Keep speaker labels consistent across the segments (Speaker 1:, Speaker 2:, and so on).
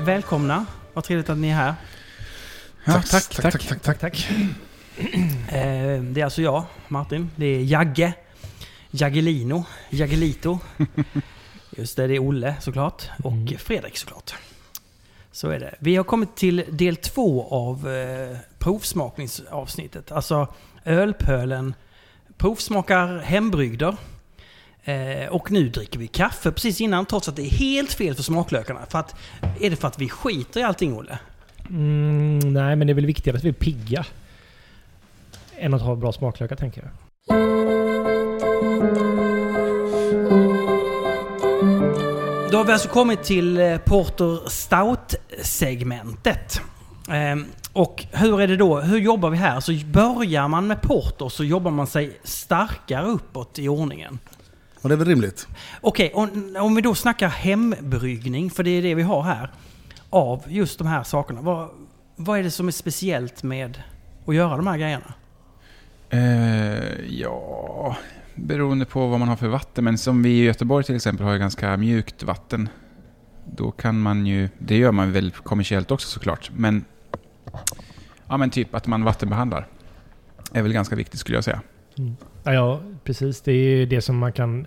Speaker 1: välkomna. Vad trevligt att ni är här.
Speaker 2: Ja,
Speaker 3: Tack,
Speaker 2: tack,
Speaker 3: tack,
Speaker 2: tack, tack, tack, tack.
Speaker 1: Eh, Det är alltså jag, Martin. Det är Jagge. Jaggelino. Jaggelito. Just det, det är Olle såklart. Och Fredrik såklart. Så är det. Vi har kommit till del två av eh, provsmakningsavsnittet. Alltså Ölpölen provsmakar hembrygder. Eh, och nu dricker vi kaffe precis innan trots att det är helt fel för smaklökarna. För att, är det för att vi skiter i allting Olle?
Speaker 4: Mm, nej, men det är väl viktigare att vi är pigga. Än att ha bra smaklökar, tänker jag.
Speaker 1: Då har vi alltså kommit till eh, Porter Stout-segmentet. Ehm, Och hur är det då? Hur jobbar vi här? Så börjar man med Porter så jobbar man sig starkare uppåt i ordningen.
Speaker 2: Och det är väl rimligt?
Speaker 1: Okej, om, om vi då snackar hembryggning, för det är det vi har här, av just de här sakerna. Vad, vad är det som är speciellt med att göra de här grejerna?
Speaker 3: Eh, ja, beroende på vad man har för vatten. Men som vi i Göteborg till exempel har ju ganska mjukt vatten. Då kan man ju, det gör man väl kommersiellt också såklart. Men, ja, men typ att man vattenbehandlar. Är väl ganska viktigt skulle jag säga.
Speaker 4: Ja, ja precis. Det är ju det som man kan...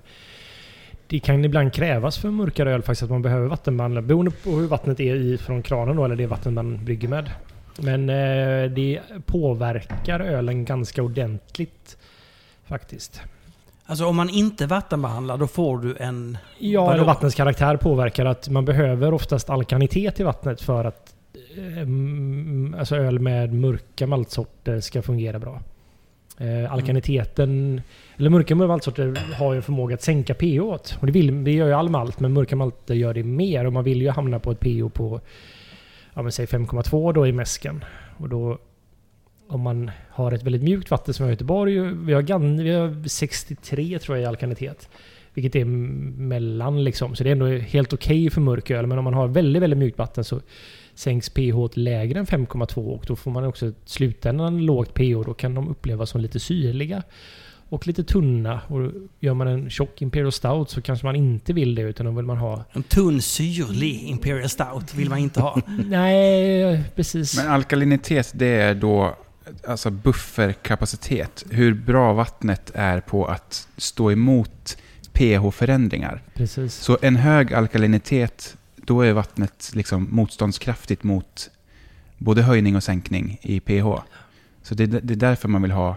Speaker 4: Det kan ibland krävas för mörkare öl faktiskt att man behöver vattenbehandla beroende på hur vattnet är i från kranen då, eller det vatten man brygger med. Men eh, det påverkar ölen ganska ordentligt faktiskt.
Speaker 1: Alltså om man inte vattenbehandlar, då får du en...
Speaker 4: Ja,
Speaker 1: Vadå?
Speaker 4: eller vattnets karaktär påverkar att man behöver oftast alkanitet i vattnet för att eh, mm, alltså öl med mörka maltsorter ska fungera bra. Eh, alkaniteten, eller mörka maltsorter har ju en förmåga att sänka pH åt. Och det, vill, det gör ju all malt, men mörka malter gör det mer. Och man vill ju hamna på ett pH på ja, men säg 5,2 då i mäsken. Och då om man har ett väldigt mjukt vatten som vi har i Göteborg. Vi har, gan- vi har 63 tror jag i alkanitet. Vilket är m- mellan liksom. Så det är ändå helt okej för mörk öl. Men om man har väldigt, väldigt mjukt vatten så sänks pH åt lägre än 5,2 och då får man också i slutändan lågt pH. Då kan de upplevas som lite syrliga och lite tunna. Och gör man en tjock Imperial Stout så kanske man inte vill det utan då vill man ha...
Speaker 1: En tunn syrlig Imperial Stout vill man inte ha.
Speaker 4: Nej, precis.
Speaker 3: Men alkalinitet det är då alltså bufferkapacitet. Hur bra vattnet är på att stå emot pH-förändringar.
Speaker 4: precis.
Speaker 3: Så en hög alkalinitet, då är vattnet liksom motståndskraftigt mot både höjning och sänkning i pH. Så det, det är därför man vill ha...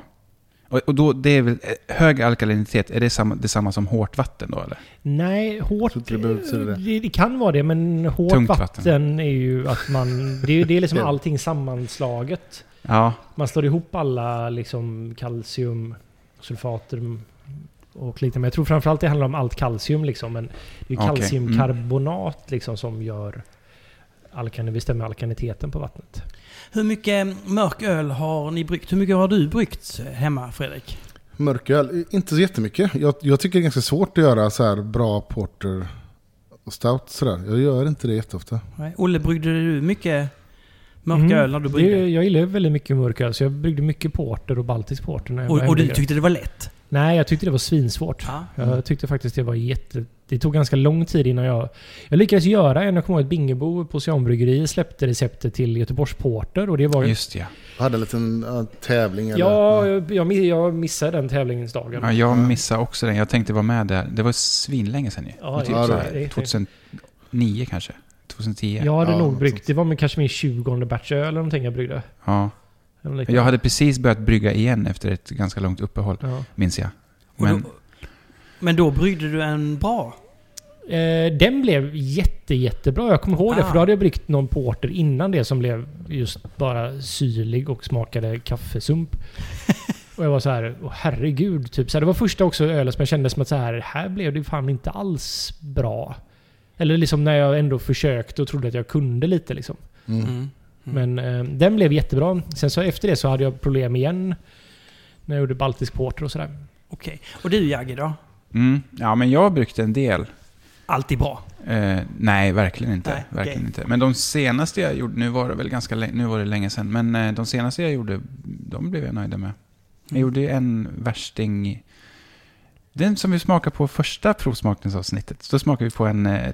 Speaker 3: Och, och då, det är väl, eh, hög alkalinitet, är det samma, detsamma som hårt vatten då eller?
Speaker 4: Nej, hårt...
Speaker 2: Så inte det behövs, är det det?
Speaker 4: det, det kan vara det, men hårt
Speaker 3: Tungt
Speaker 4: vatten,
Speaker 3: vatten.
Speaker 4: är ju att man... Det är, det är liksom allting sammanslaget.
Speaker 3: Ja,
Speaker 4: Man slår ihop alla liksom kalcium, sulfater och liknande. Men jag tror framförallt det handlar om allt kalcium liksom. Men det är ju
Speaker 3: Okej,
Speaker 4: kalciumkarbonat liksom som gör... Alkan, bestämmer alkaniteten på vattnet.
Speaker 1: Hur mycket mörk öl har ni bryggt? Hur mycket har du bryggt hemma, Fredrik?
Speaker 2: Mörköl, inte så jättemycket. Jag, jag tycker det är ganska svårt att göra så här bra porter och stout sådär. Jag gör inte det jätteofta.
Speaker 1: Nej. Olle, bryggde du mycket mörk
Speaker 4: Mm.
Speaker 1: öl när du
Speaker 4: Det,
Speaker 1: bryggde?
Speaker 4: jag gillar ju väldigt mycket mörk öl, så jag bryggde mycket porter och baltisk porter när jag var
Speaker 1: Och, och du Mm.
Speaker 4: hembryggare.
Speaker 1: tyckte det var lätt?
Speaker 4: Nej, jag tyckte det var svinsvårt.
Speaker 1: Ja.
Speaker 4: Jag tyckte faktiskt det var jätte... Det tog ganska lång tid innan jag... Jag lyckades göra en, jag kommer ihåg att Bingebo på Oceanbryggerier släppte receptet till Göteborgs Porter och det var...
Speaker 3: just ja.
Speaker 2: Jag hade en liten ja, tävling. Eller,
Speaker 4: ja, jag, jag mi- jag missade den tävlingsdagen.
Speaker 3: ja. Jag missade också den, jag tänkte vara med där. Det var svinlänge sedan ju.
Speaker 4: Ja,
Speaker 3: Det var typ
Speaker 2: ja,
Speaker 3: så
Speaker 2: det-
Speaker 3: här
Speaker 4: det är-
Speaker 3: 2009 kanske? 2010?
Speaker 4: Jag hade
Speaker 2: Ja,
Speaker 4: nog
Speaker 2: något
Speaker 4: bryggt...
Speaker 2: sånt.
Speaker 4: Det var med kanske min 20 batch öl eller någonting jag bryggde.
Speaker 3: Ja.
Speaker 4: Eller liknande.
Speaker 3: Jag hade precis börjat brygga igen efter ett ganska långt uppehåll,
Speaker 4: Ja.
Speaker 3: minns jag.
Speaker 1: Och
Speaker 3: Men,
Speaker 1: Då, men då bryggde du en bra?
Speaker 4: Eh, den blev jätte, jättebra. Jag kommer ihåg det,
Speaker 1: Ah.
Speaker 4: för då hade jag bryggt någon porter innan det som blev just bara syrlig och smakade kaffesump. och jag var så här, åh, herregud. Typ. Så här, det var första också ölen som jag kände som att så här, här blev det fan inte alls bra. Eller liksom när jag ändå försökte och trodde att jag kunde lite liksom.
Speaker 2: Mm.
Speaker 1: Mm.
Speaker 4: Men eh, den blev jättebra. Sen så efter det så hade jag problem igen. När jag gjorde baltisk porter och sådär.
Speaker 1: Okej. Och du Jagge då?
Speaker 3: mm, ja, men jag brukade en del.
Speaker 1: Alltid bra?
Speaker 3: Eh, nej, verkligen inte.
Speaker 1: Nej, okej.
Speaker 3: verkligen inte. Men de senaste jag gjorde, nu var det väl ganska länge, nu var det länge sedan, men eh, de senaste jag gjorde, de blev jag nöjd med.
Speaker 1: Mm.
Speaker 3: Jag gjorde ju en värsting, den som vi smakade på första provsmakningsavsnittet, då smakade vi på en eh,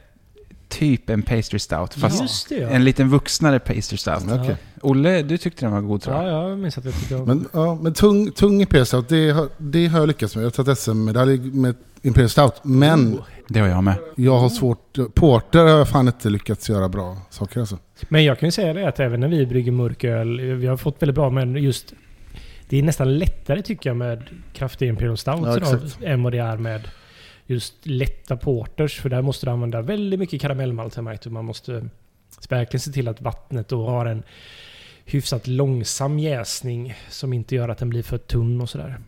Speaker 3: typ en pastry stout, fast
Speaker 4: Just det ja.
Speaker 3: en liten vuxnare pastry stout.
Speaker 2: Okej.
Speaker 4: Ja.
Speaker 3: Olle, du tyckte den var god tror jag.
Speaker 4: Ja, jag minns att jag tyckte om.
Speaker 2: Men, ja, men tung, tung Imperial Stout, det har, det har jag lyckats med. Jag har tagit SM-medalj med Imperial Stout. Men
Speaker 3: Det har jag med.
Speaker 2: jag har svårt... Porter har jag fan inte lyckats göra bra saker alltså.
Speaker 4: Men jag kan ju säga det att även när vi brygger mörköl, vi har fått väldigt bra men just det är nästan lättare tycker jag med kraftig Imperial Stout
Speaker 2: Ja,
Speaker 4: idag
Speaker 2: exakt.
Speaker 4: än vad det är med just lätta porters. För där måste du använda väldigt mycket karamellmalt har jag märkt, och Man måste verkligen se till att vattnet då har en hyfsat långsam jäsning som inte gör att den blir för tunn och sådär.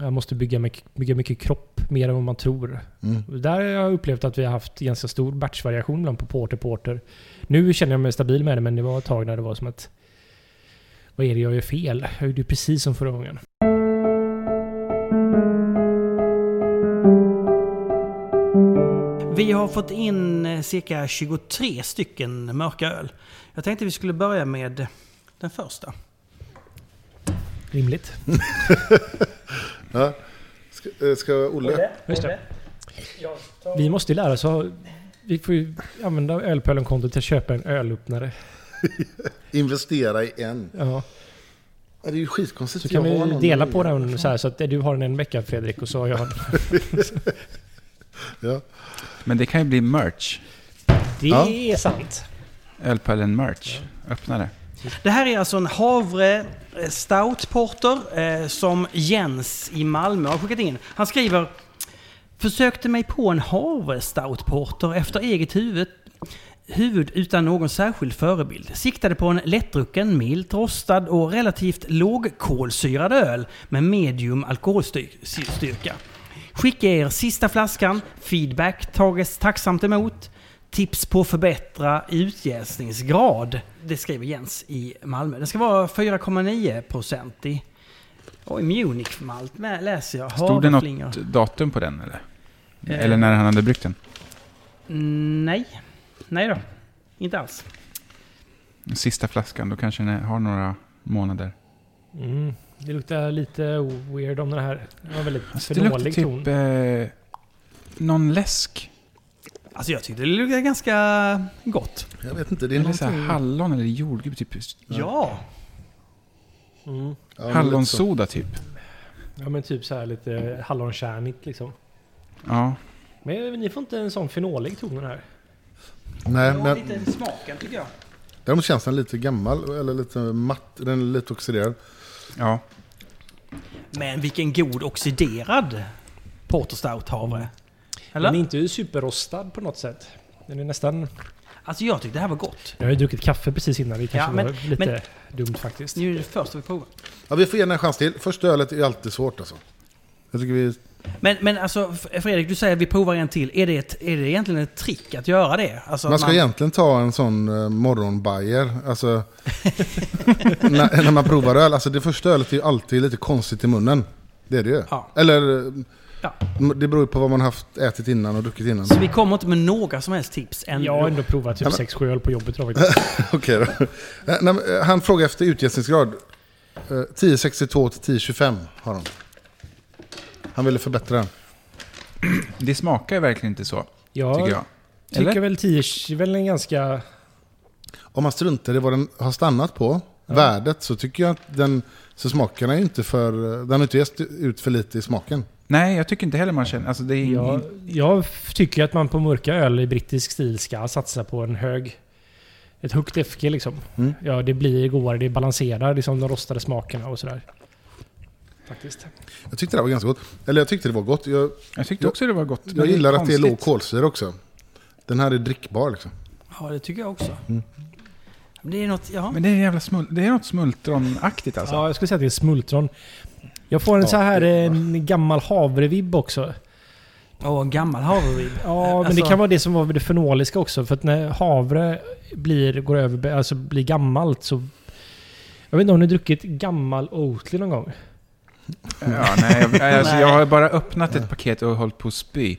Speaker 4: Jag måste bygga mycket, bygga mycket kropp, mer än vad man tror.
Speaker 2: Mm.
Speaker 4: Där har jag upplevt att vi har haft ganska stor batchvariation bland på Porter Porter. Nu känner jag mig stabil med det, men det var ett tag när det var som att... Vad är det jag gör fel? Jag gjorde ju precis som förra gången.
Speaker 1: Vi har fått in eh, cirka 23 stycken mörka öl. Jag tänkte vi skulle börja med den första.
Speaker 4: Rimligt.
Speaker 2: Ja. Ska, eh, ska Olle?
Speaker 4: Just det. Vi måste ju lära oss att... Vi får ju använda ölpölenkontot till att köpa en ölöppnare.
Speaker 2: Investera i en.
Speaker 4: Ja.
Speaker 2: Ja, Det är ju skitkonstigt.
Speaker 4: Så kan
Speaker 2: Jag har
Speaker 4: vi
Speaker 2: någon
Speaker 4: dela
Speaker 2: nu.
Speaker 4: på den så här så att du har den en vecka Fredrik och så har jag den.
Speaker 2: Ja.
Speaker 3: Men det kan ju bli merch.
Speaker 4: Det
Speaker 2: Ja.
Speaker 4: är sant.
Speaker 3: Ölpölen merch. Öppna det.
Speaker 1: Det här är alltså en havre eh, stout porter eh, som Jens i Malmö har skickat in. Han skriver Försökte mig på en havre stout porter efter eget huvud, huvud utan någon särskild förebild. Siktade på en lättdrucken, milt rostad och relativt lågkolsyrad öl med medium alkoholstyrka. Skicka er sista flaskan. Feedback tages tacksamt emot. Tips på att förbättra utjäsningsgrad. Det skriver Jens i Malmö. Den ska vara 4,9 procent i... Oj, Munich malt med läser jag.
Speaker 3: Stod det
Speaker 1: Havreflingor.
Speaker 3: något datum på den eller?
Speaker 1: Eh.
Speaker 3: Eller när han hade bryggt den?
Speaker 1: Nej. Nej då. Inte alls.
Speaker 3: Sista flaskan, då kanske den har några månader.
Speaker 4: Mm. Det luktar lite weird om den här. Det var väldigt
Speaker 3: Alltså, det luktar
Speaker 4: fenålig ton.
Speaker 3: typ... Eh, någon läsk.
Speaker 1: Alltså jag tyckte det luktade ganska gott.
Speaker 2: Jag vet inte, det är
Speaker 3: Eller så här
Speaker 2: någonting...
Speaker 3: hallon eller jordgubb. Typ.
Speaker 1: Ja.
Speaker 4: Mm.
Speaker 2: Ja, men lite så.
Speaker 3: Hallonsoda typ.
Speaker 4: Ja men typ så här lite hallonkärnigt liksom.
Speaker 3: Ja.
Speaker 4: Men ni får inte en sån fenolig ton den här.
Speaker 2: Nej,
Speaker 1: Det var
Speaker 2: men
Speaker 1: lite smaken tycker jag.
Speaker 2: däremot känns den lite gammal, eller lite matt, den är lite oxiderad.
Speaker 3: ja.
Speaker 1: Men vilken god oxiderad Porter Stout havre.
Speaker 4: Den är
Speaker 1: Eller?
Speaker 4: inte superrostad på något sätt. Den är nästan...
Speaker 1: Alltså jag tyckte det här var gott.
Speaker 4: Jag har ju druckit kaffe precis innan. Det kanske
Speaker 1: Ja, men-
Speaker 4: var lite dumt faktiskt.
Speaker 1: Nu är det första vi provar.
Speaker 2: Ja, vi får ge den en chans till. Första ölet är alltid svårt alltså. Jag tycker vi...
Speaker 1: Men, men alltså F- Fredrik, du säger att vi provar en till. Är det, ett, är det egentligen ett trick att göra det? Alltså,
Speaker 2: Man
Speaker 1: att
Speaker 2: ska egentligen ta en sån eh, morgonbajer, alltså... när, när man provar öl, alltså det första ölet är ju alltid lite konstigt i munnen. Det är det ju.
Speaker 1: Ja.
Speaker 2: Eller... eh,
Speaker 1: Ja.
Speaker 2: m- Det beror ju på vad man haft ätit innan och druckit innan.
Speaker 1: Så vi kommer inte med några som helst tips än.
Speaker 4: Jag har ändå provat typ
Speaker 2: Ja, men-
Speaker 4: 6-7 öl på jobbet idag faktiskt.
Speaker 2: Okej då. Eh, nej, men, eh, Han frågar efter utjäsningsgrad. Eh, 1062 till 1025 har han. Han ville förbättra den.
Speaker 3: Det smakar ju verkligen inte så,
Speaker 4: Jag
Speaker 3: tycker jag.
Speaker 4: tycker
Speaker 3: Eller?
Speaker 4: väl 10 är väl en ganska...
Speaker 2: Om man struntar i vad den har stannat på, värdet, så tycker jag att den... Så smaken är ju inte för... eh, Den har inte jäst ut för lite i smaken.
Speaker 3: Nej, jag tycker inte heller man känner... Alltså det
Speaker 1: Mm.
Speaker 3: är
Speaker 4: Jag,
Speaker 3: ingen,
Speaker 4: jag tycker att man på mörka öl i brittisk stil ska satsa på en hög... Ett högt FG liksom.
Speaker 2: Mm.
Speaker 4: Ja, det blir godare, det balanserar liksom de rostade smakerna och sådär. Faktiskt.
Speaker 2: Jag tyckte det var ganska gott. Eller jag tyckte det var gott. Jag,
Speaker 3: jag tyckte också det var gott. men
Speaker 2: jag
Speaker 3: är
Speaker 2: gillar att det är låg
Speaker 3: konstigt.
Speaker 2: kolsyra också. Den här är drickbar liksom.
Speaker 1: Ja, det tycker jag också.
Speaker 2: Mm.
Speaker 1: Det är något, ja.
Speaker 3: Men det är, jävla smul det är något smultronaktigt alltså.
Speaker 4: Ja, jag skulle säga att det är smultron. Jag får en
Speaker 2: Ja,
Speaker 4: så här
Speaker 2: det-
Speaker 4: en gammal havrevibb också.
Speaker 1: Åh, en gammal havrevibb.
Speaker 4: Ja, men
Speaker 1: alltså-
Speaker 4: det kan vara det som var det fenoliska också. För att när havre blir, går över, alltså blir gammalt så... Jag vet inte, har ni druckit gammal Oatly någon gång?
Speaker 3: Ja, nej, jag, alltså,
Speaker 1: Nej.
Speaker 3: jag har bara öppnat ett paket och hållit på att spy.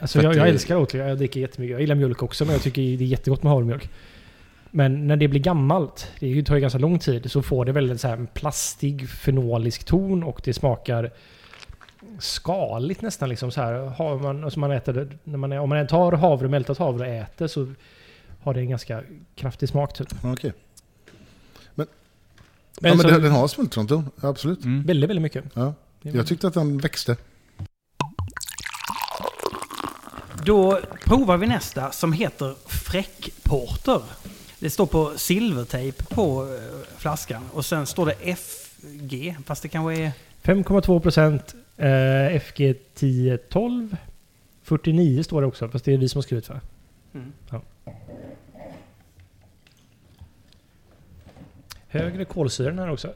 Speaker 4: Alltså
Speaker 3: För
Speaker 4: jag,
Speaker 3: att
Speaker 4: jag
Speaker 3: det-
Speaker 4: älskar Oatly, jag dricker jättemycket. Jag gillar mjölk också, men jag tycker det är jättegott med havremjölk. Men när det blir gammalt, det tar ju ganska lång tid, så får det väldigt så här en plastig, fenolisk ton och det smakar skaligt nästan. Liksom så här. Har man, alltså man äter, det- när man, om man tar havre, mältat havre och äter så har det en ganska kraftig smak typ.
Speaker 2: Ja, Okej. Men,
Speaker 4: Men
Speaker 2: ja, men
Speaker 4: så-
Speaker 2: den, den har smultronton, ja, absolut.
Speaker 3: Mm.
Speaker 4: Väldigt, väldigt mycket.
Speaker 2: Ja. Jag tyckte att den växte.
Speaker 1: Då provar vi nästa som heter Fräckporter. Det står på silvertejp på eh, flaskan och sen står det FG, fast det kanske är...
Speaker 4: 5,2 procent, eh, FG 1012. 49 står det också, fast det är vi som har skrivit för.
Speaker 1: Mm.
Speaker 4: Ja. Högre kolsyra den här också.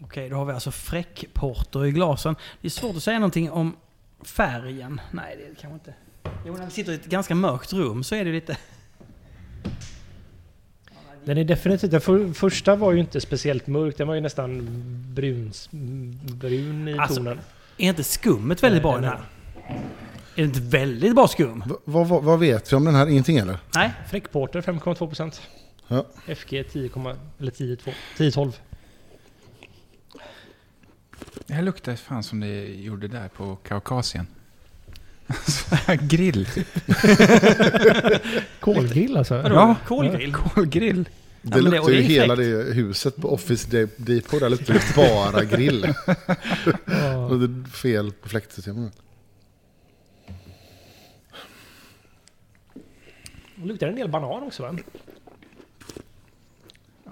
Speaker 1: Okej, då har vi alltså fräckporter i glasen. Det är svårt att säga någonting om färgen. Nej, det är det kanske inte. Jo, när vi sitter i ett ganska mörkt rum så är det lite...
Speaker 4: Den är definitivt, den för, första var ju inte speciellt mörk, den var ju nästan bruns, brun i
Speaker 1: Alltså,
Speaker 4: tonen.
Speaker 1: Är inte skummet väldigt bra i den här? Är det inte väldigt bra skum?
Speaker 2: V- vad, vad, vad vet vi om den här? Ingenting eller?
Speaker 1: Nej.
Speaker 4: Fräckporter 5,2 procent.
Speaker 2: Ja.
Speaker 4: FG 10, eller 10, 10 12.
Speaker 3: Det här luktar fan som det gjorde där på Kaukasien. Alltså, grill.
Speaker 4: Kolgrill alltså.
Speaker 1: Vadå?
Speaker 3: Ja.
Speaker 1: Kolgrill?
Speaker 3: Kolgrill.
Speaker 2: Det
Speaker 1: men det- och
Speaker 2: luktar
Speaker 1: det
Speaker 2: ju
Speaker 1: är
Speaker 2: hela det huset på Office De- Depot. Där luktar det bara grill.
Speaker 4: Ja.
Speaker 2: Och det är fel på fläktsystemet.
Speaker 4: Det luktar en del banan också va?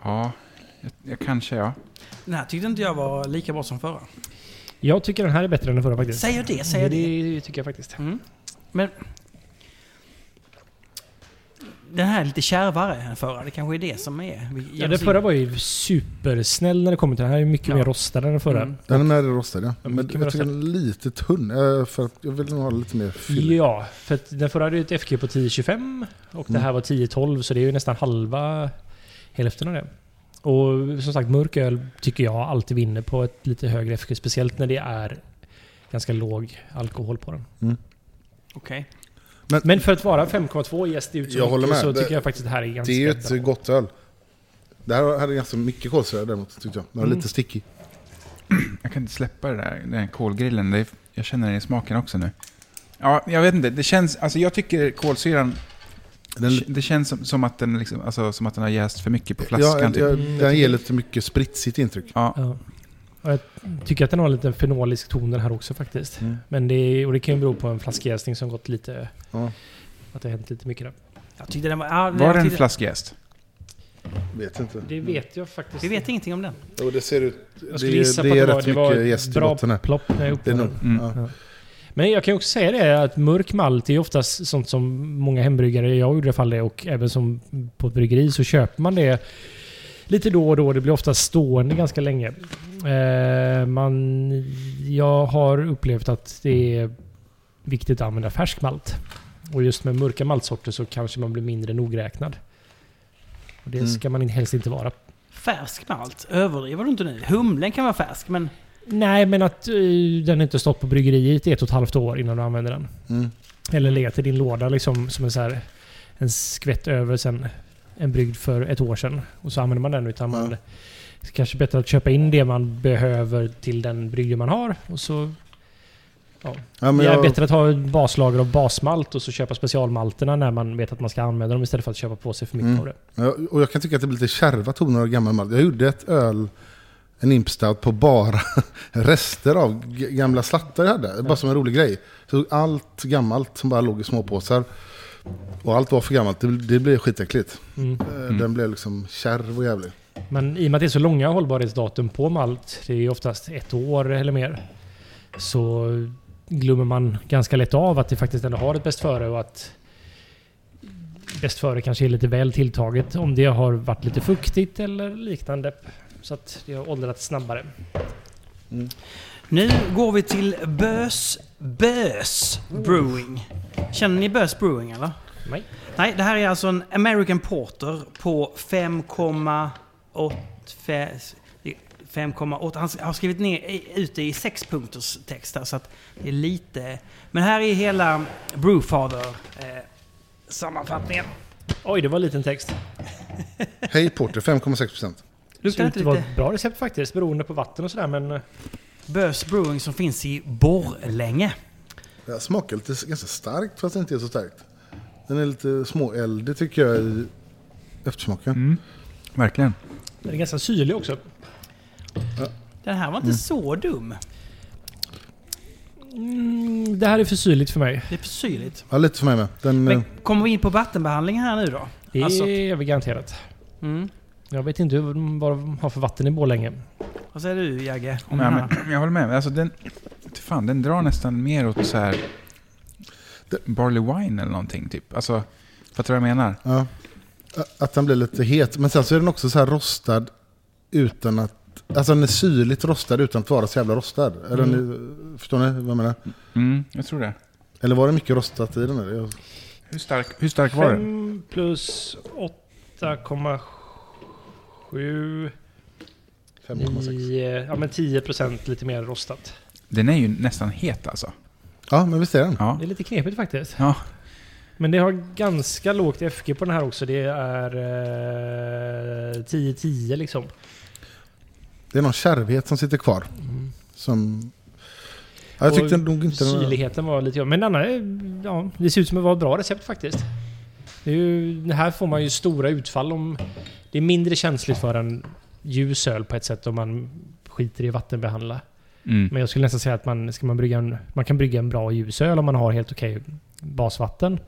Speaker 3: Ja, jag, jag kanske ja.
Speaker 1: Den här tyckte inte jag var lika bra som förra.
Speaker 4: Jag tycker den här är bättre än den förra faktiskt.
Speaker 1: Säger det, säger det.
Speaker 4: det tycker jag faktiskt.
Speaker 1: Mm. Men... Den här är lite kärvare än förra. Det kanske är det som är...
Speaker 4: Ja, den förra var ju supersnäll när det kommer till den här. är mycket
Speaker 1: Ja.
Speaker 4: mer rostad än den förra.
Speaker 1: Mm.
Speaker 2: Den är med rostad ja.
Speaker 4: Ja,
Speaker 2: Men jag
Speaker 4: mycket
Speaker 2: tycker
Speaker 4: rostad.
Speaker 2: den är lite tunn. eh, För att jag vill nog ha lite mer fyll.
Speaker 4: Ja, för att den förra hade ju ett FG på 10,25 och
Speaker 1: Mm.
Speaker 4: det här var 10,12 så det är ju nästan halva hälften av det. Och som sagt, mörk öl tycker jag alltid vinner på ett lite högre FG, speciellt när det är ganska låg alkohol på den.
Speaker 1: Okej.
Speaker 4: Men för att vara 5,2 gäst ut så,
Speaker 2: Jag håller
Speaker 4: mycket
Speaker 2: med.
Speaker 4: så
Speaker 2: Det-
Speaker 4: tycker jag faktiskt det här är ganska
Speaker 2: Det är ju
Speaker 4: bra.
Speaker 2: ett gott öl. Det här hade ganska mycket kolsyra däremot tyckte jag. Den var
Speaker 4: Mm.
Speaker 2: lite stickig.
Speaker 3: Jag kan inte släppa det där, den här kolgrillen. Det är, jag känner den i smaken också nu. Ja, jag vet inte. Det känns, alltså jag tycker kolsyran,
Speaker 2: Den,
Speaker 3: det känns som, som, att den liksom, alltså, som att den har jäst för mycket på
Speaker 2: ja,
Speaker 3: flaskan.
Speaker 2: jag,
Speaker 3: typ.
Speaker 4: Mm, jag
Speaker 2: den ger
Speaker 4: tycker-
Speaker 2: lite mycket spritsigt intryck.
Speaker 3: ja.
Speaker 4: Ja. Och jag tycker att den har en liten fenolisk ton den här också faktiskt.
Speaker 2: Mm.
Speaker 4: Men det, är, och det kan ju bero på en flaskjäsning som gått lite...
Speaker 2: Ja.
Speaker 4: Att det har hänt lite mycket där.
Speaker 1: Jag tyckte den var... Ja,
Speaker 3: Var
Speaker 1: jag
Speaker 3: det en
Speaker 1: tyckte-
Speaker 3: flaskjäst?
Speaker 2: Vet inte.
Speaker 4: Det vet jag faktiskt
Speaker 1: Vi vet ingenting om den.
Speaker 2: Jo, det ser ut...
Speaker 4: Jag
Speaker 2: Det,
Speaker 4: skulle gissa
Speaker 2: är- det
Speaker 4: på
Speaker 2: är
Speaker 4: att det var,
Speaker 2: rätt
Speaker 4: det var
Speaker 2: mycket
Speaker 4: ett
Speaker 2: jäst i
Speaker 4: bra
Speaker 2: botten här.
Speaker 4: plopp när jag
Speaker 2: Det är
Speaker 4: öppnade
Speaker 2: nog,
Speaker 4: den.
Speaker 3: Mm.
Speaker 2: ja.
Speaker 4: Men jag kan ju också säga det att mörk malt är ju oftast sånt som många hembryggare, jag gjorde i alla fall det, och även som på ett bryggeri så köper man det lite då och då. Det blir ofta stående ganska länge. Eh, man, jag har upplevt att det är viktigt att använda färsk malt. Och just med mörka maltsorter så kanske man blir mindre nogräknad. Och det
Speaker 2: Mm.
Speaker 4: ska man helst inte vara.
Speaker 1: Färsk malt? Överdriver du inte nu? Humlen kan vara färsk, men...
Speaker 4: Nej, men att eh, den inte stått på bryggeriet i ett och ett halvt år innan du använder den.
Speaker 2: Mm.
Speaker 4: Eller legat i din låda liksom som en, så här, en skvätt över sen en brygd för ett år sedan. Och så använder man den utan man...
Speaker 2: Ja.
Speaker 4: Kanske bättre att köpa in det man behöver till den brygd man har. Och så
Speaker 2: Ja,
Speaker 4: det
Speaker 2: men
Speaker 4: är
Speaker 2: jag,
Speaker 4: bättre att ha ett baslager av basmalt och så köpa specialmalterna när man vet att man ska använda dem istället för att köpa på sig för mycket
Speaker 2: Mm.
Speaker 4: av det.
Speaker 2: jag, och jag kan tycka att det blir lite kärva toner av gammal malt. Jag gjorde ett öl, en impstout, på bara rester av g- gamla slattar jag hade. Bara som en rolig grej. Så allt gammalt som bara låg i småpåsar. Och allt var för gammalt. Det, det blev skitäckligt.
Speaker 4: Mm.
Speaker 2: Eh, Den blev liksom kärv och jävlig.
Speaker 4: Men i och med att det är så långa hållbarhetsdatum på malt, det är ju oftast ett år eller mer, så glömmer man ganska lätt av att det faktiskt ändå har ett bäst före och att bäst före kanske är lite väl tilltaget om det har varit lite fuktigt eller liknande. Så att det har åldrats snabbare.
Speaker 1: Nu går vi till Bös... Bös Brewing. Känner ni Bös Brewing, eller?
Speaker 4: Nej.
Speaker 1: Nej, det här är alltså en American Porter på 5,8... 5,8. Han har skrivit ner ute i sexpunkters text här, så att det är lite... Men här är hela Brewfather-sammanfattningen.
Speaker 4: Oj, det var en liten text.
Speaker 2: Hej Porter, 5,6%.
Speaker 1: Luktar
Speaker 4: Ser ut
Speaker 1: inte
Speaker 4: att vara
Speaker 1: lite
Speaker 4: ett bra recept eh, faktiskt, beroende på vatten och sådär men...
Speaker 1: Bös Brewing som finns i Borlänge.
Speaker 2: Det här smakar lite ganska starkt fast det inte är så starkt. Den är lite småeldig tycker jag i eftersmaken.
Speaker 3: Mm. Verkligen.
Speaker 4: Den är ganska syrlig också.
Speaker 1: Den här var inte så dum.
Speaker 4: Mm, det här är för syrligt för mig.
Speaker 1: Det är för syrligt.
Speaker 2: Ja, lite för mig med. Den,
Speaker 1: Men
Speaker 2: eh,
Speaker 1: kommer vi in på vattenbehandlingen här nu då?
Speaker 4: Det
Speaker 1: Alltså-
Speaker 4: är väl garanterat.
Speaker 1: Mm.
Speaker 4: Jag vet inte hur- vad de har för vatten i Borlänge.
Speaker 1: Vad säger du Jagge? Om
Speaker 3: Nej,
Speaker 1: den
Speaker 3: men,
Speaker 1: här?
Speaker 3: jag håller med. Alltså, den, fan, den drar nästan mer åt så här... Barley wine eller någonting typ. Alltså, fattar du vad jag menar?
Speaker 2: ja, att den blir lite het. Men sen så är den också så här rostad utan att... Alltså den är syrligt rostad utan att vara så jävla rostad. Eller, nu, förstår ni vad jag menar?
Speaker 3: Mm, jag tror det.
Speaker 2: Eller var det mycket rostat i den? Eller? Jag-
Speaker 3: Hur stark, hur stark var den?
Speaker 4: 5 plus 8,7
Speaker 2: 5,6.
Speaker 4: i, eh, ja, men 10% lite mer rostat.
Speaker 3: Den är ju nästan het alltså.
Speaker 2: Ja, men visst är den.
Speaker 3: Ja.
Speaker 4: Det är lite knepigt faktiskt.
Speaker 3: Ja.
Speaker 4: Men det har ganska lågt FG på den här också. Det är eh, 10-10 liksom.
Speaker 2: Det är någon kärvhet som sitter kvar. Som... Ja, jag
Speaker 4: Mm. Och
Speaker 2: tyckte nog inte den var...
Speaker 4: Syrligheten var lite jobbig. Men annars, ja, det ser ut som att vara ett bra recept faktiskt. Det är ju, det här får man ju stora utfall om... Det är mindre känsligt för en ljus öl på ett sätt om man skiter i att vattenbehandla.
Speaker 3: Mm.
Speaker 4: Men jag skulle nästan säga att man, ska man, brygga en, man kan brygga en bra ljusöl om man har helt okej basvatten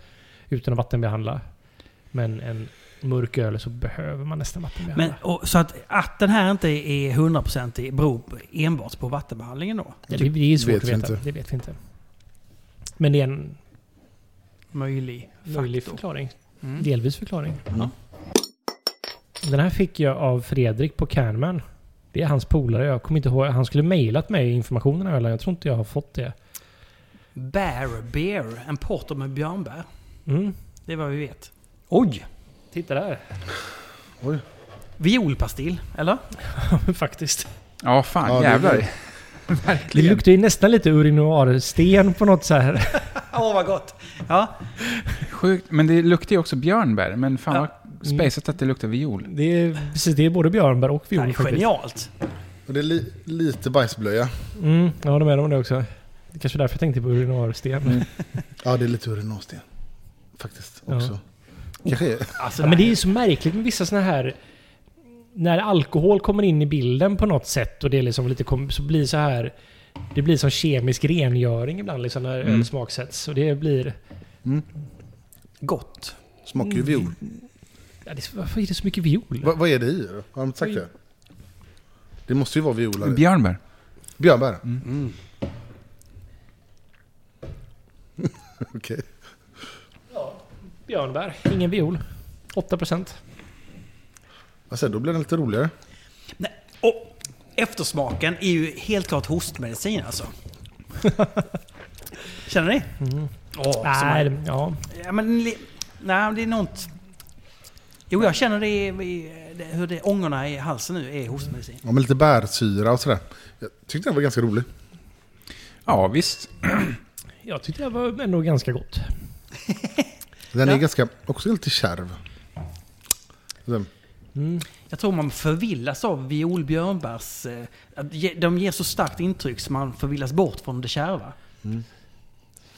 Speaker 4: utan att vattenbehandla. Men en mörk öl så behöver man nästan vattenbehandla.
Speaker 1: Men, och, så att, att den här inte är 100% beror på- enbart på vattenbehandlingen då?
Speaker 4: ja, det, det är
Speaker 2: vet
Speaker 4: svårt att
Speaker 2: vi
Speaker 4: veta.
Speaker 2: inte.
Speaker 4: Det vet vi inte. Men det är en
Speaker 1: Möjlig
Speaker 4: möjlig
Speaker 1: faktor.
Speaker 4: förklaring.
Speaker 1: Mm.
Speaker 4: Delvis förklaring.
Speaker 2: Mm.
Speaker 4: Den här fick jag av Fredrik på Canman. Det är hans polare. Jag kommer inte ihåg. Han skulle mejlat mig informationen om ölen. Jag tror inte jag har fått det.
Speaker 1: Bear Beer, en porter med björnbär.
Speaker 4: Mm.
Speaker 1: Det är vad vi vet. Oj!
Speaker 4: Titta där.
Speaker 2: Oj.
Speaker 1: Violpastill, eller?
Speaker 4: Faktiskt.
Speaker 3: Ja, fan
Speaker 2: Ja, det-
Speaker 3: jävlar.
Speaker 4: Det
Speaker 3: Verkligen.
Speaker 4: luktar ju nästan lite urinoarsten på något så här.
Speaker 1: Åh, vad gott! Ja,
Speaker 3: Sjukt. Men det luktar ju också björnbär. Men fan
Speaker 1: Ja.
Speaker 3: vad spejsat att det luktar viol.
Speaker 4: Det är, precis, det är både björnbär och
Speaker 1: det här
Speaker 4: viol
Speaker 1: är
Speaker 4: faktiskt.
Speaker 1: genialt.
Speaker 2: Och det är li, lite bajsblöja.
Speaker 4: Mm, jag håller med om det också. Det kanske är därför jag tänkte på urinoarsten.
Speaker 2: Ja, det är lite urinåsten. Faktiskt
Speaker 4: Ja. Oh.
Speaker 2: också. Kanske är...
Speaker 1: Alltså,
Speaker 4: Ja, men det är ju så märkligt med vissa såna här... När alkohol kommer in i bilden på något sätt och det är liksom lite kom, så blir så här... Det blir som kemisk rengöring ibland liksom när
Speaker 3: Mm.
Speaker 4: öl smaksätts. Och det blir...
Speaker 1: gott.
Speaker 2: Smakar ju
Speaker 4: Mm.
Speaker 2: viol.
Speaker 4: Ja, det, är så- varför är det så mycket viol?
Speaker 2: Va, vad är det i då? Har de inte sagt det? Det måste ju vara viola. i.
Speaker 3: Björnbär.
Speaker 2: Björnbär?
Speaker 1: Mm.
Speaker 2: Okej.
Speaker 4: Björnbär, ingen viol. 8%.
Speaker 2: Alltså, då blir den lite roligare.
Speaker 1: Nej. Och eftersmaken är ju helt klart hostmedicin alltså. Känner ni? Åh, som
Speaker 4: Nej, det- ja.
Speaker 1: Ja, men, li- nej, det är något... Jo, jag känner det, i- i- det hur det ångorna i halsen nu är hostmedicin.
Speaker 2: Ja, med lite bärsyra och sådär. Jag tyckte den var ganska rolig.
Speaker 3: Ja, visst.
Speaker 4: Jag tyckte det var ändå ganska gott.
Speaker 2: Den
Speaker 1: Ja.
Speaker 2: är ganska, också lite kärv. Den-
Speaker 4: Mm.
Speaker 1: Jag tror man förvillas av violbjörnbärs... eh, att ge- De ger så starkt intryck så man förvillas bort från det kärva.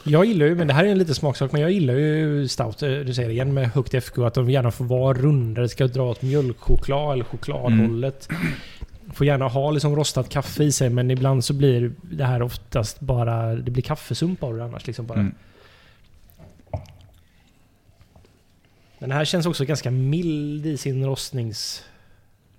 Speaker 4: Jag gillar ju, men det här är en liten smaksak, men jag gillar ju stout, eh, du säger det igen, med högt FK. Att de gärna får vara runda. Det ska dra åt mjölkchoklad eller chokladhållet. Mm. Får gärna ha liksom rostat kaffe i sig, men ibland så blir det här oftast bara... Det blir kaffesump av det annars. Liksom bara.
Speaker 3: Mm.
Speaker 4: Den här känns också ganska mild i sin rostnings...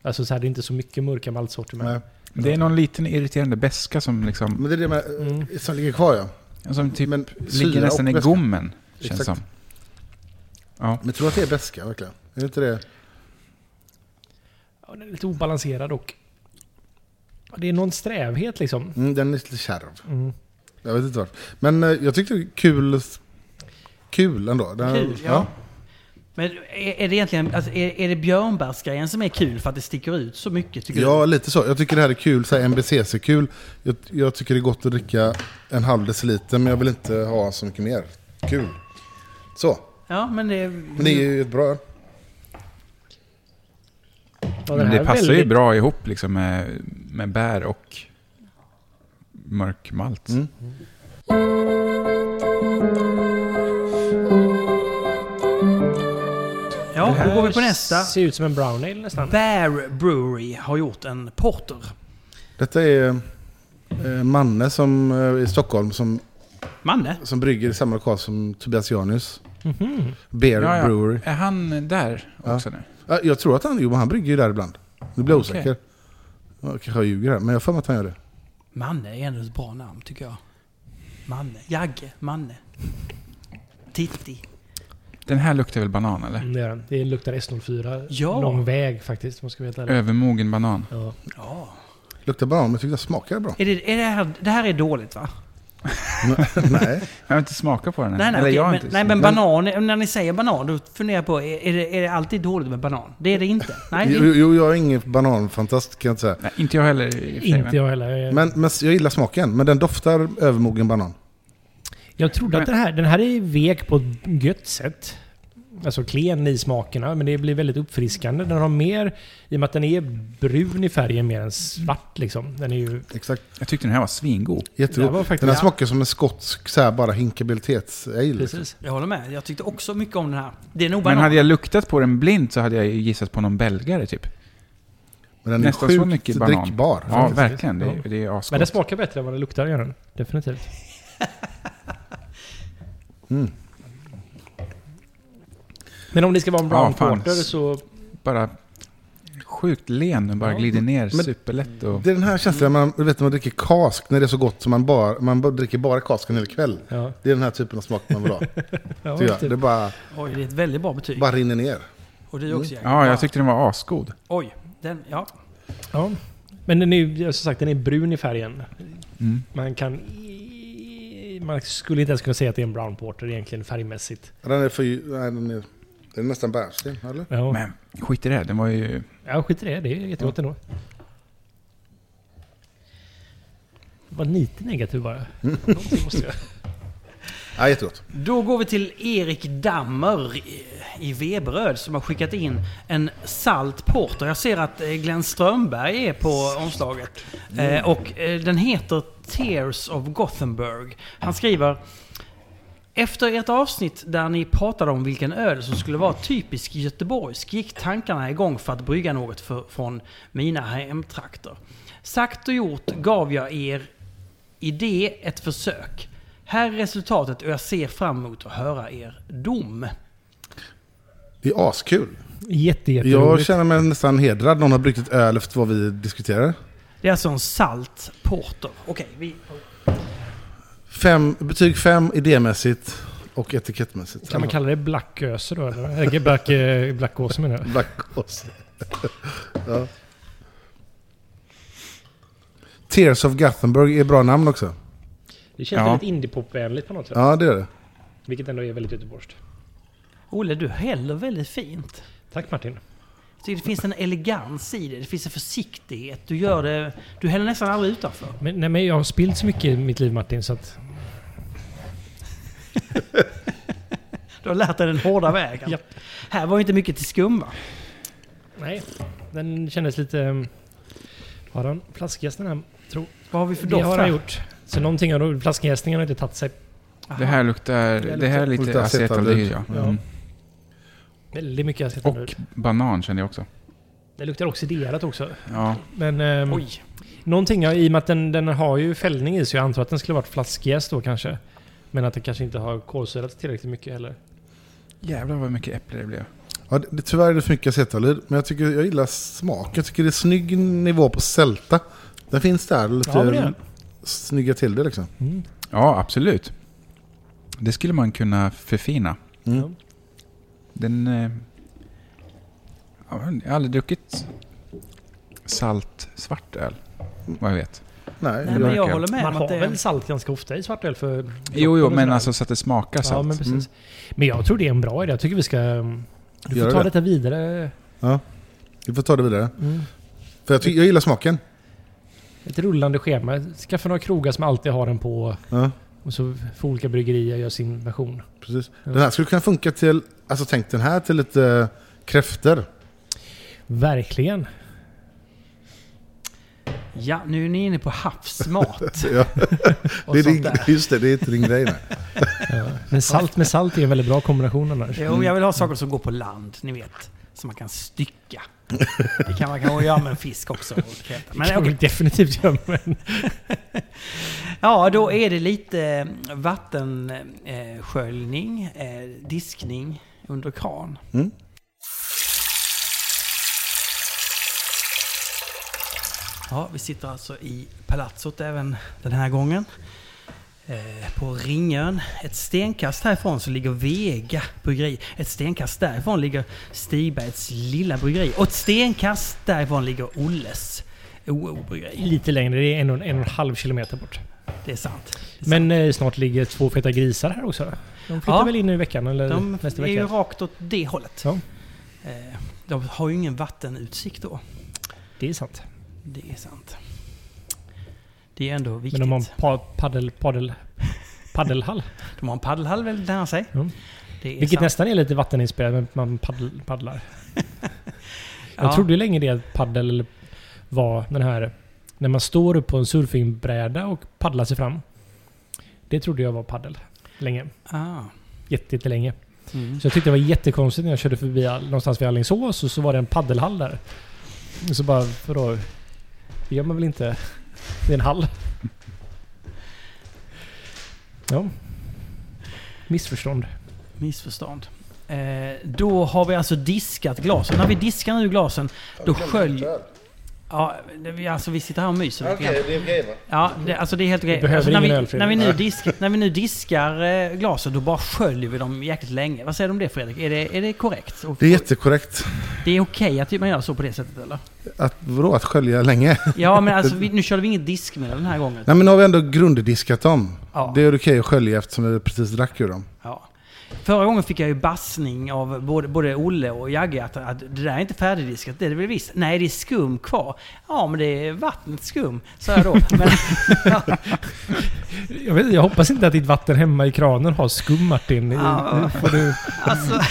Speaker 4: Alltså så här, det är inte så mycket mörka maltsorter med.
Speaker 2: Nej.
Speaker 3: Det är någon liten irriterande beska som liksom...
Speaker 2: Men det är det med, eh,
Speaker 4: Mm.
Speaker 2: som ligger kvar ja.
Speaker 3: Som typ
Speaker 2: Men
Speaker 3: ligger
Speaker 2: syra
Speaker 3: nästan
Speaker 2: och
Speaker 3: i
Speaker 2: beska.
Speaker 3: gommen. Känns
Speaker 2: Exakt.
Speaker 3: som. Ja.
Speaker 2: Men jag tror att det är beska verkligen. Är det inte det?
Speaker 4: Ja, den är lite obalanserad och... Ja, det är någon strävhet liksom.
Speaker 2: Mm, den är lite kärv.
Speaker 4: Mm.
Speaker 2: Jag vet inte varför. Men eh, jag tyckte det var kul, kul ändå. Den,
Speaker 1: Kul, ja. Men är, är det egentligen... Alltså, är, är det björnbärsgrejen som är kul för att det sticker ut så mycket? Tycker
Speaker 2: Ja,
Speaker 1: du?
Speaker 2: lite så. Jag tycker det här är kul, så här MBCC-kul. Jag, jag tycker det är gott att dricka en halv deciliter, men jag vill inte ha så mycket mer. Kul. Så.
Speaker 1: Ja, men det...
Speaker 2: Men det är ju ett bra öl.
Speaker 4: Ja, den
Speaker 3: Men
Speaker 4: här
Speaker 3: Mm, det
Speaker 4: är
Speaker 3: passar ju
Speaker 4: väldigt-
Speaker 3: bra ihop liksom med, med bär och mörk malt.
Speaker 2: Mm.
Speaker 1: Ja,
Speaker 3: Det
Speaker 1: då går vi på
Speaker 4: här
Speaker 1: nästa.
Speaker 4: Ser ut som en brown ale nästan.
Speaker 1: Bear Brewery har gjort en porter.
Speaker 2: Detta är eh, Manne som, eh, i Stockholm som,
Speaker 1: Manne?
Speaker 2: som brygger i samma lokal som Tobias Janus.
Speaker 4: Mhm.
Speaker 2: Beer
Speaker 3: Ja, ja.
Speaker 2: Brewery.
Speaker 3: Är han där
Speaker 2: Ja.
Speaker 3: också nu?
Speaker 2: Ja, Jag tror att han, jo, men han brygger ju där ibland. Nu blir jag
Speaker 3: Okej.
Speaker 2: osäker. Jag kanske jag ljuger här, men jag har för mig att han gör det.
Speaker 1: Manne är ändå ett bra namn tycker jag. Manne. Jagge. Manne. Titti.
Speaker 3: Den här luktar väl banan eller?
Speaker 4: Mm, Det, gör den. det luktar S04
Speaker 1: Ja.
Speaker 4: lång väg faktiskt. Måste vi vara
Speaker 1: Mm.
Speaker 4: helt ärliga.
Speaker 3: Övermogen banan.
Speaker 4: Ja.
Speaker 1: Ja.
Speaker 2: Luktar banan, men jag tyckte det smakade bra.
Speaker 1: Är det, är det, här, det här är dåligt va?
Speaker 2: Nej.
Speaker 3: Jag har inte smakat på den än.
Speaker 1: Nej, nej,
Speaker 3: eller
Speaker 1: okej,
Speaker 3: jag har
Speaker 1: men,
Speaker 3: inte
Speaker 1: nej, men
Speaker 3: smakat.
Speaker 1: banan, när ni säger banan, då funderar jag på, är, är, det, är det alltid dåligt med banan? Det är det inte. Nej,
Speaker 2: Jo,
Speaker 1: det,
Speaker 2: jo, jag är ingen bananfantast kan jag inte säga.
Speaker 3: Nej, inte jag heller i och för sig, men-
Speaker 4: Inte jag heller. Jag-
Speaker 2: Men, men jag gillar smaken, men den doftar övermogen banan.
Speaker 4: Jag trodde att den här, den här är vek på ett gött sätt. Alltså klen i smakerna, men det blir väldigt uppfriskande. Den har mer, i och med att den är brun i färgen mer än svart liksom. Den är ju...
Speaker 2: Exakt.
Speaker 3: Jag tyckte den här var svingod.
Speaker 4: Det var
Speaker 2: Jättegod.
Speaker 4: faktiskt-
Speaker 2: Den här
Speaker 4: Ja.
Speaker 2: smakar som en skotsk, så här bara hinkabilitets-ale. liksom.
Speaker 4: Precis.
Speaker 1: jag håller med. Jag tyckte också mycket om den här. Det är nog
Speaker 3: Men
Speaker 1: banan.
Speaker 3: hade jag luktat på den blint så hade jag ju gissat på någon belgare typ.
Speaker 2: Men den är
Speaker 3: Nästan
Speaker 2: sjukt
Speaker 3: så mycket banan.
Speaker 2: drickbar.
Speaker 3: Ja,
Speaker 2: faktiskt.
Speaker 3: verkligen. Det, är- det
Speaker 4: Men
Speaker 3: är
Speaker 4: den
Speaker 3: asgott.
Speaker 4: smakar bättre än vad den luktar, gör den. Definitivt.
Speaker 2: Mm.
Speaker 4: Men om det ska vara en brown
Speaker 3: Ja, fan.
Speaker 4: porter så...
Speaker 3: Bara sjukt len och bara
Speaker 4: Ja,
Speaker 3: glider ner
Speaker 2: men-
Speaker 3: superlätt. Och,
Speaker 2: Det är den här känslan, man, du vet, man dricker kask när det är så gott så man, bara, man bara dricker bara kask en hel kväll.
Speaker 4: Ja,
Speaker 2: Det är den här typen av smak man vill ha. tycker
Speaker 4: ja,
Speaker 2: jag.
Speaker 4: typ.
Speaker 2: Det bara,
Speaker 1: Oj, det är ett väldigt bra betyg.
Speaker 2: bara rinner ner.
Speaker 1: Och du också Jagge.
Speaker 3: ja, jag tyckte den var asgod.
Speaker 1: Oj, den, ja.
Speaker 4: ja. Men den är ju, som sagt, den är brun i färgen.
Speaker 3: Mm.
Speaker 4: Man kan... i- Man skulle inte ens kunna säga att det är en brown porter egentligen färgmässigt.
Speaker 2: Den är, för, nej, den är, den är nästan bärsten, eller?
Speaker 4: Ja.
Speaker 3: Men skit i det, den var ju...
Speaker 4: Ja, skit i det. Det är jättegott ändå. Var lite negativ bara.
Speaker 3: Mm.
Speaker 4: Någonting måste jag.
Speaker 2: Ja, jättegott.
Speaker 1: Då går vi till Erik Dammer i- i Veberöd som har skickat in en salt porter. Jag ser att eh, Glenn Strömberg är på omslaget. Eh, Och eh, den heter Tears of Gothenburg. Han skriver efter ert avsnitt där ni pratade om vilken öl som skulle vara typisk göteborgsk gick tankarna igång för att brygga något för, från mina hemtrakter. Sagt och gjort gav jag er idé ett försök. Här är resultatet och jag ser fram emot att höra er dom.
Speaker 2: Det är askul.
Speaker 4: Jätte,
Speaker 2: Jag
Speaker 4: jätteroligt.
Speaker 2: känner mig nästan hedrad. Någon har brukt ett öl efter vad vi diskuterade.
Speaker 1: Det är alltså en salt porter. Okej, vi...
Speaker 2: Fem, betyg 5 idémässigt och etikettmässigt.
Speaker 4: Kan man kalla det blacköse då? Eller? Eller black, eh, blackåse menar jag.
Speaker 2: Black Cross. ja. Tears of Gothenburg är bra namn också.
Speaker 4: Det känns
Speaker 3: Ja.
Speaker 4: väldigt indiepopvänligt på något sätt.
Speaker 2: Ja, det är det.
Speaker 4: Vilket ändå är väldigt göteborgskt.
Speaker 1: Olle, du häller väldigt fint.
Speaker 4: Tack Martin.
Speaker 1: Jag tycker det finns en elegans i det. Det finns en försiktighet. Du gör det... Du häller nästan aldrig utanför.
Speaker 4: Men, nej, men jag har spillt så mycket i mitt liv Martin så att...
Speaker 1: Du har lärt dig den hårda vägen.
Speaker 4: Japp.
Speaker 1: Här var ju inte mycket till skum va?
Speaker 4: Nej, den kändes lite... ehm, Har han flaskjäst den här? Tro.
Speaker 1: Vad har vi för
Speaker 4: Det
Speaker 1: doft
Speaker 4: har
Speaker 1: här?
Speaker 4: han gjort. Så någonting har nog- flaskjäsningen har inte tagit sig.
Speaker 1: Aha.
Speaker 3: Det här luktar...
Speaker 4: Det
Speaker 3: Det,
Speaker 4: är
Speaker 3: här är
Speaker 2: lite-
Speaker 3: lite
Speaker 2: lite
Speaker 3: acetaldehyd, ja.
Speaker 4: Ja.
Speaker 3: Mm.
Speaker 4: Väldigt mycket jag har sett den
Speaker 3: Och
Speaker 4: ut.
Speaker 3: banan kände jag också.
Speaker 4: Det luktar oxiderat också.
Speaker 3: Ja,
Speaker 4: Men... ehm,
Speaker 1: Oj.
Speaker 4: Någonting, ja, i och med att den, den har ju fällning i sig. Jag antar att den skulle varit flaskjäst då kanske. Men att den kanske inte har kolsyrats tillräckligt mycket heller.
Speaker 3: jävlar vad mycket äpple det blev.
Speaker 2: Ja, det, det tyvärr är det för mycket acetalid, men jag, tycker, jag gillar smak. Jag tycker det är snygg nivå på sälta. Den finns där, lite
Speaker 4: Ja, men det är den.
Speaker 2: snygga till det liksom.
Speaker 4: Mm.
Speaker 3: Ja, absolut. Det skulle man kunna förfina.
Speaker 2: Mm.
Speaker 4: Ja.
Speaker 3: Den... eh, ja, Jag har aldrig druckit salt svart öl, vad jag vet.
Speaker 4: Mm.
Speaker 1: Nej,
Speaker 2: Nej, jag-
Speaker 1: men jag
Speaker 3: verkar-
Speaker 1: håller med
Speaker 4: Man
Speaker 1: om att
Speaker 4: har
Speaker 1: det...
Speaker 4: väl salt ganska ofta i svartöl för...
Speaker 3: Jo, jo,
Speaker 4: kroppen och
Speaker 3: men
Speaker 4: sådär.
Speaker 3: alltså så att det smakar
Speaker 4: Ja,
Speaker 3: salt.
Speaker 4: men
Speaker 3: Mm.
Speaker 4: precis. Men jag tror det är en bra idé. Jag tycker vi ska... mm, Du får
Speaker 2: Gör
Speaker 4: ta
Speaker 2: det.
Speaker 4: detta vidare.
Speaker 2: vi får ta det vidare.
Speaker 4: Mm.
Speaker 2: För jag, ty- jag gillar smaken.
Speaker 4: Ett rullande schema. Skaffa några krogar som alltid har den på.
Speaker 2: Ja,
Speaker 4: Och så får olika bryggerier göra sin version.
Speaker 2: precis. Den här skulle kunna funka till, alltså tänk den här till lite kräfter.
Speaker 4: Verkligen.
Speaker 1: Ja, nu är ni inne på havsmat.
Speaker 2: Ja,
Speaker 1: och
Speaker 2: det är
Speaker 1: sånt
Speaker 2: din,
Speaker 1: där.
Speaker 2: just det, det är inte din grej. Nej.
Speaker 4: Men salt med salt är en väldigt bra kombination annars.
Speaker 1: Jo, jag vill ha saker som går på land, ni vet. Som man kan stycka. Det kan man kanske göra med en fisk också. och äta. Men
Speaker 4: Men jag
Speaker 1: okej.
Speaker 4: vill definitivt göra men
Speaker 1: Ja, då är det lite eh, vattensköljning, eh, diskning under kran.
Speaker 2: Mm.
Speaker 1: Ja, vi sitter alltså i palatsot även den här gången. Eh, På Ringön. Ett stenkast härifrån så ligger Vega bryggeri. Ett stenkast därifrån ligger Stigbergs lilla bryggeri. Och ett stenkast därifrån ligger Olles OO bryggeri.
Speaker 4: lite längre. Det är en och en, och en halv kilometer bort.
Speaker 1: Det är sant. Det är
Speaker 4: Men eh, snart ligger två feta grisar här också. De flyttar
Speaker 1: Ja.
Speaker 4: väl in nu i veckan eller
Speaker 1: De
Speaker 4: nästa
Speaker 1: är ju
Speaker 4: vecka?
Speaker 1: rakt åt det hållet.
Speaker 4: Ja.
Speaker 1: Eh, De har ju ingen vattenutsikt då.
Speaker 4: Det är sant.
Speaker 1: Det är sant. Det är ändå viktigt.
Speaker 4: Men de har en pa- paddel, paddel, paddelhall.
Speaker 1: en paddelhall väldigt nära sig.
Speaker 4: Mm.
Speaker 1: Det är
Speaker 4: Vilket
Speaker 1: sant.
Speaker 4: nästan är lite vatteninspirerat, men man paddel, paddlar.
Speaker 1: Ja.
Speaker 4: Jag trodde ju länge det att paddel var den här... När man står upp på en surfingbräda och paddlar sig fram. Det trodde jag var paddel. Länge.
Speaker 1: Ah.
Speaker 4: Jätte, jättelänge.
Speaker 1: Mm.
Speaker 4: Så jag tyckte det var jättekonstigt när jag körde förbi all- någonstans vid Alingsås och så var det en paddelhall där. Och så bara, vadå? Det gör man väl inte? Det är en hall. Ja. Missförstånd.
Speaker 1: Missförstånd. Eh, då har vi alltså diskat glasen. När vi diskar nu glasen, då sköljer... Ja, det- vi- alltså vi sitter här och myser lite grann.
Speaker 2: det är okej va?
Speaker 1: Ja, det, alltså det är helt okej.
Speaker 4: behöver
Speaker 1: Alltså, när,
Speaker 4: ingen
Speaker 1: vi-
Speaker 4: öl, Fredrik.
Speaker 1: när, vi nu disk, när vi nu diskar eh, glasen, då bara sköljer vi dem jäkligt länge. Vad säger du om det Fredrik? Är det, är det korrekt? Och-
Speaker 2: Det är jättekorrekt.
Speaker 1: det är okej att man gör så på det sättet eller?
Speaker 2: Att, vadå, att skölja länge?
Speaker 1: Ja, men alltså vi, nu körde vi inget diskmedel den här gången.
Speaker 2: Nej men nu har vi ändå grunddiskat dem.
Speaker 1: Ja.
Speaker 2: Det är okej att skölja eftersom vi precis drack ur dem.
Speaker 1: Ja. Förra gången fick jag ju bassning av både, både Olle och Jagge att, att det där är inte färdigdiskat. Det är det väl visst? Nej, det är skum kvar. Ja, men det är vattnet skum, sa jag då. Men,
Speaker 4: Jag, vet, jag hoppas inte att ditt vatten hemma i kranen har skum Martin.
Speaker 1: Ja.
Speaker 4: Nu Får du,
Speaker 1: alltså...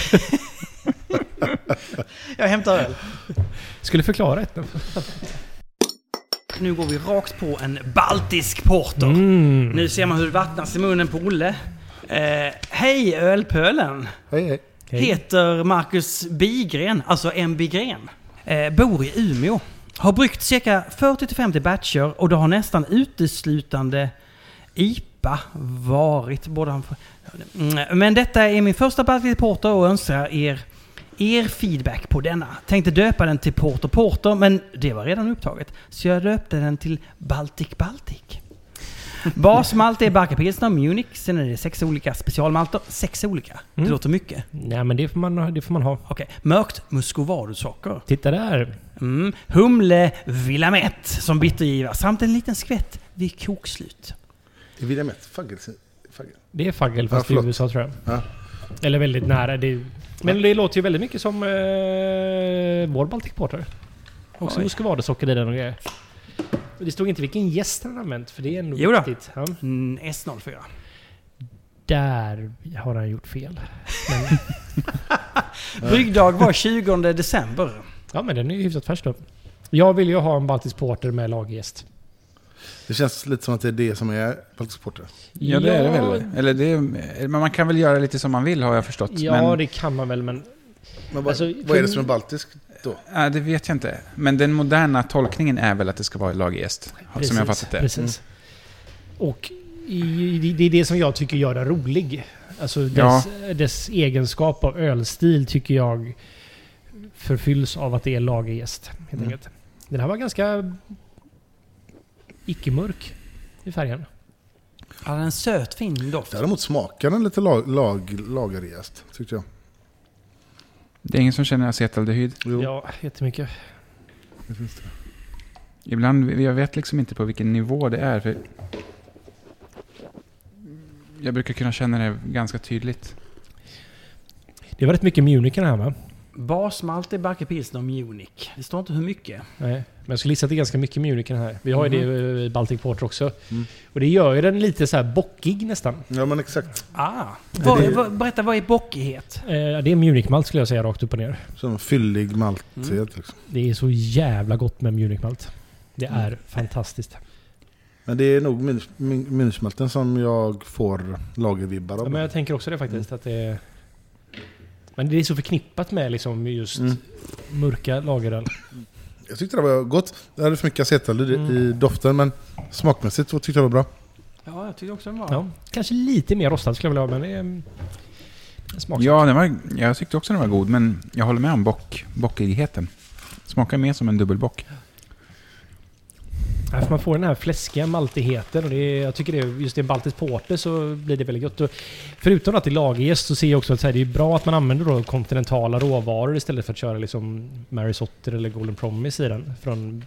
Speaker 1: jag hämtar öl.
Speaker 4: skulle förklara ett.
Speaker 1: Nu går vi rakt på en baltisk porter.
Speaker 4: Mm.
Speaker 1: Nu ser man hur det vattnas i munnen på Olle. Eh, hej ölpölen!
Speaker 2: Hej hej.
Speaker 4: Hej.
Speaker 1: Heter Marcus Bigren, alltså M. Bigren. Eh, bor i Umeå. Har bryggt cirka 40-50 batcher och det har nästan uteslutande IPA varit. Både han... Mm, Men detta är min första Baltic Porter och önskar er er feedback på denna. Tänkte döpa den till Porter Porter, men det var redan upptaget. Så jag döpte den till Baltic Baltic. Basmalt är Barkapilsner, Munich, sen är det sex olika specialmalter. Sex olika. Det
Speaker 4: Mm.
Speaker 1: låter mycket.
Speaker 4: Nej men det får, man, ha- det får man ha.
Speaker 1: Okej. Mörkt muscovadosocker.
Speaker 4: Titta där.
Speaker 1: Mm. Humle Villamette som bittergiva samt en liten skvätt vid kokslut.
Speaker 2: Det är William Ett. Faggel. faggel.
Speaker 4: Det är faggel
Speaker 2: Ja,
Speaker 4: fast
Speaker 2: förlåt.
Speaker 4: i USA tror jag.
Speaker 2: Ja.
Speaker 4: Eller väldigt nära. Det är, men det låter ju väldigt mycket som eh, vår Baltic Porter. Också
Speaker 1: Oj.
Speaker 4: muskevadesocker i den och grejer. Och Det stod inte vilken gäst han har använt för det är ändå
Speaker 1: Jo då.
Speaker 4: viktigt. Ja.
Speaker 1: Mm, S04.
Speaker 4: Där har han gjort fel.
Speaker 1: Bryggdag var 20 december.
Speaker 4: Ja men den är ju hyfsat färsk då. Jag vill ju ha en Baltic Porter med laggäst.
Speaker 2: Det känns lite som att det är det som är Baltic Porter.
Speaker 3: Ja, det är det väl. Eller det är, men man kan väl göra lite som man vill har jag förstått.
Speaker 4: Ja
Speaker 3: men, det...
Speaker 4: det kan man väl men...
Speaker 2: Men vad,
Speaker 4: Alltså,
Speaker 2: vad är det
Speaker 4: för-
Speaker 2: som är baltisk då?
Speaker 3: Äh, det vet jag inte. Men den moderna tolkningen är väl att det ska vara lagerjäst. Som jag har fattat det.
Speaker 4: Precis. Och i, det- det är det som jag tycker gör den rolig. Alltså dess,
Speaker 3: Ja.
Speaker 4: dess egenskap av ölstil tycker jag förfylls av att det är lagerjäst. Helt
Speaker 2: Mm.
Speaker 4: enkelt. Den här var ganska icke-mörk i färgen.
Speaker 1: Hade en söt fin doft.
Speaker 2: Däremot smakar den lite lag, lag, lagerjäst tyckte jag.
Speaker 3: Det är ingen som känner acetaldehyd.
Speaker 2: Jo,
Speaker 4: Ja, jättemycket.
Speaker 2: det finns det.
Speaker 3: Ibland, jag vet liksom inte på vilken nivå det är. För jag brukar kunna känna det ganska tydligt.
Speaker 4: Det var rätt mycket Munich i den här va?
Speaker 1: Basmalt är Barke Pilsner Munich. Det står inte hur mycket.
Speaker 4: Nej. Men jag skulle gissa att det är ganska mycket Munich i den här. Vi har ju
Speaker 1: Mhm.
Speaker 4: det i Baltic Porter också.
Speaker 2: Mm.
Speaker 4: Och det gör ju den lite så här bockig nästan.
Speaker 2: Ja men exakt.
Speaker 1: Ah. Vad,
Speaker 2: det-
Speaker 1: vad, berätta, vad är bockighet?
Speaker 4: Eh, det är Munich-malt skulle jag säga rakt upp och ner.
Speaker 2: Som en fyllig maltighet
Speaker 1: Mm.
Speaker 2: liksom.
Speaker 4: Mm. Det är så jävla gott med Munich malt. Det är fantastiskt.
Speaker 2: Men det är nog minus- min- minusmälten som jag får lagervibbar
Speaker 4: Ja,
Speaker 2: av.
Speaker 4: men jag tänker också det faktiskt. Att det är... Men det är så förknippat med liksom just
Speaker 2: Mm.
Speaker 4: mörka lageröl.
Speaker 2: Jag tyckte det var gott. Det hade för mycket acetyl i, i
Speaker 4: Mm.
Speaker 2: doften men smakmässigt så tyckte jag det var bra.
Speaker 1: Ja, jag tyckte också den var...
Speaker 4: Ja. Kanske lite mer rostad skulle jag vilja ha, men det är mm, en smaksak.
Speaker 3: Ja, den var, jag tyckte också den var god, men jag håller med om bock, bockigheten. Smakar mer som en dubbelbock.
Speaker 4: Ja, Äh, för man får den här fläskiga maltigheten och det är, jag tycker det är, just i en baltisk porter så blir det väldigt gott. Och förutom att det är lagerjäst så ser jag också att så här, det är bra att man använder då kontinentala råvaror istället för att köra liksom Mary's Otter eller Golden Promise i den. Från,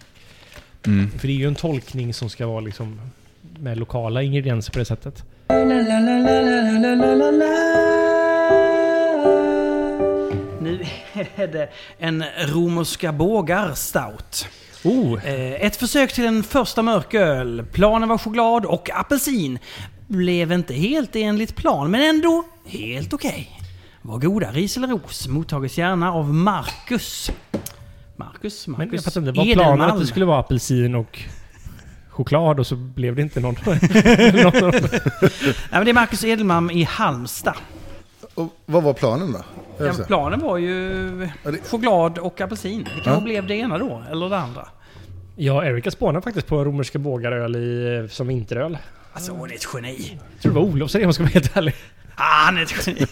Speaker 3: Mm.
Speaker 4: för det är ju en tolkning som ska vara liksom med lokala ingredienser på det sättet.
Speaker 1: Nu är det en romerska bågar stout.
Speaker 4: Oh!
Speaker 1: Eh, Ett försök till en första mörköl. Planen var choklad och apelsin. Blev inte helt enligt plan, men ändå helt okej. Varsågoda, ris eller ros. Mottages gärna av Marcus. Marcus, Marcus.
Speaker 4: Men jag fattar inte, var planen att
Speaker 1: Edelmalm.
Speaker 4: det skulle vara apelsin och choklad och så blev det inte någon? någon av dem.
Speaker 1: Nej, men det är Marcus Edelmalm i Halmstad.
Speaker 2: Och vad var planen då? Jag vill
Speaker 1: Den
Speaker 2: säga.
Speaker 1: planen var ju
Speaker 2: Ja, det-
Speaker 1: choklad och apelsin. Det kanske
Speaker 2: Ja.
Speaker 1: blev det ena då, eller det andra.
Speaker 4: ja, Erika spånade faktiskt på romerska bågaröl i, som vinteröl.
Speaker 1: Alltså, hon är ett geni.
Speaker 4: Jag tror det var Olofsson om jag ska vara helt ärlig.
Speaker 1: Ah, han är ett geni.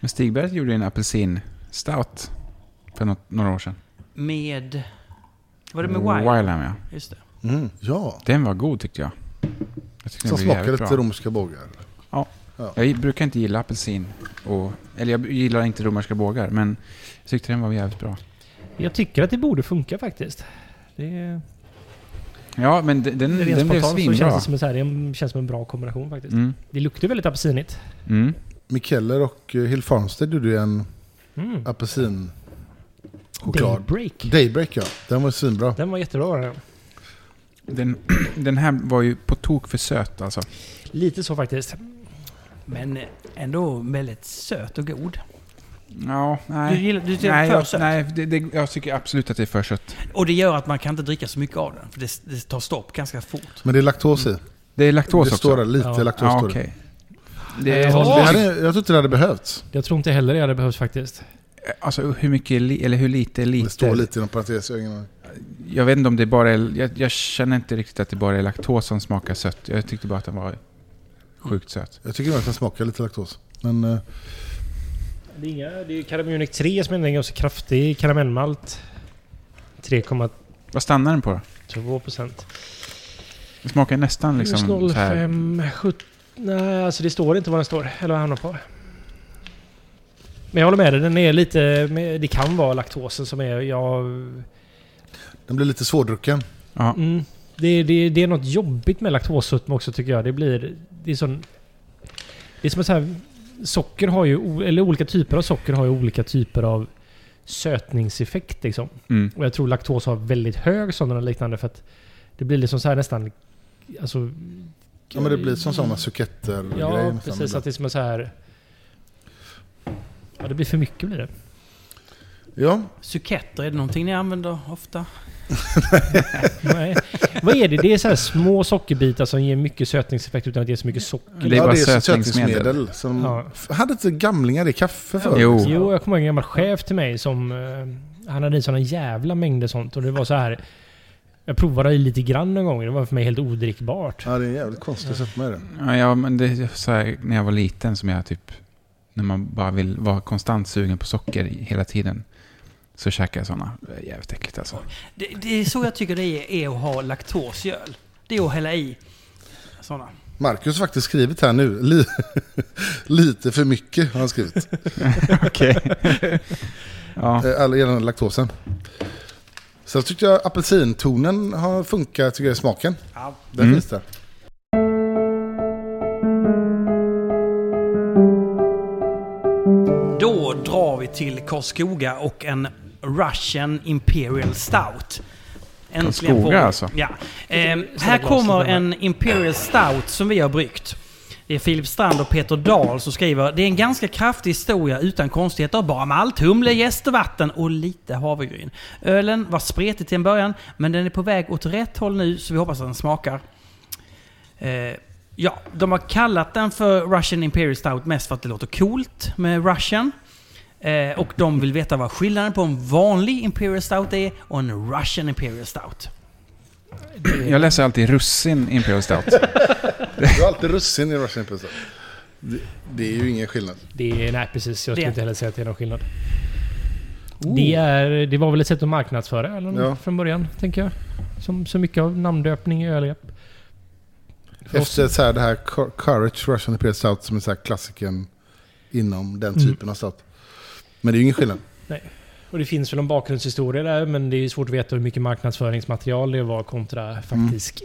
Speaker 3: Men Stigberg gjorde ju en apelsin-stout för något, några år sedan.
Speaker 1: Med... Var det med Wild?
Speaker 3: Wildham, ja.
Speaker 1: Just det.
Speaker 2: Mm, ja,
Speaker 3: Den var god tyckte jag. Jag tyckte
Speaker 2: som
Speaker 3: den blev
Speaker 2: smakade
Speaker 3: jävligt
Speaker 2: lite
Speaker 3: bra.
Speaker 2: romerska bågar.
Speaker 3: Jag brukar inte gilla apelsin och... Eller jag gillar inte romerska bågar, men jag tyckte den var jävligt bra.
Speaker 4: Jag tycker att det borde funka faktiskt. Det,
Speaker 3: Ja, men de- den,
Speaker 4: rent
Speaker 3: Mm, den blev
Speaker 4: spontant så känns
Speaker 3: svinbra.
Speaker 4: det som en, så här, det känns som en bra kombination faktiskt.
Speaker 3: Mm.
Speaker 4: Det luktar väldigt apelsinigt.
Speaker 3: Mm.
Speaker 2: Mikeller och eh, Hill Farmstead gjorde ju en
Speaker 4: Mm.
Speaker 2: apelsin choklad.
Speaker 4: Daybreak.
Speaker 2: Daybreak ja, den var ju svinbra.
Speaker 4: Den var jättebra var den.
Speaker 3: Den, den här var ju på tok för söt alltså.
Speaker 4: Lite så faktiskt.
Speaker 1: Men ändå väldigt söt och god.
Speaker 3: Ja, nej.
Speaker 1: Du gillar, du tycker
Speaker 3: nej,
Speaker 1: nej, för
Speaker 3: jag,
Speaker 1: sött.
Speaker 3: nej det, det, jag tycker absolut att det är för sött.
Speaker 1: Och det gör att man kan inte dricka så mycket av den. För det, det tar stopp ganska fort.
Speaker 2: Men det är laktos i.
Speaker 3: Det är laktos
Speaker 2: det
Speaker 3: också.
Speaker 2: står där, lite
Speaker 4: Ja.
Speaker 2: laktos
Speaker 3: ja,
Speaker 2: står det.
Speaker 3: okej. Det är,
Speaker 4: Jag
Speaker 2: Det
Speaker 4: håller-
Speaker 2: hade, jag tror inte det hade behövts.
Speaker 4: Jag tror inte heller det hade behövts faktiskt.
Speaker 3: alltså hur mycket, li, eller hur lite är lite?
Speaker 2: Det står lite inom parentes. jag har ingen aning.
Speaker 3: Jag vet inte om det bara är, jag, jag känner inte riktigt att det bara är laktos som smakar sött. Jag tyckte bara att den var sjukt söt.
Speaker 2: Jag tycker nog att den smakar lite laktos. Men eh,
Speaker 4: Det är, inga, det är Caramunic 3 som är en ganska kraftig karamellmalt. 3,2
Speaker 3: Vad stannar den på då?
Speaker 4: procent. Mm,
Speaker 3: Den smakar nästan liksom så här.
Speaker 4: 05, 70... Nej, alltså det står inte vad den står. Eller vad den hamnar på. Men jag håller med dig. Den är lite... men Det kan vara laktosen som är... mm. Jag
Speaker 2: den blir lite svårdrucken.
Speaker 3: Ja,
Speaker 4: Mm. Det, det, det är något jobbigt med laktossötma också tycker jag. Det blir... Det är sån... Det är som att så här, socker har ju... o- Eller olika typer av socker har ju olika typer av sötningseffekt liksom.
Speaker 3: mm.
Speaker 4: Och jag tror laktos har väldigt hög sådana och liknande för att det blir liksom så här nästan... Alltså...
Speaker 2: Ja, men det blir som sådana suketter
Speaker 4: Ja, precis. Att det är som en så här... Ja, det blir för mycket blir det.
Speaker 2: Ja,
Speaker 1: Suketter, är det någonting ni använder ofta?
Speaker 4: Nej. Vad är det? Det är så här små sockerbitar som ger mycket sötningseffekt utan att ge så mycket socker.
Speaker 3: Det är
Speaker 2: ja,
Speaker 3: bara
Speaker 2: det är
Speaker 3: sötningsmedel.
Speaker 2: sötningsmedel. Som
Speaker 4: Ja.
Speaker 2: f- Hade inte gamlingar i kaffe förr?
Speaker 3: Jo.
Speaker 4: Jo, jag kommer ihåg en gammal chef till mig som... eh, han hade i sådana jävla mängder sånt och det var så här... Jag provade ju lite grann en gång det var för mig helt odrickbart.
Speaker 2: Ja, det är en jävligt konstig sötma i det.
Speaker 3: ja, ja, men det är så här när jag var liten som jag typ... När man bara vill vara konstant sugen på socker i- hela tiden. Så käkar jag sådana. Det är Jävligt äckligt alltså.
Speaker 1: Det, det är så jag tycker det är, är att ha laktosgöl. Det är att hälla i sådana.
Speaker 2: Marcus har faktiskt skrivit här nu. Li- lite för mycket har han skrivit.
Speaker 3: Okej. ja.
Speaker 2: Eh, All gällande laktosen. Sen tyckte jag apelsintonen har funkat tycker jag, i smaken.
Speaker 1: Ja.
Speaker 2: Den
Speaker 3: Mm.
Speaker 2: finns där.
Speaker 1: Då drar vi till Karlskoga och en Russian Imperial Stout. Äntligen
Speaker 3: Karlskoga
Speaker 1: får vi-
Speaker 3: alltså?
Speaker 1: Ja. Eh, här
Speaker 4: Ställa glaset
Speaker 1: kommer
Speaker 4: där.
Speaker 1: en Imperial Stout som vi har bryggt. Det är Filip Strand och Peter Dahl som skriver Det är en ganska kraftig historia utan konstigheter. Bara malt, humle, jäst och vatten och lite havregryn. Ölen var spretig till en början men den är på väg åt rätt håll nu så vi hoppas att den smakar. Eh, ja, de har kallat den för Russian Imperial Stout mest för att det låter coolt med Russian. Eh, och de vill veta vad skillnaden på en vanlig Imperial Stout är och en Russian Imperial Stout.
Speaker 3: Jag läser alltid russin Imperial Stout.
Speaker 2: Du har alltid russin i Russian Imperial Stout. Det, det är ju ingen skillnad.
Speaker 4: Det är, nej precis, jag
Speaker 1: Det-
Speaker 4: skulle inte heller säga att det är någon skillnad. Det, är, det var väl ett sätt att marknadsföra eller
Speaker 2: Ja.
Speaker 4: från början, tänker jag. Som så mycket av namndöpning i öliga. För oss-
Speaker 2: Efter så här, det här Cor- Courage Russian Imperial Stout som är så här klassiken inom den typen av stout. Men det är ju ingen skillnad.
Speaker 4: Och det finns väl en bakgrundshistoria där, men det är ju svårt att veta hur mycket marknadsföringsmaterial det var
Speaker 2: Mm.
Speaker 4: kontra faktisk...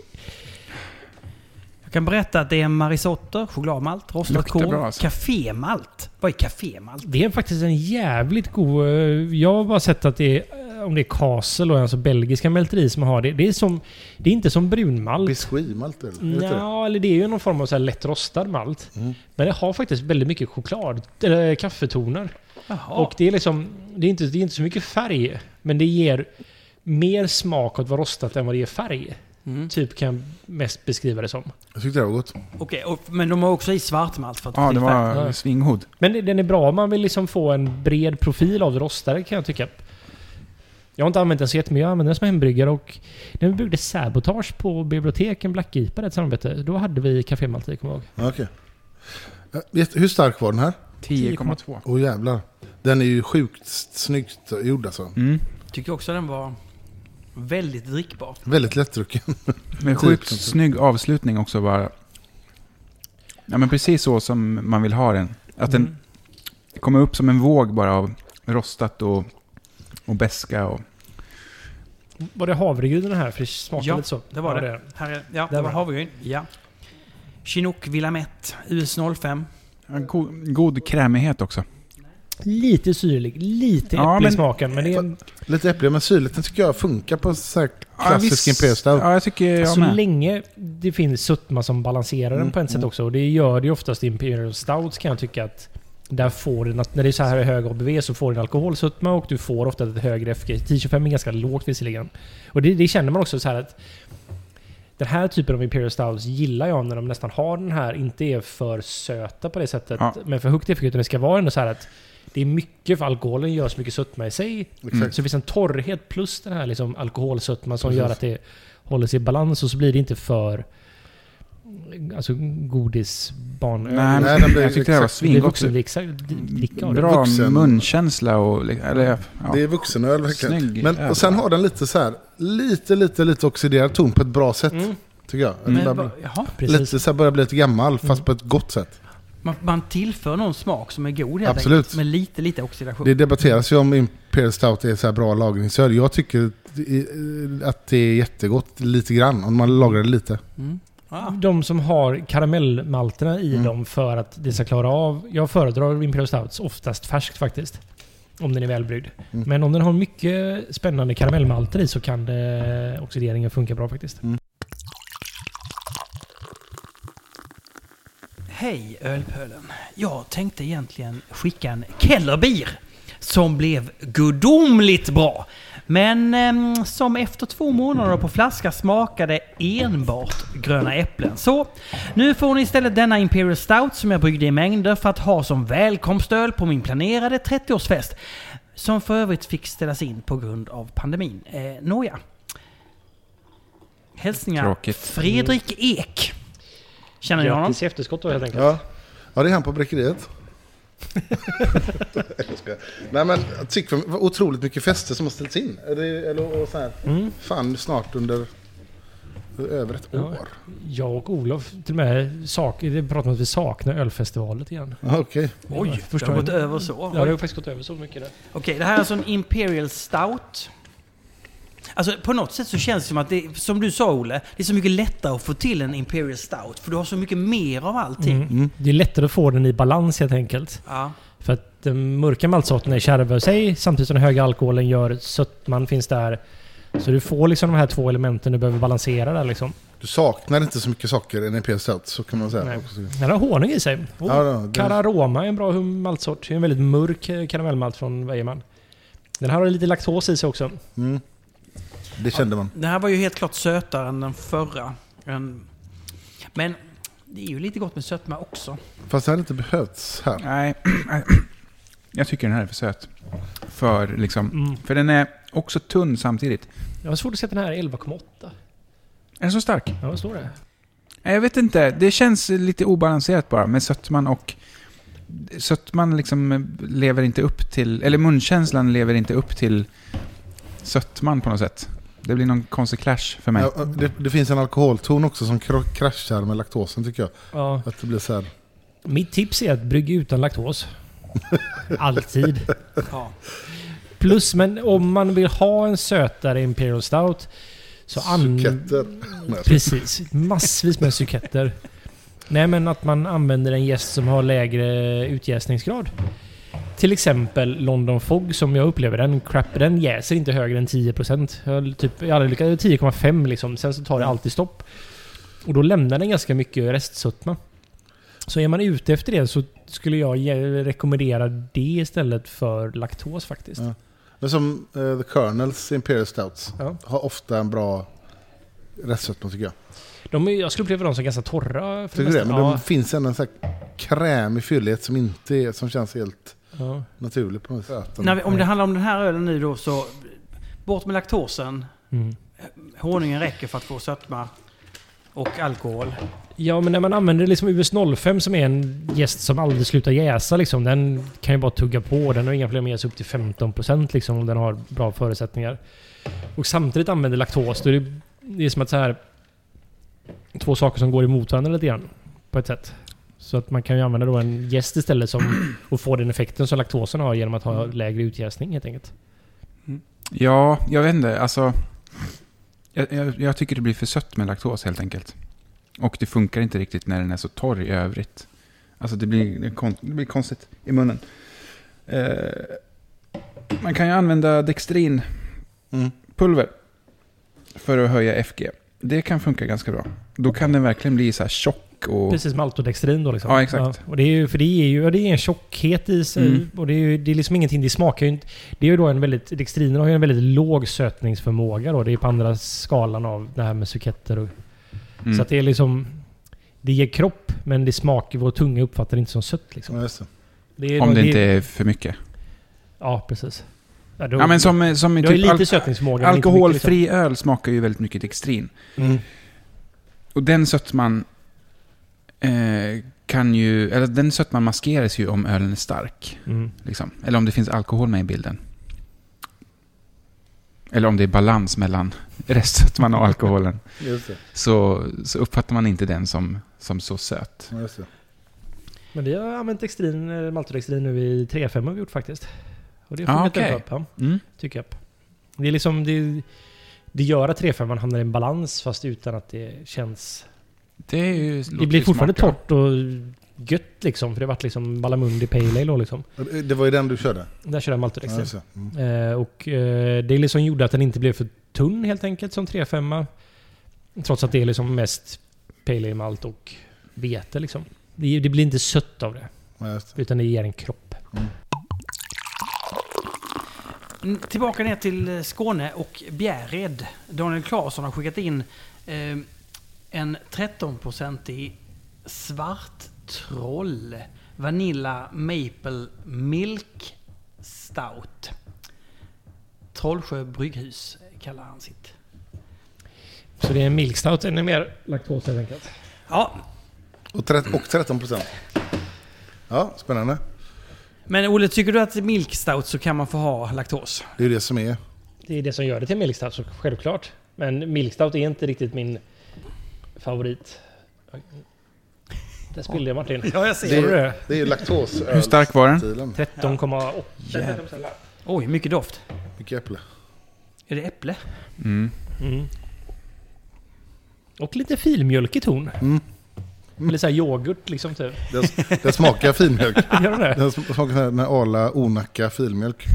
Speaker 1: Jag kan berätta att det är marisotter, chokladmalt, rostat
Speaker 3: Luktar
Speaker 1: korn,
Speaker 3: bra alltså.
Speaker 1: kafémalt. Vad är kafémalt?
Speaker 4: Det är faktiskt en jävligt god... eh, Jag har bara sett att det är... eh, Om det är Casel och alltså belgiska mälteri som har det. Det är, som, det är inte som brunmalt.
Speaker 2: Biscuit malt eller? Är det inte det?
Speaker 4: Mm. Ja, eller det är ju någon form av så här lätt rostad malt.
Speaker 2: Mm.
Speaker 4: Men det har faktiskt väldigt mycket choklad... Eller kaffetoner.
Speaker 1: Jaha.
Speaker 4: Och det är liksom... Det är, inte, det är inte så mycket färg. Men det ger mer smak att vara rostat än vad det ger färg.
Speaker 1: Mm.
Speaker 4: Typ kan jag mest beskriva det som.
Speaker 2: Jag tyckte det var gott.
Speaker 1: Okej, och- men de har också i svartmalt för att
Speaker 3: Ja,
Speaker 1: få
Speaker 3: det
Speaker 1: till färg.
Speaker 3: var svingod.
Speaker 4: Men det- den är bra om man vill liksom få en bred profil av det rostade kan jag tycka. Jag har inte använt den så jättemycket, jag använder den som hembryggare och när vi byggde Sabotage på biblioteken, Black Ipa, det är ett samarbete, då hade vi kafémåltid kommer jag ihåg.
Speaker 2: Ja, Okej. Eh, vet- Hur stark var den här?
Speaker 3: 10,2.
Speaker 2: Åh jävlar. Den är ju sjukt snyggt gjord alltså.
Speaker 3: Mm.
Speaker 1: Tycker också den var väldigt drickbar.
Speaker 2: Väldigt lättdrucken.
Speaker 3: Men sjukt snygg avslutning också bara. Ja, men precis så som man vill ha den. Att den kommer upp som en våg bara av rostat och, och beska och...
Speaker 4: Var det havregrynen här? För det smakade
Speaker 1: Ja,
Speaker 4: lite så.
Speaker 1: det var
Speaker 4: Ja,
Speaker 1: det. Här är, ja, det
Speaker 4: var
Speaker 1: var
Speaker 4: den.
Speaker 1: havregryn. Ja. Chinook Villamette US 05.
Speaker 3: Ja, God, god krämighet också.
Speaker 4: Lite syrlig, lite
Speaker 3: Ja,
Speaker 4: äpplig
Speaker 3: men-
Speaker 4: i smaken, men det är,
Speaker 2: Lite äpple men syrligt. Den tycker jag funkar på så här klassisk
Speaker 3: visst.
Speaker 2: Imperial Stout.
Speaker 3: Ja, jag tycker jag
Speaker 4: så
Speaker 3: med.
Speaker 4: Alltså, länge det finns sötma som balanserar den
Speaker 2: Mm,
Speaker 4: på ett sätt
Speaker 2: mm.
Speaker 4: också. Och det gör det ju oftast i Imperial Stouts kan jag tycka att där får den, att när det är så här hög ABV så får den alkoholsötma och du får ofta ett högre FG. 10-25 är ganska lågt visserligen. Och det, det känner man också så här att den här typen av Imperial Stouts gillar jag när de nästan har den här, inte är för söta på det sättet.
Speaker 3: Ja.
Speaker 4: Men för högt i FG, utan det ska vara ändå så här att det är mycket för alkoholen gör så mycket sötma i sig.
Speaker 2: Exakt.
Speaker 4: Så det finns en torrhet plus den här liksom alkoholsötman som
Speaker 2: Precis.
Speaker 4: gör att det håller sig i balans och så blir det inte för alltså, godis, barn.
Speaker 3: Nej,
Speaker 2: Nej,
Speaker 3: men
Speaker 2: den blir
Speaker 3: jag tyckte det här var
Speaker 2: exakt-
Speaker 4: det är
Speaker 3: svingott.
Speaker 4: vuxendricka.
Speaker 2: Mm,
Speaker 4: dricka av det.
Speaker 3: Bra
Speaker 2: Vuxen.
Speaker 3: munkänsla och... li- Eller, ja.
Speaker 2: Det är vuxenöl verkligen.
Speaker 3: Snygg
Speaker 2: Men,
Speaker 3: öl.
Speaker 2: och sen har den lite så här, lite, lite, lite oxiderad ton på ett bra sätt.
Speaker 4: Mm,
Speaker 2: Tycker jag.
Speaker 3: Mm.
Speaker 1: Men,
Speaker 2: Den
Speaker 1: va,
Speaker 2: börjar-
Speaker 1: jaha,
Speaker 4: precis.
Speaker 2: Lite så här börjar bli lite gammal, fast
Speaker 4: Mm.
Speaker 2: på ett gott sätt.
Speaker 1: man, man tillför någon smak som är god helt
Speaker 2: Absolut.
Speaker 1: enkelt, Med lite, lite oxidation.
Speaker 2: Det debatteras ju om Imperial Stout är så här bra lagringsöl. Jag tycker i- att det är jättegott, lite grann, om man lagrar det lite.
Speaker 1: Mm. Ah.
Speaker 4: De som har karamellmalterna i
Speaker 2: Mm.
Speaker 4: dem för att det ska klara av. Jag föredrar Imperial Stouts oftast färskt faktiskt. Om den är välbryggd.
Speaker 2: Mm.
Speaker 4: Men om den har mycket spännande karamellmalter i så kan det, oxideringen funka bra faktiskt.
Speaker 1: Hej Ölpölen. Jag tänkte egentligen skicka en Kellerbier som blev gudomligt bra. Men ehm, som efter två månader på flaska smakade enbart gröna äpplen. Så nu får ni istället denna Imperial Stout som jag bryggde i mängder för att ha som välkomstöl på min planerade 30-årsfest. Som för övrigt fick ställas in på grund av pandemin. Eh, Nåja. Hälsningar
Speaker 3: Tråkigt.
Speaker 1: Fredrik Ek. Känner ni honom?
Speaker 4: Grattis i efterskott då helt enkelt.
Speaker 2: Ja, ja det är han på bräckeriet. Jag skojar. Nej men, jag tycker det var otroligt mycket fester som har ställts in. Eller, eller och så här,
Speaker 4: Mm.
Speaker 2: fan snart under eh, över ett
Speaker 4: Ja.
Speaker 2: år.
Speaker 4: Jag och Olof till och med sak, det pratar om att vi saknar ölfestivalet igen.
Speaker 2: Ja, Okej.
Speaker 1: Oj,
Speaker 4: Förstår
Speaker 1: det har
Speaker 4: jag.
Speaker 1: gått över så.
Speaker 4: Ja,
Speaker 1: Oj.
Speaker 4: det har faktiskt gått över så mycket där.
Speaker 1: Okej, det här är alltså en Imperial Stout. Alltså på något sätt så känns det som att det, som du sa Olle, det är så mycket lättare att få till en Imperial Stout. För du har så mycket mer av allting.
Speaker 2: Mm.
Speaker 4: Typ. Det är lättare att få den i balans helt enkelt.
Speaker 1: Ja.
Speaker 4: För att den mörka maltsorten är kärva i sig samtidigt som den höga alkoholen gör sötman finns där. Så du får liksom de här två elementen du behöver balansera där liksom.
Speaker 2: Du saknar inte så mycket saker än en PS Stout, så kan man säga.
Speaker 4: Nej. Oh,
Speaker 2: Också.
Speaker 4: Den har honung i sig. Och
Speaker 2: Ja, då, den-
Speaker 4: Cararoma är en bra hum- maltsort. Det är en väldigt mörk eh, karamellmalt från Wejermann. Den här har lite laxos i sig också.
Speaker 2: Mm. Det kände man.
Speaker 1: Det här var ju helt klart sötare än den förra. En- Men det är ju lite gott med sötma också.
Speaker 2: Fast det hade inte behövts här.
Speaker 3: Nej, jag tycker den här är för söt. För, liksom,
Speaker 4: Mm.
Speaker 3: för den är också tunn samtidigt.
Speaker 4: Jag har svårt att se att den här är 11,8.
Speaker 3: Är den så stark?
Speaker 4: Ja, vad står det?
Speaker 3: Nej, Jag vet inte. Det känns lite obalanserat bara med sötman och... Sötman liksom lever inte upp till... Eller munkänslan lever inte upp till sötman på något sätt. Det blir någon konstig clash för mig.
Speaker 2: Ja, och det, det finns en alkoholton också som kro- kraschar med laktosen tycker jag.
Speaker 4: Ja.
Speaker 2: Att det blir så här.
Speaker 4: Mitt tips är att brygga utan laktos. Alltid.
Speaker 1: Ja.
Speaker 4: Plus, men om man vill ha en sötare Imperial Stout så an...
Speaker 2: Suketter.
Speaker 4: Precis. Massvis med suketter. Nej, men att man använder en jäst som har lägre utjäsningsgrad. Till exempel London Fog som jag upplever den. Crap, den jäser inte högre än 10%. Jag, har typ, jag har aldrig lyckats. 10,5 liksom. Sen så tar det alltid stopp. Och då lämnar den ganska mycket restsötma. Så är man ute efter det så skulle jag ge, rekommendera det istället för laktos faktiskt.
Speaker 2: Ja. Men som eh, The Colonels Imperial Stouts
Speaker 4: Ja.
Speaker 2: har ofta en bra restsötma tycker jag.
Speaker 4: De är, jag skulle uppleva dem som ganska torra. För
Speaker 2: Tycker du det? Men
Speaker 4: ja,
Speaker 2: det finns ändå en sån här krämig fyllighet som inte är, som känns helt
Speaker 4: ja.
Speaker 2: naturlig på något sätt.
Speaker 1: När vi, om det handlar om den här ölen nu då så bort med laktosen.
Speaker 4: Mm.
Speaker 1: Honungen räcker för att få sötma och alkohol.
Speaker 4: Ja, men när man använder liksom US05 som är en gäst som aldrig slutar jäsa liksom. Den kan ju bara tugga på. Den har inga problem med att jäsa upp till 15% liksom om den har bra förutsättningar. Och samtidigt använder laktos. Då är det, det är som att så här... Två saker som går emot varandra lite grann. På ett sätt. Så att man kan ju använda då en gäst istället som, och få den effekten som laktosen har genom att ha lägre utjäsning helt enkelt.
Speaker 3: Ja, jag vet inte. Alltså, jag, jag, jag tycker det blir för sött med laktos helt enkelt. Och det funkar inte riktigt när den är så torr i övrigt. Alltså det blir, det kon- det blir konstigt i munnen. Eh, man kan ju använda dextrinpulver
Speaker 2: Mm.
Speaker 3: för att höja FG. Det kan funka ganska bra. Då kan den verkligen bli så här tjock och...
Speaker 4: Precis som Altodextrin då liksom.
Speaker 3: Ja, exakt.
Speaker 4: och det är ju, för det är ju ja, det är en tjockhet i sig.
Speaker 3: Mm.
Speaker 4: Och det är ju det är liksom ingenting, det smakar ju inte... Det är ju då en väldigt... Dextriner har ju en väldigt låg sötningsförmåga då. Det är på andra skalan av det här med suketter och...
Speaker 3: Mm.
Speaker 4: Så att det är liksom... Det ger kropp, men det smakar, vår tunga uppfattar det inte som sött liksom.
Speaker 2: Ja, just det.
Speaker 4: Det är
Speaker 3: Om
Speaker 4: nog-
Speaker 3: det inte är för mycket.
Speaker 4: Ja, precis. Ja, då,
Speaker 3: Ja men som, som
Speaker 4: det
Speaker 3: typ
Speaker 4: har ju lite
Speaker 3: al-
Speaker 4: sötningsförmåga. men inte mycket,
Speaker 3: alkoholfri öl smakar ju väldigt mycket dextrin. Och den sötman eh, kan ju, eller den sötman maskeras ju om ölen är stark.
Speaker 4: Liksom. Mm.
Speaker 3: Liksom. Eller om det finns alkohol med i bilden. Eller om det är balans mellan restsötman och alkoholen.
Speaker 2: Just det.
Speaker 3: Så, så uppfattar man inte den som, som så söt.
Speaker 2: Ja, just det.
Speaker 4: Men vi har använt dextrin, eller maltodextrin nu i 3,5 har vi gjort faktiskt. Och det
Speaker 3: Ja,
Speaker 4: har funkat
Speaker 3: Ah, okej.
Speaker 4: ändå upp, ja.
Speaker 3: Mm.
Speaker 4: tycker jag. Det är liksom... Det, det gör att 3-5 hamnar i en balans fast utan att det känns...
Speaker 3: Det, är ju,
Speaker 4: Det blir fortfarande torrt och gött liksom. För det vart liksom Balamundi Pale Ale och liksom.
Speaker 2: Och det- Det var ju den du körde?
Speaker 4: Där körde jag
Speaker 2: Ja,
Speaker 4: Maltodextrin.
Speaker 2: just det. Mm.
Speaker 4: Eh, och eh, det liksom gjorde att den inte blev för tunn helt enkelt som 3-5. Trots att det är liksom mest Pale Ale malt och vete liksom. Det, det blir inte sött av det.
Speaker 2: Ja, just det.
Speaker 4: Utan det ger en kropp.
Speaker 1: Mm, Tillbaka ner till eh, Skåne och Bjärred. Daniel Claesson har skickat in eh, en 13-procentig svart troll. Vanilla Maple Milk Stout. Trollsjö brygghus kallar han sitt.
Speaker 4: Så det är en milk stout, ännu mer laktos helt enkelt.
Speaker 1: Ja,
Speaker 2: Och, trett- och 13 procent. Ja, spännande.
Speaker 1: men Olle, tycker du att i Milk Stout så kan man få ha laktos?
Speaker 2: Det är ju det som är.
Speaker 4: Det är det som gör det till en milkstout, så självklart. Men milkstout är inte riktigt min favorit. Där spillde jag Martin.
Speaker 1: Ja, jag ser
Speaker 2: Det
Speaker 4: Gjorde du
Speaker 2: är,
Speaker 4: det?
Speaker 2: det är laktosöl.
Speaker 3: Hur stark var den?
Speaker 2: stilen.
Speaker 4: 13,8.
Speaker 1: Oj, mycket doft.
Speaker 2: Mycket äpple.
Speaker 1: Är det äpple?
Speaker 3: Mm.
Speaker 4: Mm. Och lite filmjölkig ton.
Speaker 2: Mm.
Speaker 4: Eller såhär yoghurt liksom typ.
Speaker 2: Den, den smakar filmjölk.
Speaker 4: Gör den det?
Speaker 2: Den sm- smakar sån här när Arla Onacka filmjölk.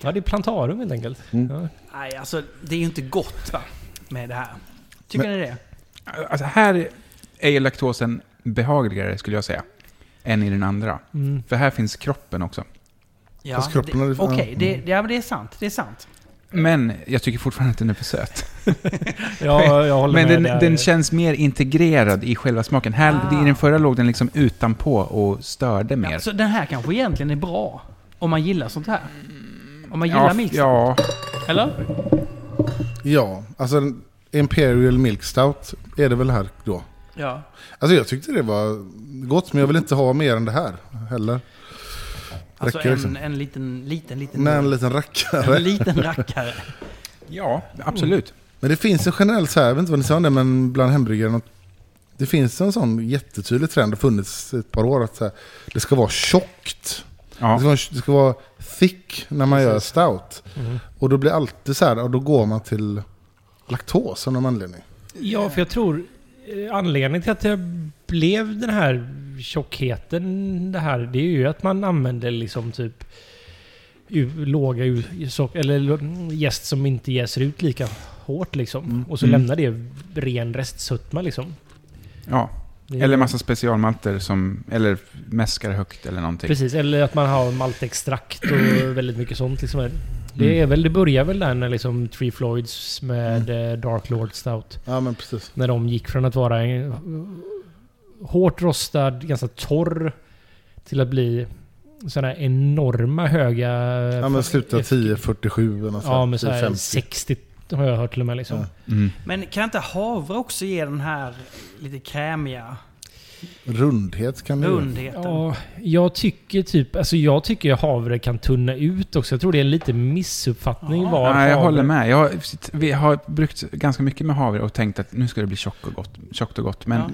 Speaker 4: Ja, det är plantarum helt enkelt.
Speaker 2: Mm.
Speaker 4: Ja.
Speaker 1: Nej, alltså det är ju inte gott va? Med det här. Tycker ni det?
Speaker 3: Alltså här är ju laktosen behagligare skulle jag säga. Än i den andra.
Speaker 4: Mm.
Speaker 3: För här finns kroppen också.
Speaker 1: Ja,
Speaker 2: Fast kroppen
Speaker 1: det-
Speaker 2: hade- mm.
Speaker 1: Okej, det, det, ja, men det är sant. Det är sant.
Speaker 3: Men jag tycker fortfarande att den är för söt.
Speaker 4: Ja, jag håller
Speaker 3: Men
Speaker 4: med.
Speaker 3: den,
Speaker 4: där.
Speaker 3: den känns mer integrerad i själva smaken. Här,
Speaker 1: Ah.
Speaker 3: I den förra låg den liksom utanpå och störde mer.
Speaker 1: Så den här kanske egentligen är bra. Om man gillar sånt här. Om man gillar
Speaker 3: Mm, Ja,
Speaker 1: mixen.
Speaker 3: ja,
Speaker 1: Eller?
Speaker 2: Ja, alltså en Imperial Milk Stout är det väl här då.
Speaker 1: Ja.
Speaker 2: Alltså jag tyckte det var gott, men jag vill inte ha mer än det här heller.
Speaker 1: Alltså
Speaker 2: Räcker
Speaker 1: en,
Speaker 2: liksom.
Speaker 1: en liten, liten, liten...
Speaker 4: Mm.
Speaker 2: Nej, en liten
Speaker 1: en
Speaker 2: rackare.
Speaker 1: liten rackare.
Speaker 3: ja, absolut.
Speaker 2: Men det finns en generell, så här, jag vet inte vad ni sa om det, men bland hembryggare. Det finns en sån jättetydlig trend, det har funnits ett par år, att så här, det ska vara tjockt. Det, ska
Speaker 3: Ja.
Speaker 2: vara, det ska vara thick när man gör stout.
Speaker 4: Mm.
Speaker 2: Och då blir alltid så här, och då går man till laktos av någon anledning.
Speaker 4: Ja, för jag tror eh, anledningen till att jag blev den här tjockheten det här, det är ju att man använder liksom typ u- låga u- so- eller l- jäst som inte jäser ut lika hårt liksom. Och så
Speaker 3: Mm.
Speaker 4: lämnar det ren restsötma liksom.
Speaker 3: ja.
Speaker 4: Det är-
Speaker 3: Eller massa specialmalter som, eller mäskar högt eller någonting.
Speaker 4: Precis, eller att man har maltextrakt och väldigt mycket sånt liksom.
Speaker 3: Mm.
Speaker 4: Det, är väl, det börjar väl där när liksom Three Floyds med
Speaker 3: Mm.
Speaker 4: eh, Dark Lord Stout.
Speaker 2: Ja, men precis.
Speaker 4: När de gick från att vara en hårt rostad, ganska torr till att bli sådana här enorma höga...
Speaker 2: Ja, men sluta 10.47 eller något
Speaker 4: Ja, men så
Speaker 2: sånt.
Speaker 4: här
Speaker 2: 10.50.
Speaker 4: 60 har jag hört till och med liksom.
Speaker 2: Ja.
Speaker 3: Mm.
Speaker 1: Men kan inte havre också ge den här lite krämiga
Speaker 2: Rundhet kan det ju.
Speaker 1: rundheten?
Speaker 4: Ja, jag tycker typ... Alltså jag tycker ju havre kan tunna ut också. Jag tror det är lite missuppfattning
Speaker 1: Ja.
Speaker 4: var
Speaker 3: Nej, jag
Speaker 4: havre-
Speaker 3: håller med. Jag har, vi har brukt ganska mycket med havre och tänkt att nu ska det bli tjockt och gott. Tjockt och gott. Men
Speaker 1: Ja.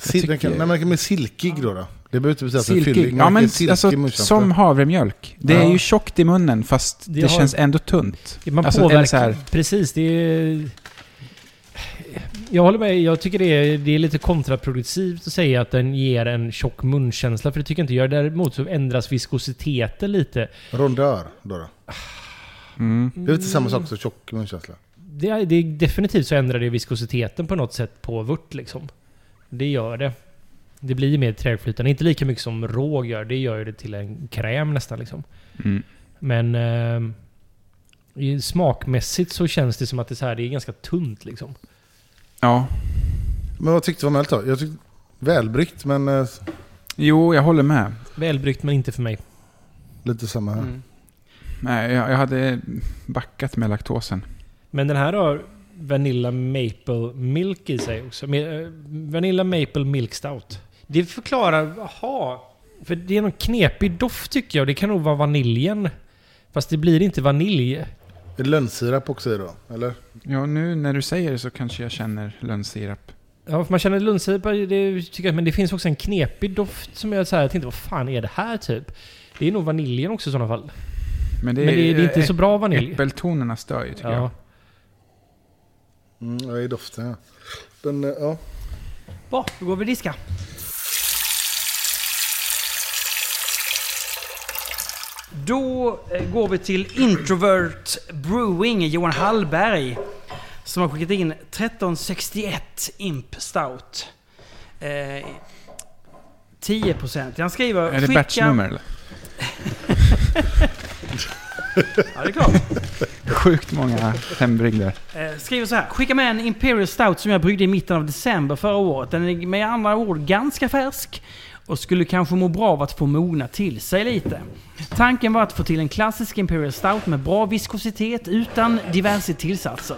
Speaker 2: Sil- den kan,
Speaker 3: tycker-
Speaker 2: nej, men den kan bli silkig då. då. Det behöver inte betyda att den är fyllig.
Speaker 3: Silkig.
Speaker 2: men
Speaker 3: Ja,
Speaker 2: den
Speaker 3: men
Speaker 2: är silkig i
Speaker 3: alltså,
Speaker 2: muschampen.
Speaker 3: som havremjölk. Det är
Speaker 4: Ja.
Speaker 3: ju tjockt i munnen fast
Speaker 4: Det
Speaker 3: det,
Speaker 4: har-
Speaker 3: känns ändå tunt.
Speaker 4: Man
Speaker 3: Alltså, eller
Speaker 4: påverkar...
Speaker 3: så här-
Speaker 4: Precis, det är... Jag håller med. Jag tycker det är, det är lite kontraproduktivt att säga att den ger en tjock munkänsla, för det tycker jag inte det gör. Däremot så ändras viskositeten lite.
Speaker 2: Rondör då. då.
Speaker 3: Mm.
Speaker 2: Det är inte samma sak som tjock munkänsla.
Speaker 4: Det, är, det är definitivt så ändrar det viskositeten på något sätt på vört liksom. Det gör det. Det blir mer trägflytande. Inte lika mycket som råg gör. Det gör ju det till en kräm nästan liksom.
Speaker 3: Mm.
Speaker 4: Men... Eh, i- smakmässigt så känns det som att det är, så här, det är ganska tunt liksom.
Speaker 3: Ja.
Speaker 2: Men vad tyckte du om ölet då? Jag tyckte välbryggt, men eh,
Speaker 3: Jo, jag håller med.
Speaker 4: Välbryggt men inte för mig.
Speaker 2: lite samma här.
Speaker 1: Mm.
Speaker 3: Nej, jag, jag hade backat med laktosen.
Speaker 4: Men den här har Vanilla Maple Milk i sig också. Med, eh, Vanilla Maple Milk Stout. Det förklarar, jaha. För det är någon knepig doft tycker jag. Det kan nog vara vaniljen. Fast det blir inte vanilj.
Speaker 2: Är det lönnsirap också i då? Eller?
Speaker 3: Ja, nu när du säger det så kanske jag känner lönnsirap.
Speaker 4: Ja, för man känner lundsipa, det tycker jag. Men det finns också en knepig doft som jag, så här, jag tänkte, vad fan är det här typ? Det är nog vaniljen också i sådana fall.
Speaker 3: Men det,
Speaker 4: Men det, det är inte så bra vanilj.
Speaker 3: Äppeltonerna stör ju tycker
Speaker 4: Ja.
Speaker 3: jag.
Speaker 2: Mm, ja, i doften ja. Den, eh, ja.
Speaker 1: Bra, då går vi diska. Då eh, går vi till Introvert Brewing, Johan Hallberg. Som har skickat in 1361 Imp Stout. Eh, 10%. Han skriver...
Speaker 3: Är det batchnummer eller?
Speaker 1: Ja, det är klart.
Speaker 3: Sjukt många hembrygder.
Speaker 1: Eh, Skriver så här. Skicka med en Imperial Stout som jag bryggde i mitten av december förra året. Den är med andra ord ganska färsk och skulle kanske må bra av att få mogna till sig lite. Tanken var att få till en klassisk Imperial Stout med bra viskositet utan diverse tillsatser.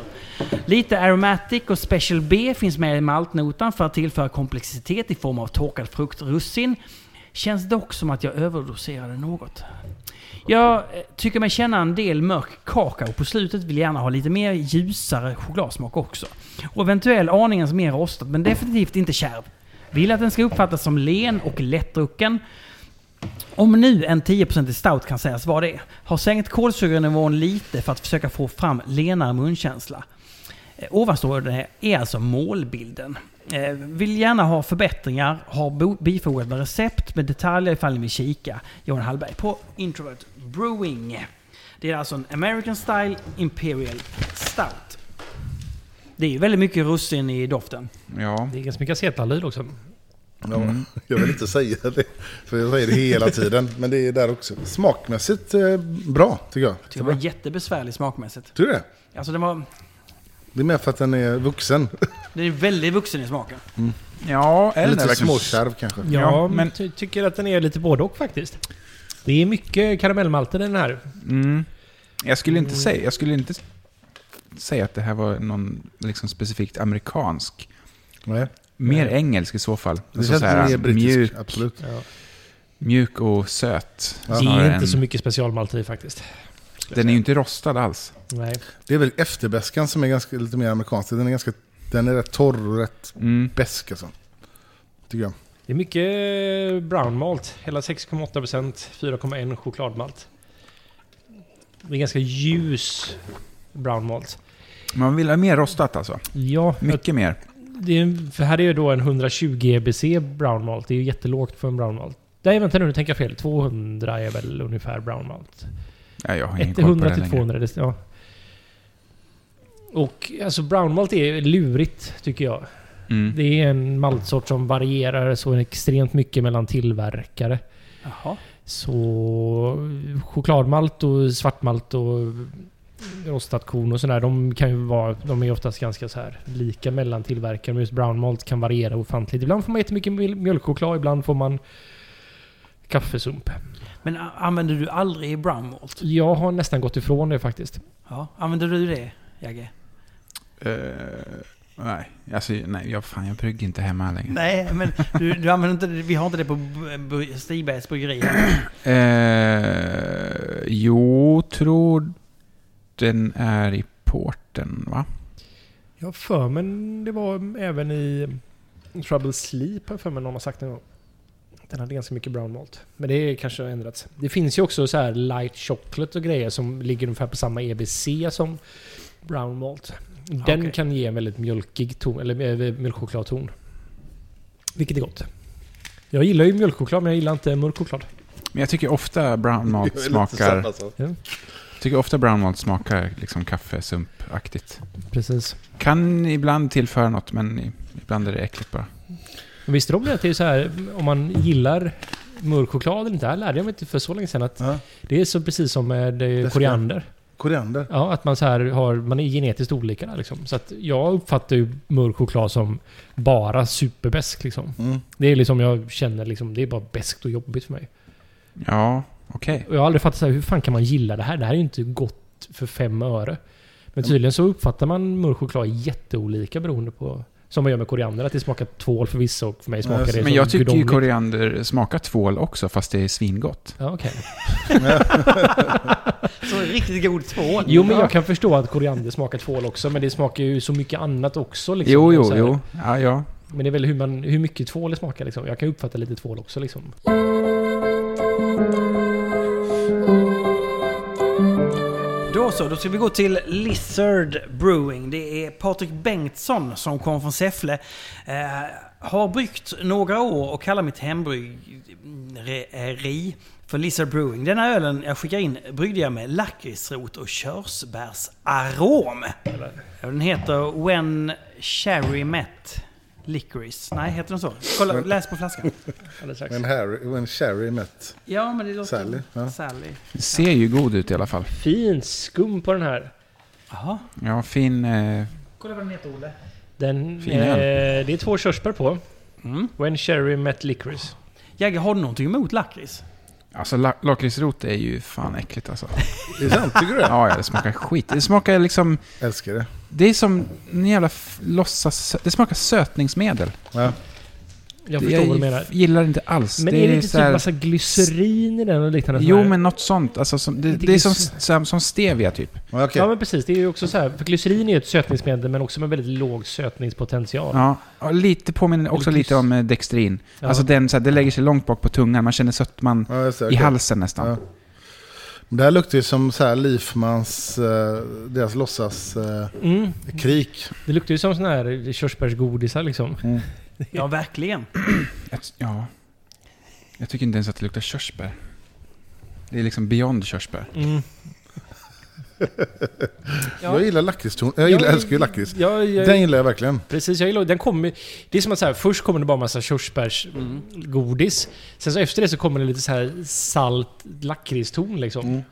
Speaker 1: Lite Aromatic och Special B finns med i maltnotan för att tillföra komplexitet i form av torkad frukt och russin. Känns dock som att jag överdoserade något. Jag eh, tycker mig känna en del mörk kakao på slutet. Vill gärna ha lite mer ljusare chokladsmak också. Och eventuell aningens mer rostat, men definitivt inte kärv. Vill att den ska uppfattas som len och lättdrucken. Om nu en 10% stout kan sägas vara det. Har sänkt kolsyrenivån lite för att försöka få fram lenare munkänsla. Eh, Ovanstående är alltså målbilden. Eh, Vill gärna ha förbättringar, har bo- bifogade recept med detaljer ifall ni vill kika. Johan Hallberg på Introvert Brewing. Det är alltså en American Style Imperial Stout. Det är ju väldigt mycket russin i doften.
Speaker 3: Ja.
Speaker 4: Det är ganska mycket acetalyl också.
Speaker 2: Ja,
Speaker 3: Mm.
Speaker 2: Jag vill inte säga det, för jag säger det hela tiden. Men det är där också. Smakmässigt eh, bra, tycker jag.
Speaker 1: Det var jättebesvärlig smakmässigt.
Speaker 2: Tycker du det?
Speaker 1: Alltså den var...
Speaker 2: Det är mer för att den är vuxen.
Speaker 1: Den är väldigt vuxen i smaken.
Speaker 3: Ja, eller
Speaker 2: Lite
Speaker 3: verkligen-
Speaker 2: småkärv kanske.
Speaker 4: Ja,
Speaker 3: Ja, men-
Speaker 4: men ty tycker att den är lite både och faktiskt. Det är mycket karamellmalter i den här.
Speaker 3: Mm. Jag skulle inte
Speaker 4: Mm.
Speaker 3: säga, jag skulle inte säga att det här var någon liksom specifikt amerikansk.
Speaker 2: Nej.
Speaker 3: Mer
Speaker 4: Nej.
Speaker 3: engelsk i så fall.
Speaker 2: Det
Speaker 3: Alltså
Speaker 2: känns
Speaker 3: så här,
Speaker 2: mer brittisk,
Speaker 3: mjuk,
Speaker 2: absolut.
Speaker 4: Ja.
Speaker 3: mjuk och söt.
Speaker 2: Ja.
Speaker 4: Det
Speaker 3: snarare
Speaker 4: är inte
Speaker 3: än-
Speaker 4: så mycket specialmalter i faktiskt. skulle jag
Speaker 3: Den är
Speaker 4: säga.
Speaker 3: ju inte rostad alls.
Speaker 4: Nej.
Speaker 2: Det är väl efterbäskan som är ganska, lite mer amerikansk. Den är, ganska, den är rätt torr och rätt
Speaker 3: Mm.
Speaker 2: besk alltså. Tycker jag.
Speaker 4: Det är mycket brown malt. Hela 6,8 procent, 4,1 chokladmalt. Det är ganska ljus brown malt.
Speaker 3: Man vill ha mer rostat alltså.
Speaker 4: Ja,
Speaker 3: Mycket mer.
Speaker 4: det är, för här är ju då en 120 EBC brown malt. Det är ju jättelågt för en brown malt. Nej, vänta nu, nu tänker jag fel. 200 är väl ungefär brown malt.
Speaker 3: Ja, jag har ingen koll på
Speaker 4: 100
Speaker 3: det
Speaker 4: till
Speaker 3: längre.
Speaker 4: 200, det, ja. Och alltså brown malt är lurigt tycker jag.
Speaker 3: Mm.
Speaker 4: Det är en maltsort som varierar så extremt mycket mellan tillverkare.
Speaker 1: Jaha.
Speaker 4: Så chokladmalt och svartmalt och rostat korn och sådär. De kan ju vara, de är oftast ganska så här lika mellan tillverkare. Men just brown malt kan variera ofantligt. Ibland får man jättemycket mjöl- mjölkchoklad, ibland får man kaffesump.
Speaker 1: Men a- använder du aldrig brown malt?
Speaker 4: Jag har nästan gått ifrån det faktiskt.
Speaker 1: Ja. Använder du det, Jagge?
Speaker 3: Eh, nej, alltså, nej jag, fan, jag brygger inte hemma längre.
Speaker 1: Nej, men du, du använder inte det. Vi har inte det på b- b- Stigbergs bryggeri. här.
Speaker 3: Eh, jo, tror den är i porten, va?
Speaker 4: Jag har för mig det var även i Trouble Sleep har jag för mig någon har sagt någon gång. Den hade ganska mycket brown malt. Men det kanske har ändrats. Det finns ju också så här light chocolate och grejer som ligger ungefär på samma EBC som brown malt. Den
Speaker 1: Okej.
Speaker 4: kan ge en väldigt mjölkig ton, eller eh, mjölkchokladton. Vilket är gott. Jag gillar ju mjölkchoklad men jag gillar inte mörk choklad.
Speaker 3: Men jag tycker ofta brown malt
Speaker 2: Samma
Speaker 3: smakar,
Speaker 2: sak.
Speaker 3: tycker ofta brown malt smakar liksom kaffesumpaktigt.
Speaker 4: Precis.
Speaker 3: Kan ibland tillföra något, men i- ibland är det äckligt bara.
Speaker 4: Men visste du om det att det är så här om man gillar mörk choklad eller inte? Det här lärde jag mig inte för så länge sedan att
Speaker 2: Ja.
Speaker 4: Det är så precis som med eh,
Speaker 2: ska-
Speaker 4: koriander.
Speaker 2: Koriander.
Speaker 4: Ja, att man, så här har, man är genetiskt olika där liksom. Så att jag uppfattar ju mörk choklad som bara superbäsk liksom.
Speaker 2: Mm.
Speaker 4: Det är liksom jag känner liksom, det är bara beskt och jobbigt för mig.
Speaker 3: Ja, okej.
Speaker 4: Och jag har aldrig fattat så här, hur fan kan man gilla det här? Det här är ju inte gott för fem öre. Men tydligen så uppfattar man mörk choklad jätteolika beroende på... Som man gör med koriander, att det smakar tvål för vissa och för mig smakar
Speaker 2: Ja,
Speaker 4: det
Speaker 2: så-
Speaker 4: som
Speaker 3: Men jag tycker ju
Speaker 4: gudomligt.
Speaker 3: koriander smakar tvål också, fast det är svingott.
Speaker 4: Ja, okej.
Speaker 1: Så riktigt god tvål.
Speaker 4: Jo, men jag kan förstå att koriander smakar tvål också, men det smakar ju så mycket annat också. Liksom.
Speaker 3: Jo,
Speaker 4: Så
Speaker 3: jo,
Speaker 4: här-
Speaker 3: jo. Ja, ja.
Speaker 4: Men det är väl hur, man, hur mycket tvål det smakar liksom. Jag kan uppfatta lite tvål också liksom.
Speaker 1: Då så, då ska vi gå till Lizard Brewing. Det är Patrik Bengtsson som kom från Säffle. Eh, har bryggt några år och kallar mitt hembryggeri för Lizard Brewing. Denna ölen jag skickar in bryggde jag med lakritsrot och körsbärsarom. Den heter When Cherry Met Licorice. Nej, heter den så? Kolla, läs på flaskan.
Speaker 4: Alldeles strax.
Speaker 2: When, Harry, when Sherry met
Speaker 1: Ja, men det låter...
Speaker 2: Sally. Ja.
Speaker 1: Sally.
Speaker 3: Det ser ju god ut i alla fall.
Speaker 4: Fint skum på den här.
Speaker 1: Jaha.
Speaker 3: Ja, fin... Eh,
Speaker 1: Kolla vad den heter, Olle.
Speaker 4: Den,
Speaker 3: Fin
Speaker 4: eh,
Speaker 3: öl.
Speaker 4: det är två körsbär på.
Speaker 1: Mm.
Speaker 4: When Cherry Met Licorice.
Speaker 1: Jagge, har du någonting emot lakrits?
Speaker 3: alltså, la- lakritsrot är ju fan äckligt alltså.
Speaker 2: Är det sant? Tycker du det?
Speaker 3: Ja, ja, det smakar skit. Det smakar liksom...
Speaker 2: Älskar det.
Speaker 3: Det är som en jävla f- låtsas... Det smakar sötningsmedel.
Speaker 2: Ja.
Speaker 4: Jag
Speaker 3: Det-
Speaker 4: förstår vad du menar.
Speaker 3: gillar inte alls.
Speaker 4: Men är det inte
Speaker 3: så
Speaker 4: typ
Speaker 3: här-
Speaker 4: massa glycerin i den och liknande? sån
Speaker 3: Jo,
Speaker 4: här?
Speaker 3: men något sånt. Alltså, som, det,
Speaker 4: Det
Speaker 3: det är
Speaker 4: är
Speaker 3: som,
Speaker 4: så-
Speaker 3: som, som stevia typ.
Speaker 2: Ja, okej.
Speaker 4: Ja men precis, det är ju också så här. För glycerin är ju ett sötningsmedel men också med väldigt låg sötningspotential.
Speaker 3: Ja, och lite påminner också
Speaker 4: Eller
Speaker 3: lite om eh, Dextrin.
Speaker 4: Ja.
Speaker 3: Alltså den, så här, det lägger sig långt bak på tungan. Man känner sötman
Speaker 2: Ja, just det,
Speaker 3: i
Speaker 2: okej.
Speaker 3: halsen nästan.
Speaker 2: Ja. Men Det här luktar ju som så här Lifmans, eh, deras låtsas eh,
Speaker 4: Mm.
Speaker 2: krik.
Speaker 4: Det luktar ju som sån här körsbärsgodisar liksom.
Speaker 1: Ja, verkligen.
Speaker 3: Jag, ja. Jag tycker inte ens att det luktar körsbär. Det är liksom beyond körsbär.
Speaker 4: Mm.
Speaker 2: Jag gillar lakritston. Jag gillar, älskar ju lakrits.
Speaker 4: Jag, jag,
Speaker 2: Den gillar jag verkligen.
Speaker 4: Precis, jag gillar den kommer... Det är som att så här, först kommer det bara massa Mm. körsbärsgodis. Sen så efter det så kommer det lite så här salt lakritston liksom.
Speaker 2: Mm.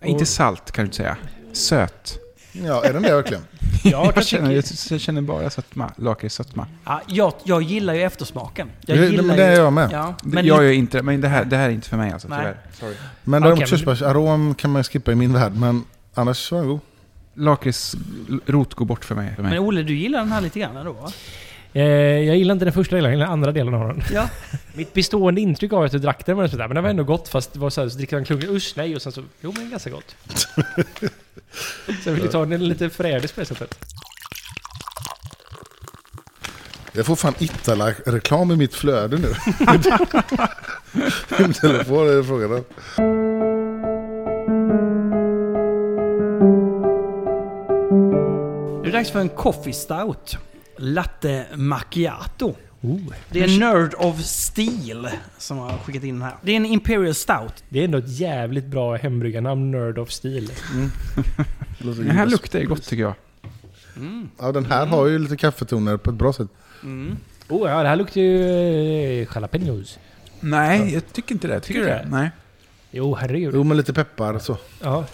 Speaker 4: Och-
Speaker 3: Inte salt kan du inte säga. Söt.
Speaker 2: Ja, är den det verkligen?
Speaker 1: Ja, det
Speaker 3: jag, känner,
Speaker 1: tycker
Speaker 3: jag, jag känner bara sötma, lakritssötma.
Speaker 1: Ja, jag, jag gillar ju eftersmaken. Jag
Speaker 2: Det-
Speaker 1: gillar
Speaker 2: men det är
Speaker 1: ju...
Speaker 2: jag med.
Speaker 1: Ja,
Speaker 3: Men
Speaker 1: men
Speaker 3: jag
Speaker 1: lite-
Speaker 3: gör ju inte det, men det här, det här är inte för mig alltså
Speaker 1: Nej.
Speaker 3: tyvärr. Sorry.
Speaker 2: Men
Speaker 4: Okej,
Speaker 2: däremot
Speaker 4: men-
Speaker 2: körsbärsarom kan man ju skippa i min värld, men annars var den god.
Speaker 3: Lakritsrot går bort för mig. För mig.
Speaker 1: men Olle, du gillar den här lite grann ändå va?
Speaker 4: Eh, jag gillar inte den första delen, jag gillar den andra delen av den.
Speaker 1: Ja.
Speaker 4: Mitt bestående intryck av att jag drack den var sådär, men det var ändå gott fast det var såhär, så dricker man en klunk, usch nej, och sen så, jo men det är ganska gott. så jag ville ta den lite förrädisk på det sättet.
Speaker 2: Jag får fan Itala-reklam i mitt flöde nu. Min telefon är frågan om.
Speaker 1: Det är dags för en coffee stout. Latte macchiato.
Speaker 4: Oh.
Speaker 1: Det är Nerd of Steel som har skickat in den här. Det är en Imperial Stout.
Speaker 4: Det är ändå ett jävligt bra hembryggarnamn, Nerd of Steel.
Speaker 2: Det låter
Speaker 3: Den här
Speaker 2: gott.
Speaker 3: luktar ju gott tycker jag.
Speaker 2: Ja, den här har ju lite kaffetoner på ett bra sätt.
Speaker 1: Mm.
Speaker 4: Oh ja, det här luktar ju eh, jalapenos.
Speaker 3: Nej, jag tycker inte det. Tycker,
Speaker 4: du
Speaker 3: du
Speaker 4: det?
Speaker 3: det? Nej.
Speaker 4: Jo, herregud.
Speaker 2: Jo, men lite peppar så.
Speaker 4: Ja.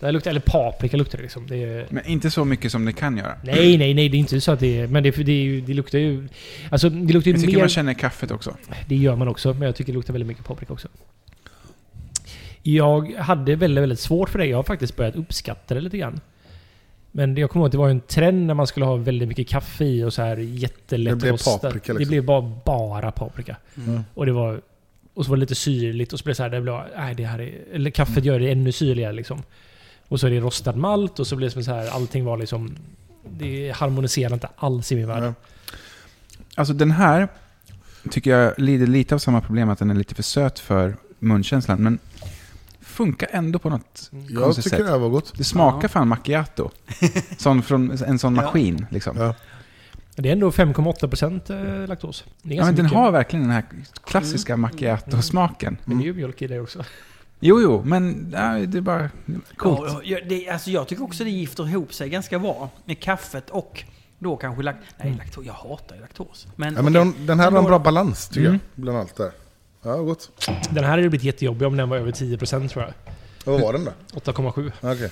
Speaker 4: Det här luktar, eller paprika luktar det liksom. Det är,
Speaker 3: Men inte så mycket som det kan göra.
Speaker 4: nej, nej, nej, det är inte så att det är, men det, det, är ju- det luktar ju... Alltså det luktar
Speaker 3: Jag
Speaker 4: ju
Speaker 3: tycker
Speaker 4: mer...
Speaker 3: man känner kaffet också.
Speaker 4: Det gör man också, men jag tycker det luktar väldigt mycket paprika också. Jag hade väldigt, väldigt svårt för det. Jag har faktiskt börjat uppskatta det lite grann. Men jag kommer ihåg att det var en trend när man skulle ha väldigt mycket kaffe i och så här jättelätt
Speaker 2: Det blev
Speaker 4: rostat.
Speaker 2: paprika,
Speaker 4: Det
Speaker 2: liksom.
Speaker 4: blev bara, bara paprika.
Speaker 2: Mm.
Speaker 4: Och det var... Och så var det lite syrligt och så blev det så här, det blev, nej, det här är, eller kaffet gör det ännu syrligare liksom. Och så är det rostad malt och så blev det som så här, allting var liksom... Det harmoniserar inte alls i min värld.
Speaker 2: Ja.
Speaker 3: Alltså den här tycker jag lider lite av samma problem, att den är lite för söt för munkänslan. Men funkar ändå på något.
Speaker 2: Jag
Speaker 3: Konstigt
Speaker 2: tycker
Speaker 3: sätt.
Speaker 2: det här var gott.
Speaker 3: Det smakar
Speaker 1: Ja.
Speaker 3: fan macchiato. Sån från, en sån
Speaker 1: Ja.
Speaker 3: maskin liksom.
Speaker 2: Ja.
Speaker 4: Men Det är ändå 5,8% eh, laktos. Det är
Speaker 3: Ja, men
Speaker 4: ganska
Speaker 3: den
Speaker 4: mycket. Mm.
Speaker 3: har verkligen den här klassiska macchiato-smaken.
Speaker 4: Men det är ju mjölk i det också.
Speaker 3: Jo, jo, men nej, det är bara coolt.
Speaker 1: Ja, ja, det, alltså jag tycker också det gifter ihop sig ganska bra med kaffet och då kanske lakt... Nej, laktos. Jag hatar ju laktos. Men,
Speaker 2: Mm. Ja, men
Speaker 1: okej.
Speaker 2: den, den här har en bra balans tycker
Speaker 4: Mm.
Speaker 2: jag. Bland allt där. Ja, gott.
Speaker 4: Den här hade blivit jättejobbig om den var över 10% tror jag.
Speaker 2: Ja, vad var den då?
Speaker 4: 8,7.
Speaker 2: Ja, Okej.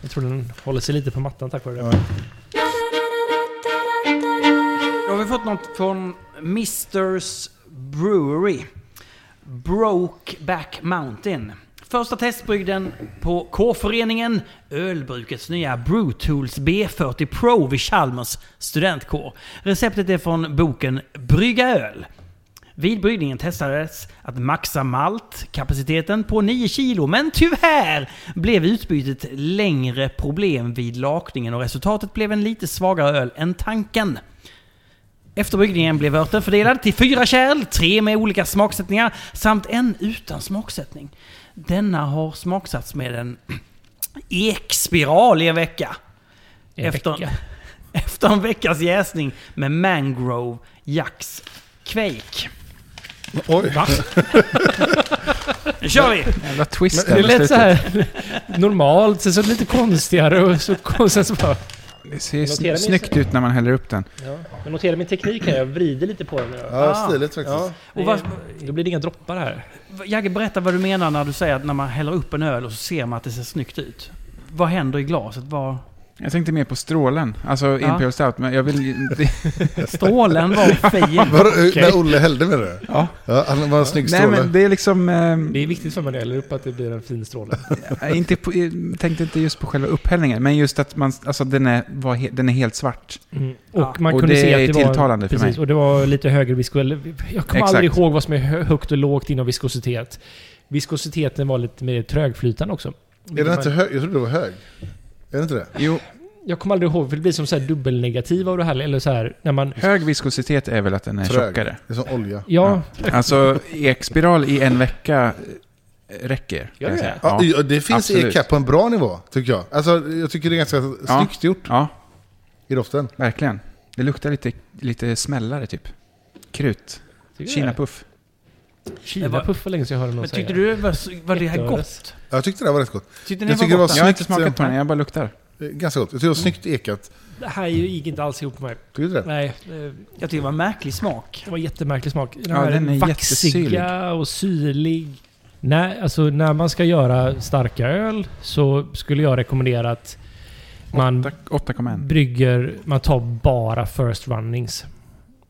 Speaker 4: Jag tror den håller sig lite på mattan tack vare det.
Speaker 2: Ja.
Speaker 1: Då har vi fått något från Misters Brewery. Brokeback Mountain. Första testbrygden på K-föreningen, ölbrukets nya Brewtools B40 Pro vid Chalmers studentkår. Receptet är från boken Brygga öl. Vid bryggningen testades att maxa maltkapaciteten på 9 kilo, men tyvärr blev utbytet längre problem vid lakningen och resultatet blev en lite svagare öl än tanken. Efter bryggningen blev örten fördelad till fyra kärl, tre med olika smaksättningar samt en utan smaksättning. Denna har smaksatts med en ekspiral i en vecka.
Speaker 4: En vecka.
Speaker 1: efter en veckas jäsning med mangrove, jax, quake.
Speaker 2: Oj.
Speaker 4: Va?
Speaker 1: Nu kör vi!
Speaker 3: Jävla twist
Speaker 4: Det
Speaker 3: där på
Speaker 4: lät
Speaker 3: slutet.
Speaker 4: så här normalt, sen så lite konstigare och så och sen så bara...
Speaker 3: Det ser
Speaker 4: Notera min-
Speaker 3: sn- snyggt ut när man häller upp den.
Speaker 4: Jag noterar min teknik här, jag vrider lite på den. nu.
Speaker 2: Ja, stiligt faktiskt.
Speaker 1: Och vad,
Speaker 4: Då blir det inga droppar här.
Speaker 1: Jagge, berätta vad du menar när du säger att när man häller upp en öl och så ser man att det ser snyggt ut. Vad händer i glaset? Vad...
Speaker 3: Jag tänkte mer på strålen, alltså
Speaker 1: Ja.
Speaker 3: Imperial Stout, men jag vill... ju- Det,
Speaker 1: Strålen var fin.
Speaker 2: Var, När Olle hällde med det?
Speaker 3: ja.
Speaker 2: Ja, han var en snygg
Speaker 3: Nej
Speaker 2: stråle.
Speaker 3: men det är liksom... Eh,
Speaker 4: Det är viktigt för mig när jag häller upp att det blir en fin stråle.
Speaker 3: jag inte på, jag tänkte inte just på själva upphällningen, men just att man, alltså den är, var, he- den är helt svart.
Speaker 4: Mm.
Speaker 1: Ja.
Speaker 4: Och man
Speaker 3: Och
Speaker 4: kunde
Speaker 3: det
Speaker 4: se att
Speaker 3: är
Speaker 4: det var...
Speaker 3: tilltalande för
Speaker 4: precis,
Speaker 3: mig.
Speaker 4: och det var lite högre viskositet. Jag kommer
Speaker 3: Exakt.
Speaker 4: aldrig ihåg vad som är hö- högt och lågt inom viskositet. Viskositeten var lite mer trögflytande också.
Speaker 2: Är den inte hög? Jag trodde det var hög. Är det inte det?
Speaker 3: Jo,
Speaker 4: Jag kommer aldrig ihåg, för det blir som så här dubbelnegativ av det här. Eller så här, när man...
Speaker 3: hög viskositet är väl att den är tjockare.
Speaker 2: Det är som olja.
Speaker 4: Ja,
Speaker 3: Alltså ekspiral i en vecka eh, räcker.
Speaker 4: Gör
Speaker 3: kan jag
Speaker 4: det?
Speaker 3: säga.
Speaker 2: Ja, ja, det finns
Speaker 3: absolut.
Speaker 2: e-cap på en bra nivå, tycker jag. Alltså, jag tycker det är ganska
Speaker 3: Ja.
Speaker 2: snyggt gjort
Speaker 3: ja,
Speaker 2: i doften.
Speaker 3: verkligen. Det luktar lite, lite smällare typ. Krut.
Speaker 4: tycker jag det.
Speaker 3: Kinapuff.
Speaker 4: Kinapuff var länge sedan jag hörde någon
Speaker 1: Men
Speaker 4: säga.
Speaker 1: tyckte du det var, var det här
Speaker 4: Jätteöre.
Speaker 1: gott?
Speaker 2: Jag tyckte det här var rätt gott.
Speaker 1: Tyckte
Speaker 2: Jag
Speaker 1: ni
Speaker 2: tycker
Speaker 1: det var gott?
Speaker 2: det
Speaker 3: Jag har inte
Speaker 2: Snyggt,
Speaker 3: smakat på den,
Speaker 2: ja.
Speaker 3: jag bara luktar.
Speaker 2: Eh, Ganska gott. Jag tyckte det var snyggt ekat.
Speaker 4: Det här gick inte alls ihop med mig.
Speaker 2: Tycker du det?
Speaker 4: Nej, det
Speaker 1: Jag tyckte det var en märklig smak.
Speaker 4: det var jättemärklig smak. Den
Speaker 3: Ja,
Speaker 4: här
Speaker 3: den är
Speaker 4: vaxiga
Speaker 3: jättesyrlig.
Speaker 4: och syrlig. Nej, alltså när man ska göra starka öl så skulle jag rekommendera att Man
Speaker 3: 8,1.
Speaker 4: brygger, man tar bara first runnings.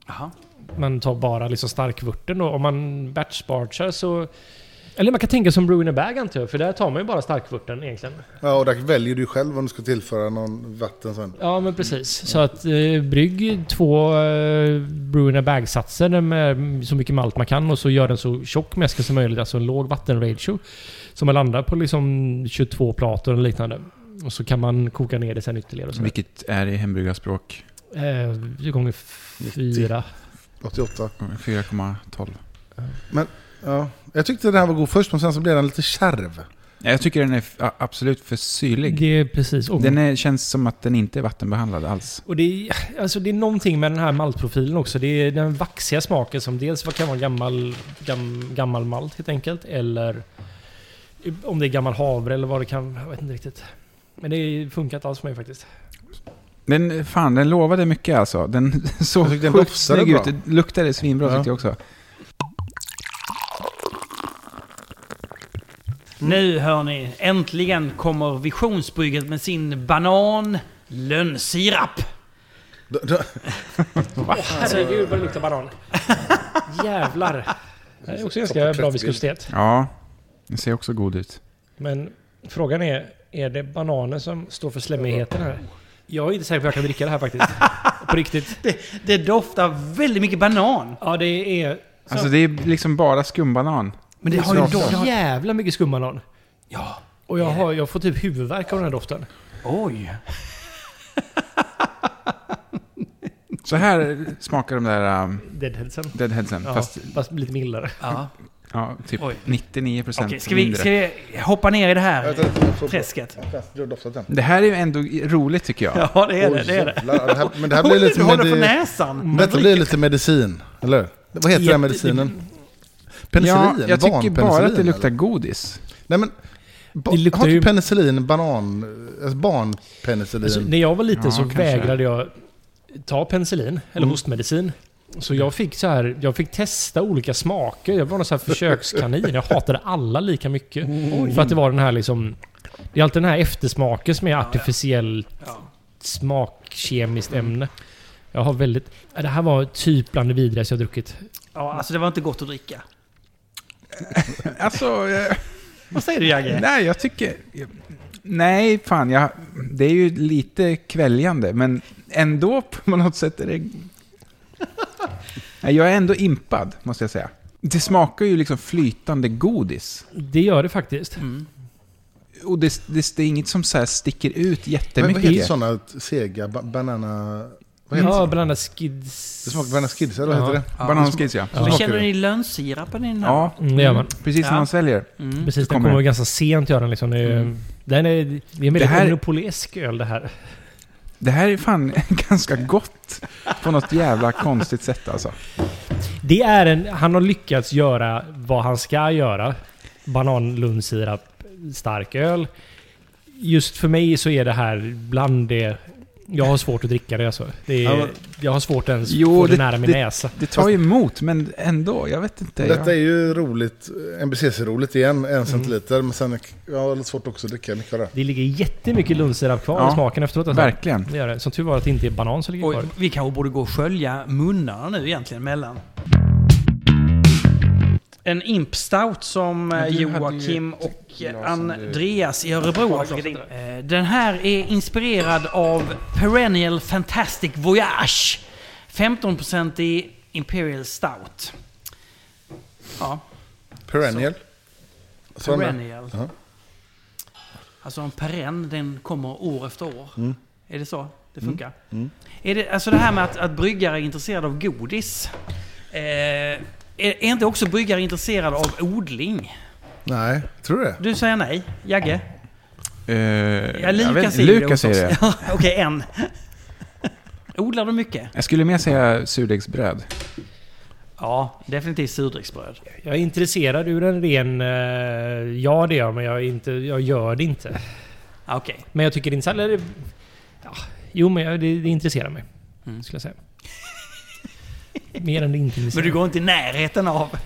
Speaker 3: Aha.
Speaker 4: Man tar bara liksom starkvörten då. Om man batchbarchar så... Eller man kan tänka som Brew in a Bag antar jag, för där tar man ju bara starkvörten egentligen.
Speaker 2: Ja, och där väljer du själv om du ska tillföra någon vatten sen.
Speaker 4: Ja, men precis. Så att eh, brygg två eh, Brew in a Bag-satser med så mycket malt man kan och så gör den så tjock mäska som möjligt, alltså en låg vattenratio. Så man landar på liksom 22 plator eller liknande. Och så kan man koka ner det sen ytterligare. Och så.
Speaker 3: Vilket är i hembryggarspråk
Speaker 4: Eh, gånger fyra.
Speaker 2: 88.
Speaker 3: 4,12.
Speaker 2: Ja. Jag tyckte den här var god först, men sen så blev den lite kärv.
Speaker 3: Jag tycker den är f- a- absolut för syrlig.
Speaker 4: Det är precis. Och,
Speaker 3: Den är, känns som att den inte är vattenbehandlad alls.
Speaker 4: och det, är, alltså det är någonting med den här maltprofilen också. Det är den vaxiga smaken som dels kan vara gammal, gam, gammal malt helt enkelt. Eller om det är gammal havre eller vad det kan. Jag vet inte riktigt. Men det funkar inte alls för mig faktiskt.
Speaker 3: Den, fan, den lovade mycket alltså. Den såg
Speaker 2: Jag tyckte den
Speaker 3: sjukt
Speaker 2: doftade
Speaker 3: snygg
Speaker 2: bra.
Speaker 3: ut. Den luktade svinbra
Speaker 2: Ja.
Speaker 3: tyckte jag också. Mm.
Speaker 1: Nu hör ni, äntligen kommer visionsbygget med sin banan lönnsirap.
Speaker 2: D- d-
Speaker 4: Åh herregud vad det luktar banan. Jävlar. Det är också ganska bra viskositet.
Speaker 3: Ja, den ser också god ut.
Speaker 4: Men frågan är, är det bananen som står för slemmigheten här? Jag är inte säker på att jag kan dricka det här faktiskt. På riktigt.
Speaker 1: Det, det doftar väldigt mycket banan.
Speaker 4: Ja, det är
Speaker 3: Alltså det är liksom bara skumbanan.
Speaker 1: Men det har ju
Speaker 3: Smakar.
Speaker 1: doft...
Speaker 4: så jävla mycket skumbanan.
Speaker 1: Ja.
Speaker 4: Och jag, har, jag får typ huvudvärk av den här doften.
Speaker 1: Oj.
Speaker 3: Så här smakar de där um,
Speaker 4: Deadheadsen.
Speaker 3: deadheadsen.
Speaker 4: Ja,
Speaker 3: Fast
Speaker 4: fast, lite mildare.
Speaker 1: Ja.
Speaker 3: ja, typ
Speaker 1: Oj.
Speaker 3: 99%
Speaker 1: Okej, ska, vi,
Speaker 3: mindre.
Speaker 1: ska vi hoppa ner i det
Speaker 2: Vänta
Speaker 1: här
Speaker 2: lite, jag får-
Speaker 1: träsket?
Speaker 2: Du har doftat den.
Speaker 3: Det här är ju ändå roligt tycker jag.
Speaker 1: Ja, det är det. det, är det.
Speaker 2: jävlar. det här, men det här
Speaker 1: Oj,
Speaker 2: blir
Speaker 1: du
Speaker 2: lite,
Speaker 1: håller på
Speaker 2: medi-
Speaker 1: näsan.
Speaker 3: Mm.
Speaker 2: detta blir lite medicin, eller Vad heter den här medicinen? Penicillin?
Speaker 3: Ja, jag tycker bara att det
Speaker 2: barnpenicillin,
Speaker 3: luktar
Speaker 2: eller?
Speaker 3: godis.
Speaker 2: Nej, men, ba-
Speaker 4: Det luktar
Speaker 2: har
Speaker 4: ju-
Speaker 2: inte penicillin banan... Alltså barnpenicillin?
Speaker 4: Alltså, när jag var liten
Speaker 3: Ja,
Speaker 4: så
Speaker 3: kanske.
Speaker 4: vägrade jag ta penicillin,
Speaker 2: Mm.
Speaker 4: eller hostmedicin. Så jag fick, så här, jag fick testa olika smaker. Jag var någon så här försökskanin. Jag hatade alla lika mycket. För att det var den här liksom... Det är alltid den här eftersmaken som är artificiell
Speaker 1: Ja.
Speaker 4: smakkemiskt ämne. Jag har väldigt... Det här var typ bland det vidrigaste jag druckit.
Speaker 1: Ja, alltså det var inte gott att dricka.
Speaker 3: Alltså, eh,
Speaker 1: Vad säger du Jagge?
Speaker 3: nej jag tycker... Nej, fan. Jag, det är ju lite kväljande, men ändå på något sätt är det... Nej, Jag är ändå impad, måste jag säga. Det smakar ju liksom flytande godis.
Speaker 4: Det gör det faktiskt.
Speaker 1: Mm.
Speaker 3: Och det, det, det är inget som så här sticker ut
Speaker 2: men, vad heter
Speaker 3: jättemycket.
Speaker 2: sådana sega ba- banana... Vad heter
Speaker 4: Ja,
Speaker 2: det?
Speaker 4: bland annat skids...
Speaker 2: Det smakar banana skids, eller vad heter det? Mm.
Speaker 1: Ja.
Speaker 3: Bananskiss, ja.
Speaker 1: Men
Speaker 3: Smakar
Speaker 1: känner
Speaker 3: det.
Speaker 1: ni lönnsirapen i den här?
Speaker 3: Ja,
Speaker 4: Mm, det gör man.
Speaker 3: precis när
Speaker 1: Ja.
Speaker 3: man sväljer.
Speaker 1: Mm.
Speaker 4: Precis, den
Speaker 3: kommer
Speaker 4: kommer
Speaker 3: den.
Speaker 4: ganska sent gör den liksom. Det är,
Speaker 3: Mm.
Speaker 4: Den är, det är en
Speaker 3: Det
Speaker 4: väldigt
Speaker 3: här-
Speaker 4: monopolesk öl det här.
Speaker 3: Det här är fan ganska gott på något jävla konstigt sätt alltså.
Speaker 4: Det är en... Han har lyckats göra vad han ska göra. Bananlundsirap, stark öl. Just för mig så är det här bland det... Jag har svårt att dricka det alltså. Det
Speaker 2: Ja,
Speaker 4: är,
Speaker 2: men-
Speaker 4: jag har svårt ens
Speaker 3: Jo,
Speaker 4: få det,
Speaker 3: det-
Speaker 4: nära min näsa.
Speaker 3: Det tar ju emot, men ändå. Jag vet inte.
Speaker 2: Detta är
Speaker 3: Jag,
Speaker 2: ju roligt, NBCC-roligt igen, en centiliter. Men sen, jag har lite svårt också att dricka mycket av det.
Speaker 4: Det ligger jättemycket lundsirap kvar
Speaker 3: Ja,
Speaker 4: i smaken efteråt. Alltså.
Speaker 3: verkligen.
Speaker 4: Det gör det. Som tur var att det inte är banan som ligger
Speaker 1: Oj,
Speaker 4: kvar.
Speaker 1: vi kanske borde gå och skölja munnarna nu egentligen mellan. En imp stout som eh,
Speaker 3: Ja, du hade ju
Speaker 1: Joakim
Speaker 3: ett
Speaker 1: och eh,
Speaker 3: glas som du-
Speaker 1: Andreas i Örebro har skickat in. Eh, Den här är inspirerad av Perennial Fantastic Voyage. 15% i Imperial Stout. Ja,
Speaker 2: Perennial. Så.
Speaker 1: perennial.
Speaker 2: Ja.
Speaker 1: Alltså en perenn, den kommer år efter år.
Speaker 3: Mm.
Speaker 1: Är det så det funkar? Är det, alltså det här med att, att bryggare är intresserade av godis. Eh, är, är inte också bryggare intresserade av odling?
Speaker 2: Nej, tror du det?
Speaker 1: Du säger nej, Jagge?
Speaker 3: eh,
Speaker 1: Ja,
Speaker 3: jag
Speaker 1: Lukas
Speaker 3: vet inte.
Speaker 1: är ju
Speaker 3: Lukas
Speaker 1: hos
Speaker 3: är det.
Speaker 1: oss. Ja, Okej, en. Odlar du mycket?
Speaker 3: Jag skulle mer säga surdegsbröd.
Speaker 1: Ja, definitivt surdegsbröd.
Speaker 4: Jag är intresserad ur en ren... eh, ja, det gör jag, men jag, är inte, jag gör det inte.
Speaker 1: Ah, Okej.
Speaker 4: Men jag tycker det är intressant. Eller, ja, jo, men jag, det, det intresserar mig. Skulle jag säga. Mer än det inte intresserar
Speaker 1: Men du går inte i närheten av...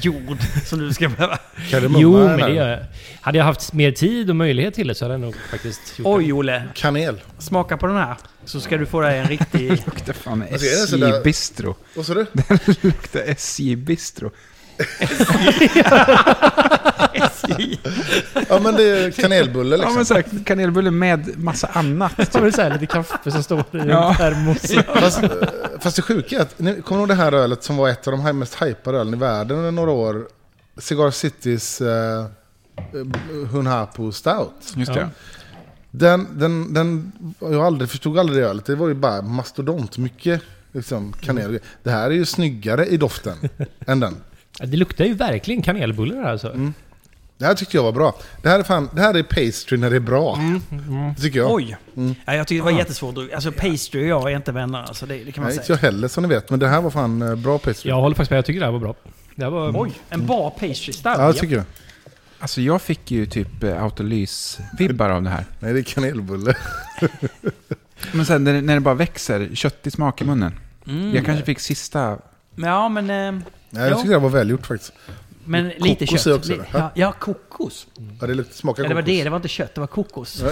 Speaker 1: jord som du ska behöva.
Speaker 2: Kardemumma
Speaker 4: Jo,
Speaker 2: är
Speaker 4: men det
Speaker 2: där.
Speaker 4: gör jag. Hade jag haft mer tid och möjlighet till det så hade jag nog faktiskt gjort
Speaker 1: Oj Olle,
Speaker 2: Kanel.
Speaker 1: smaka på den här. Så ska du få dig en riktig...
Speaker 3: Luktar fan
Speaker 2: Vad ska jag göra sådär?
Speaker 3: SJ-bistro.
Speaker 2: Vad sa du?
Speaker 3: Luktar SJ-bistro.
Speaker 2: Ja, men det är kanelbulle
Speaker 3: Ja
Speaker 2: liksom.
Speaker 3: men såhär kanelbulle med massa annat.
Speaker 4: det. Har du så här lite kaffe som står i en
Speaker 3: Ja.
Speaker 4: termos?
Speaker 2: Fast, eh, fast det sjuka är att, ni kommer ni ihåg det här ölet som var ett av de här mest hypade ölen i världen under några år? Cigar Citys eh, eh, Hunhapu Stout.
Speaker 3: Just det.
Speaker 2: Den, den, den, jag aldrig förstod aldrig det ölet. Det var ju bara mastodont mycket liksom, kanel. Det här är ju snyggare i doften än den.
Speaker 4: Ja, Det luktar ju verkligen kanelbullar här alltså.
Speaker 2: Det här tyckte jag var bra. Det här är, fan, det här är pastry när det är bra. Tycker jag.
Speaker 1: Oj! Ja, jag tycker det var jättesvårt. att- Alltså pastry och jag är inte vänner. Alltså, det, det kan man
Speaker 2: Nej, inte jag
Speaker 1: säga.
Speaker 2: heller som ni vet. Men det här var fan eh, bra pastry.
Speaker 4: Jag håller faktiskt med, jag tycker det här var bra. Det här var...
Speaker 1: Oj, en bra pastry stout.
Speaker 2: Ja, jag tycker det.
Speaker 3: Alltså jag fick ju typ eh, Autolys-vibbar av det här.
Speaker 2: Nej, det är kanelbulle.
Speaker 3: Men sen när det, när det bara växer, köttig smak i munnen.
Speaker 1: Mm.
Speaker 3: Jag kanske fick sista...
Speaker 1: Men Ja, men, eh,
Speaker 2: Nej, jag tycker det var välgjort faktiskt.
Speaker 1: men lite
Speaker 2: Kokos
Speaker 1: kött.
Speaker 2: är också
Speaker 1: Li-
Speaker 2: det.
Speaker 1: ja, ja, kokos.
Speaker 2: Ja, det luktar- smakar
Speaker 1: Ja, det var
Speaker 2: kokos.
Speaker 1: det, det var inte kött, det var kokos.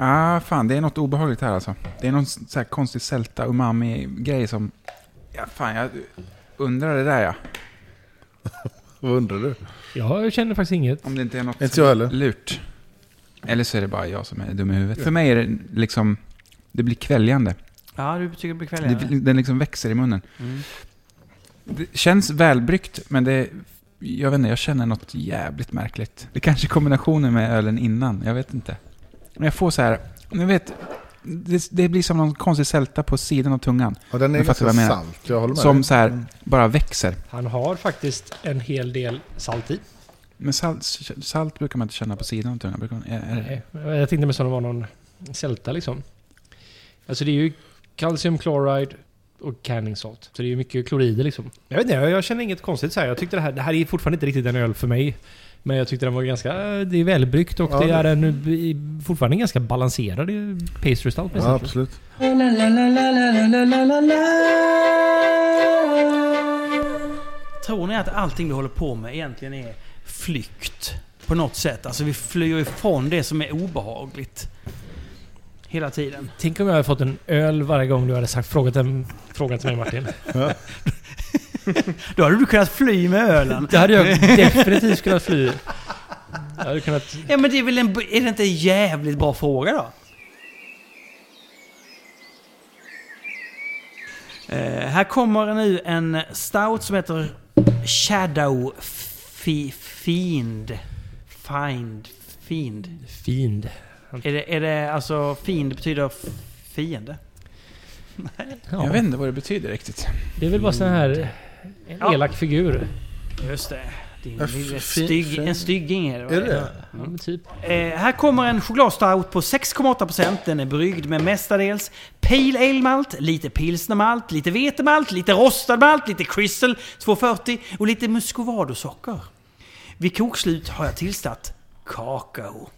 Speaker 3: Ah, fan, det är något obehagligt här alltså. Det är någon så här konstig sälta umami-grej som... Ja, fan, jag undrar det där ja.
Speaker 2: Vad undrar du?
Speaker 4: Jag känner faktiskt inget.
Speaker 3: Om det inte är något
Speaker 2: Inte jag heller.
Speaker 3: lurt. Eller så är det bara jag som är dum i huvudet. För mig är det liksom... Det blir kväljande.
Speaker 1: Ja, du tycker det blir kvällare.
Speaker 3: Det, den liksom växer i munnen.
Speaker 1: Mm.
Speaker 3: Det känns välbryggt, men det... Jag vet inte, jag känner något jävligt märkligt. Det kanske är kombinationen med ölen innan, jag vet inte. Men jag får så här... Ni vet, det, det blir som någon konstig sälta på sidan av tungan.
Speaker 2: Ja, den är
Speaker 3: Jag fattar
Speaker 2: ganska
Speaker 3: vad jag menar.
Speaker 2: salt. Jag håller med
Speaker 3: Som
Speaker 2: dig.
Speaker 3: så här bara växer.
Speaker 4: Han har faktiskt en hel del salt i.
Speaker 3: Men salt, salt brukar man inte känna på sidan av tungan. Brukar man, är, är,
Speaker 4: Nej, Jag tänkte mig som det var någon sälta liksom. Alltså det är ju calcium chloride och canning salt. Så det är ju mycket klorider liksom. Jag vet inte, jag, jag känner inget konstigt så här. Jag tyckte det här, det här är fortfarande inte riktigt en öl för mig. Men jag tyckte den var ganska, det är välbryggt och
Speaker 2: Ja,
Speaker 4: det
Speaker 2: det-
Speaker 4: är en b- fortfarande en ganska balanserad eh, pastry stout.
Speaker 2: Ja,
Speaker 4: Ja,
Speaker 2: absolut.
Speaker 1: Tror ni att allting vi håller på med egentligen är flykt? På något sätt. Alltså vi flyr ifrån det som är obehagligt. Hela tiden.
Speaker 4: Tänk om jag hade fått en öl varje gång du hade sagt, frågat en fråga till mig Martin.
Speaker 1: Då hade du kunnat fly med ölen.
Speaker 4: Det hade jag definitivt kunnat fly. Jag hade kunnat...
Speaker 1: Ja men det är väl en... Är det inte en jävligt bra fråga då? Eh, här kommer nu en stout som heter Shadow Fi- Fiend. Find. Fiend.
Speaker 4: Fiend.
Speaker 1: Är det, är det alltså fiend betyder f- fiende?
Speaker 4: Ja.
Speaker 3: Jag vet inte vad det betyder riktigt.
Speaker 4: Det är väl bara sån här... En
Speaker 1: Ja.
Speaker 4: elak figur.
Speaker 1: Just det. Din
Speaker 2: Ja, f-
Speaker 1: lille
Speaker 2: fi-
Speaker 1: stygg,
Speaker 2: fi-
Speaker 1: en stygging är det. va?
Speaker 2: Är det?
Speaker 4: Ja, men typ.
Speaker 1: Eh, här kommer en chokladstout på 6,8%. Den är bryggd med mestadels pale ale malt, lite pilsnermalt, lite vetemalt, lite rostad malt, lite crystal 240 och lite muscovadosocker. Vid kokslut har jag tillsatt kakao.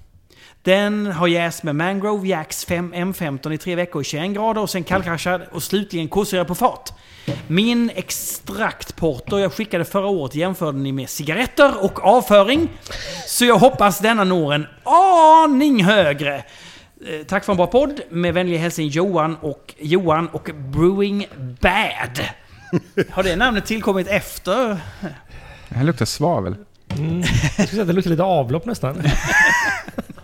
Speaker 1: Den har jäst med Mangrove Jacks 5 M15 i tre veckor i 21 grader och sen kallkraschad och slutligen kossyrad på fat. Min extraktporter jag skickade förra året jämförde ni med cigaretter och avföring. Så jag hoppas denna når en aning högre. Eh, Tack för en bra podd. Med vänlig hälsning Johan och Johan och Brewing Bad. Har det namnet tillkommit efter?
Speaker 3: Det här luktar svavel.
Speaker 4: Mm. Jag skulle säga att det luktar lite avlopp nästan.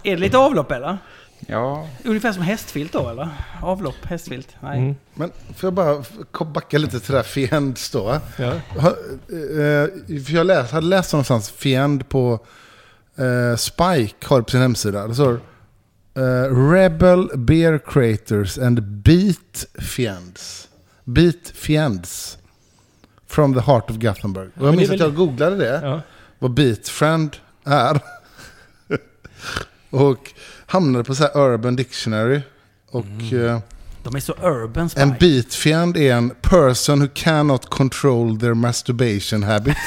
Speaker 1: Är det lite avlopp eller?
Speaker 3: Ja.
Speaker 1: Ungefär som hästfilt då eller? Avlopp, hästfilt? Nej.
Speaker 4: Mm.
Speaker 2: Men får jag bara f- ko- backa lite till det där fiend då?
Speaker 4: Ja.
Speaker 2: Ha- eh, För jag läs, hade läst någonstans fiend på eh, Spike har på sin hemsida. Det står eh, Rebel Beer Creators and Beat Fiends. Beat Fiends. From the heart of Gothenburg. Och
Speaker 4: men
Speaker 2: jag
Speaker 4: det
Speaker 2: minns
Speaker 4: är
Speaker 2: att
Speaker 4: väl-
Speaker 2: jag googlade det.
Speaker 4: Ja.
Speaker 2: vad Beat Friend är. och hamnade på så här Urban Dictionary. Och eh,
Speaker 1: De är så urban Spike.
Speaker 2: en beatfiend är en person who cannot control their masturbation habits.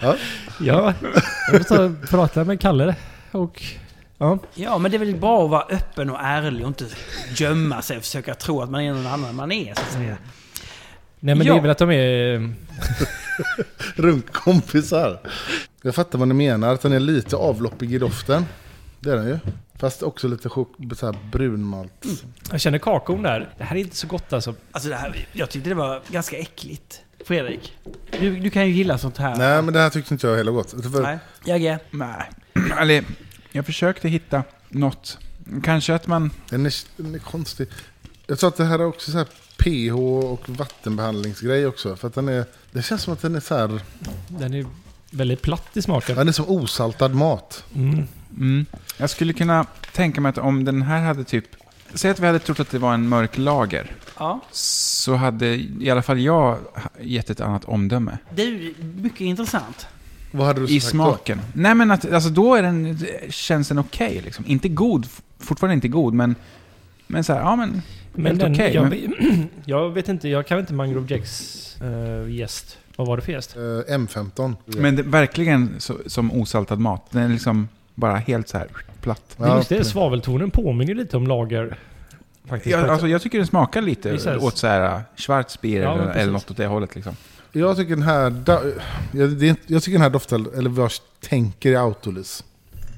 Speaker 4: ja. Jag får ta och prata med Kalle och... Ja.
Speaker 1: Ja, men det är väl bra att vara öppen och ärlig och inte gömma sig och försöka tro att man är någon annan man är. Så att säga.
Speaker 4: Nej men
Speaker 1: Ja.
Speaker 4: det är väl att de är...
Speaker 2: Runkkompisar. Jag fattar vad ni menar, att den är lite avloppig i doften. Det är den ju. Fast också lite chok- så här brunmalt.
Speaker 4: Jag känner kakon där. Det här är inte så gott alltså.
Speaker 1: Alltså det här, jag tyckte det var ganska äckligt. Fredrik, du, du kan ju gilla sånt här.
Speaker 2: Nej, men det här tyckte inte jag heller var gott. För-
Speaker 1: Nej. Jagge.
Speaker 3: Nej. Eller, jag försökte hitta något. Kanske att man...
Speaker 2: Den är, den är konstig. Jag tror att det här är också så här pH och vattenbehandlingsgrej också. För att den är, det känns som att den är så här,
Speaker 4: Den är väldigt platt i smaken.
Speaker 2: den är som osaltad mat.
Speaker 4: Mm.
Speaker 3: Mm, jag skulle kunna tänka mig att om den här hade typ... Säg att vi hade trott att det var en mörk lager.
Speaker 1: Ja.
Speaker 3: Så hade i alla fall jag gett ett annat omdöme.
Speaker 1: Du, mycket intressant.
Speaker 2: Vad hade du
Speaker 3: I
Speaker 2: sagt då?
Speaker 3: smaken. Nej men att, alltså då är den, känns den okej liksom. Inte god, f- fortfarande inte god men... Men så här, ja men...
Speaker 4: Men
Speaker 3: Helt
Speaker 4: den,
Speaker 3: okej,
Speaker 4: jag,
Speaker 3: men-
Speaker 4: vet- jag vet inte, jag kan inte Mangrove Jacks eh, gäst. Vad var det för gäst?
Speaker 2: Eh, M15.
Speaker 3: Men det, verkligen så, som osaltad mat. Den är liksom bara helt så här platt.
Speaker 4: det är just det,
Speaker 2: Ja,
Speaker 4: svaveltonen påminner lite om lager. Faktiskt.
Speaker 3: Jag, alltså, jag tycker den smakar lite
Speaker 4: Precis.
Speaker 3: åt så här Schwarzbier
Speaker 4: Ja, men
Speaker 3: eller, eller
Speaker 4: precis.
Speaker 3: något åt det hållet liksom.
Speaker 2: Jag tycker den här, da- jag, det är, inte- jag tycker den här doftar, eller vad jag tänker i Autolys.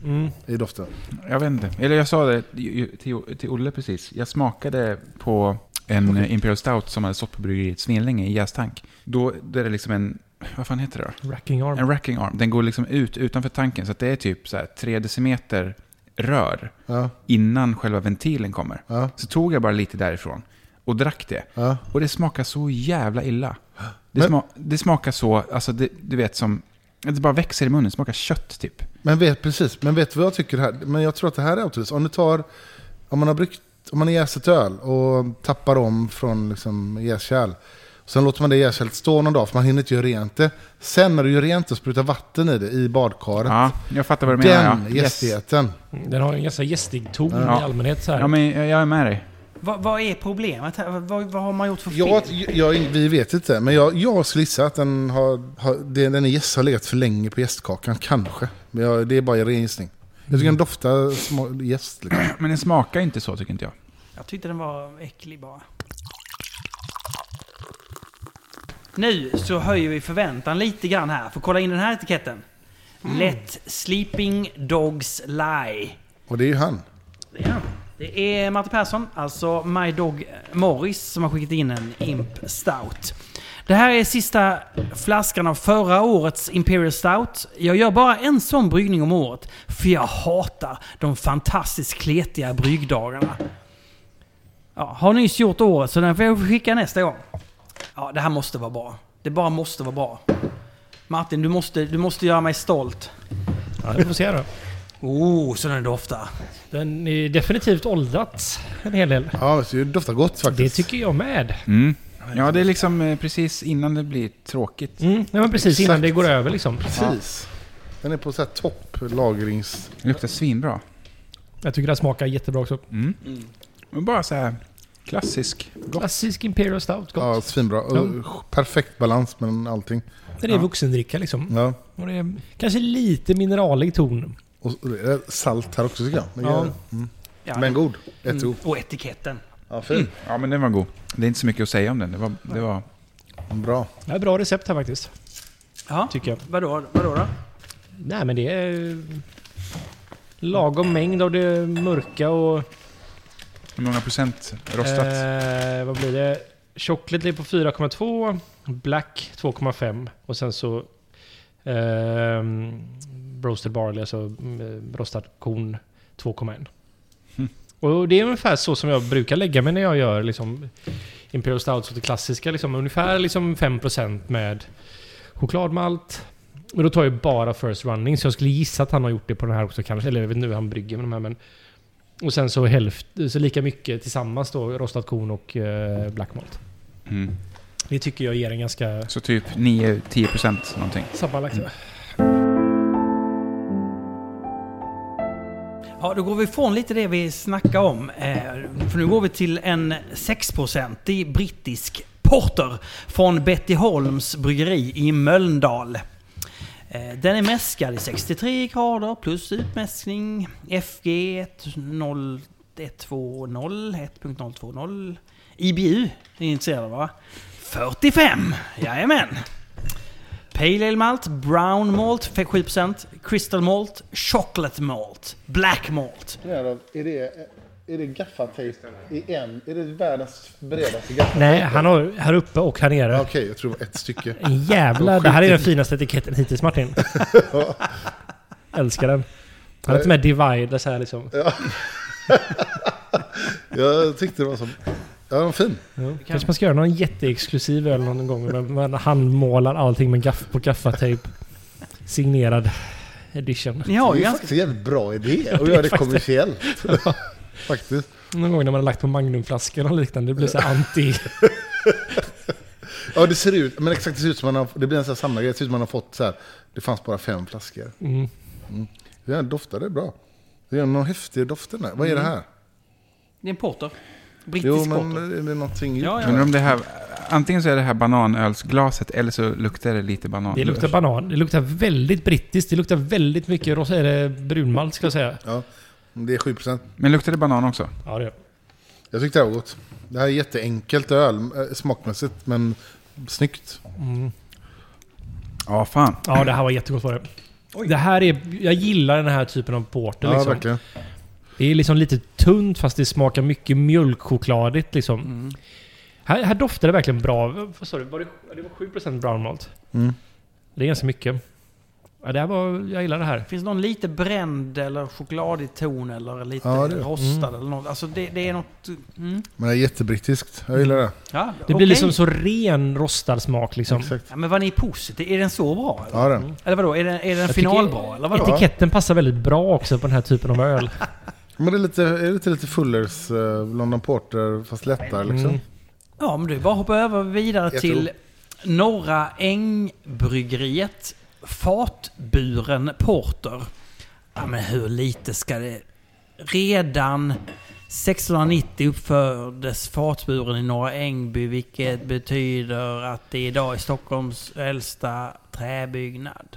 Speaker 4: mm.
Speaker 2: I doften.
Speaker 3: Jag vet inte. Eller jag sa det ju- till, till Olle precis. Jag smakade på en eh, Imperial Stout som hade stått på bryggeriet Svinlänge i jästank. Då då är det liksom en, vad fan heter det då?
Speaker 4: Racking arm.
Speaker 3: En racking arm. Den går liksom ut utanför tanken så att det är typ så här tre decimeter rör
Speaker 2: Ja,
Speaker 3: innan själva ventilen kommer.
Speaker 2: ja,
Speaker 3: Så tog jag bara lite därifrån och drack det.
Speaker 2: ja.
Speaker 3: Och det smakar så jävla illa. Det,
Speaker 2: Men-
Speaker 3: sma, det smakar så, alltså det, du vet som, det bara växer i munnen, det smakar kött typ.
Speaker 2: Men vet, precis, men vet du vad jag tycker här? Men jag tror att det här är Autolys. Om du tar, om man har bryggt, om man har jäst ett öl och tappar om från liksom jäskärl. Sen låter man det jäskärlet stå någon dag för man hinner inte göra rent det. Sen när du gör rent det sprutar vatten i det i badkaret.
Speaker 3: Ja, jag fattar vad du menar.
Speaker 2: Den
Speaker 3: ja. Yes.
Speaker 2: gästigheten.
Speaker 4: Mm. Den har en ganska gästig ton
Speaker 3: Ja.
Speaker 4: i allmänhet så här.
Speaker 3: Ja, men jag, jag är med dig.
Speaker 1: Vad, vad är problemet här? Vad, vad har man gjort för fel?
Speaker 2: Jag, jag, vi vet inte, men jag, jag skulle gissa att den, har, har, det- den är gäst har legat för länge på gästkakan, kanske. Men jag, det är bara en ren gissning. Jag tycker den doftar små- gäst. Liksom.
Speaker 3: Men den smakar inte så tycker inte jag.
Speaker 1: Jag tyckte den var äcklig bara. Nu så höjer vi förväntan lite grann här. För kolla in den här etiketten. Let sleeping dogs lie.
Speaker 2: Och det är ju han.
Speaker 1: Det är han. Det är Matte Persson, alltså My Dog Morris, som har skickat in en Imp Stout. Det här är sista flaskan av förra årets Imperial Stout. Jag gör bara en sån bryggning om året, för jag hatar de fantastiskt kletiga bryggdagarna. Ja, har nyss gjort året, så den får jag skicka nästa gång. Ja, det här måste vara bra. Det bara måste vara bra. Martin, du måste, du måste göra mig stolt.
Speaker 4: Ja, vi får se då.
Speaker 1: Oh, så den doftar.
Speaker 4: Den är definitivt åldrats en hel del.
Speaker 2: Ja, så det doftar gott
Speaker 4: Det
Speaker 2: faktiskt.
Speaker 4: tycker jag med.
Speaker 3: Mm. Ja, det är liksom eh, precis innan det blir tråkigt.
Speaker 4: Mm. Nej, men precis innan
Speaker 2: Exakt.
Speaker 4: det går över liksom.
Speaker 2: Precis. Den är på så här topp lagrings...
Speaker 3: Det luktar svinbra.
Speaker 4: Jag tycker den smakar jättebra också.
Speaker 3: Mm. Men bara så här klassisk. Gott.
Speaker 4: Klassisk Imperial Stout. Gott.
Speaker 2: Ja, svinbra. Och Perfekt balans mellan allting.
Speaker 4: Den är
Speaker 3: Ja.
Speaker 4: vuxendricka liksom.
Speaker 2: Ja.
Speaker 4: Och det är kanske lite mineralig ton.
Speaker 2: Och och det är salt här också tycker jag. Men,
Speaker 4: Ja.
Speaker 2: mm.
Speaker 1: Ja.
Speaker 2: Men god. Ett
Speaker 1: Mm.
Speaker 2: mm.
Speaker 1: Och etiketten.
Speaker 2: Ja, fin.
Speaker 3: Mm. Ja, men den var god. Det är inte så mycket att säga om den. Det var, det var
Speaker 2: Mm, Bra.
Speaker 4: Det är bra recept här faktiskt,
Speaker 1: Ja.
Speaker 4: tycker jag.
Speaker 1: Vadå, vadå då?
Speaker 4: Nej, men det är eh, lagom mängd av det mörka och...
Speaker 3: hur många procent rostat.
Speaker 4: Eh, vad blir det? Chocolate ligger på 4,2. Black 2,5. Och sen så... ehm, roasted barley, alltså mm, rostad korn 2,1.
Speaker 3: Hmm.
Speaker 4: Och det är ungefär så som jag brukar lägga mig när jag gör liksom Imperial Stouts och det klassiska. Liksom, ungefär liksom 5% med chokladmalt. Och då tar jag bara first running, så jag skulle gissa att han har gjort det på den här också kanske. Eller jag vet inte hur han brygger med de här men... Och sen så hälft, så lika mycket tillsammans då, rostat korn och eh, black malt.
Speaker 3: Mm.
Speaker 4: Det tycker jag ger en ganska
Speaker 3: Så typ 9-10 procent någonting.
Speaker 4: sammanlagt.
Speaker 1: Ja, då går vi ifrån lite det vi snackade om. Eh, för nu går vi till en 6-procentig brittisk porter från Betty Holms bryggeri i Mölndal. Eh, Den är mäskad i 63 grader plus utmäskning. FG 10120, 1.020. IBU, det är ni intresserade va? 45! Jajamän! Pale Ale Malt, Brown Malt 7%, Crystal Malt, Chocolate Malt, Black Malt.
Speaker 2: Är det, är det gaffatejp i en? Är det världens bredaste gaffatejp?
Speaker 4: Nej, han har här uppe och här nere.
Speaker 2: Okej, jag tror det var ett stycke.
Speaker 4: Jävlar, det här är den finaste etiketten hittills Martin. Älskar den. Han är lite mer dividers här liksom.
Speaker 2: Jag tyckte det var så... Ja, den var fin.
Speaker 4: Ja. Kanske man ska göra någon jätteexklusiv öl någon gång. men Man handmålar allting med gaff på gaffatejp. Signerad edition.
Speaker 1: Ni har
Speaker 2: det
Speaker 1: ju
Speaker 2: är
Speaker 1: ganska...
Speaker 2: faktiskt en jävligt bra idé att göra det kommersiellt. faktiskt.
Speaker 4: Någon gång när man har lagt på magnumflaskor och liknande. Det blir så här anti...
Speaker 2: Ja, det ser ut, men exakt, det ser ut som man har, det blir en sån här samlargrej. Det ser ut som man har fått så här, det fanns bara fem flaskor.
Speaker 4: Mm.
Speaker 2: Det doftade bra. Det är någon häftig doft i den här. Vad är det här?
Speaker 1: Det är en porter. Brittisk
Speaker 2: Jo, men
Speaker 1: porter.
Speaker 2: är det någonting
Speaker 1: Ja, ja.
Speaker 3: Undrar om det här... Antingen så är det här bananölsglaset eller så luktar det lite banan.
Speaker 4: Det luktar banan. Det luktar väldigt brittiskt. Det luktar väldigt mycket ros- eller brunmalt ska jag säga.
Speaker 2: Ja, Mm, det är 7%.
Speaker 3: Men luktar det banan också?
Speaker 4: Ja, det gör
Speaker 2: Jag tyckte det här var gott. Det här är jätteenkelt öl, eh, smakmässigt, men snyggt.
Speaker 4: det. mm.
Speaker 3: Ja, fan.
Speaker 4: Ja, det här var jättegott var det. Det här är... Jag gillar den här typen av porter
Speaker 2: Ja,
Speaker 4: liksom.
Speaker 2: verkligen.
Speaker 4: Det är liksom lite tunt fast det smakar mycket mjölkchokladigt liksom.
Speaker 1: Mm.
Speaker 4: Här, här doftar det verkligen bra. Vad sa du? Var det, ja, det var 7% brown malt.
Speaker 2: Mm.
Speaker 4: Det är ganska mycket. Ja, det här var, jag gillar det här.
Speaker 1: Finns det någon lite bränd eller chokladig ton eller lite
Speaker 2: Ja, det- mm.
Speaker 1: rostad eller något? Alltså det, det är något... Mm.
Speaker 2: Men det är jättebrittiskt. Jag gillar det.
Speaker 1: Ja,
Speaker 4: Det blir
Speaker 1: okej.
Speaker 4: liksom så ren rostad smak liksom.
Speaker 2: Exakt.
Speaker 1: Ja, men var ni positiva? Är den så bra? Eller,
Speaker 2: Ja, den.
Speaker 1: eller vadå? Är den, är den
Speaker 4: Jag
Speaker 1: finalbra?
Speaker 4: tycker-
Speaker 1: Eller vadå?
Speaker 4: Etiketten passar väldigt bra också på den här typen av öl.
Speaker 2: Men det är lite, är lite, lite Fullers eh, London Porter, fast lättare liksom.
Speaker 4: Mm.
Speaker 1: Ja, men du bara hoppa över vidare
Speaker 2: Jag
Speaker 1: till Norra Ängbryggeriet. Fatburen Porter. Ja, men hur lite ska det... Redan 1690 uppfördes fatburen i Norra Ängby, vilket betyder att det idag är Stockholms äldsta träbyggnad.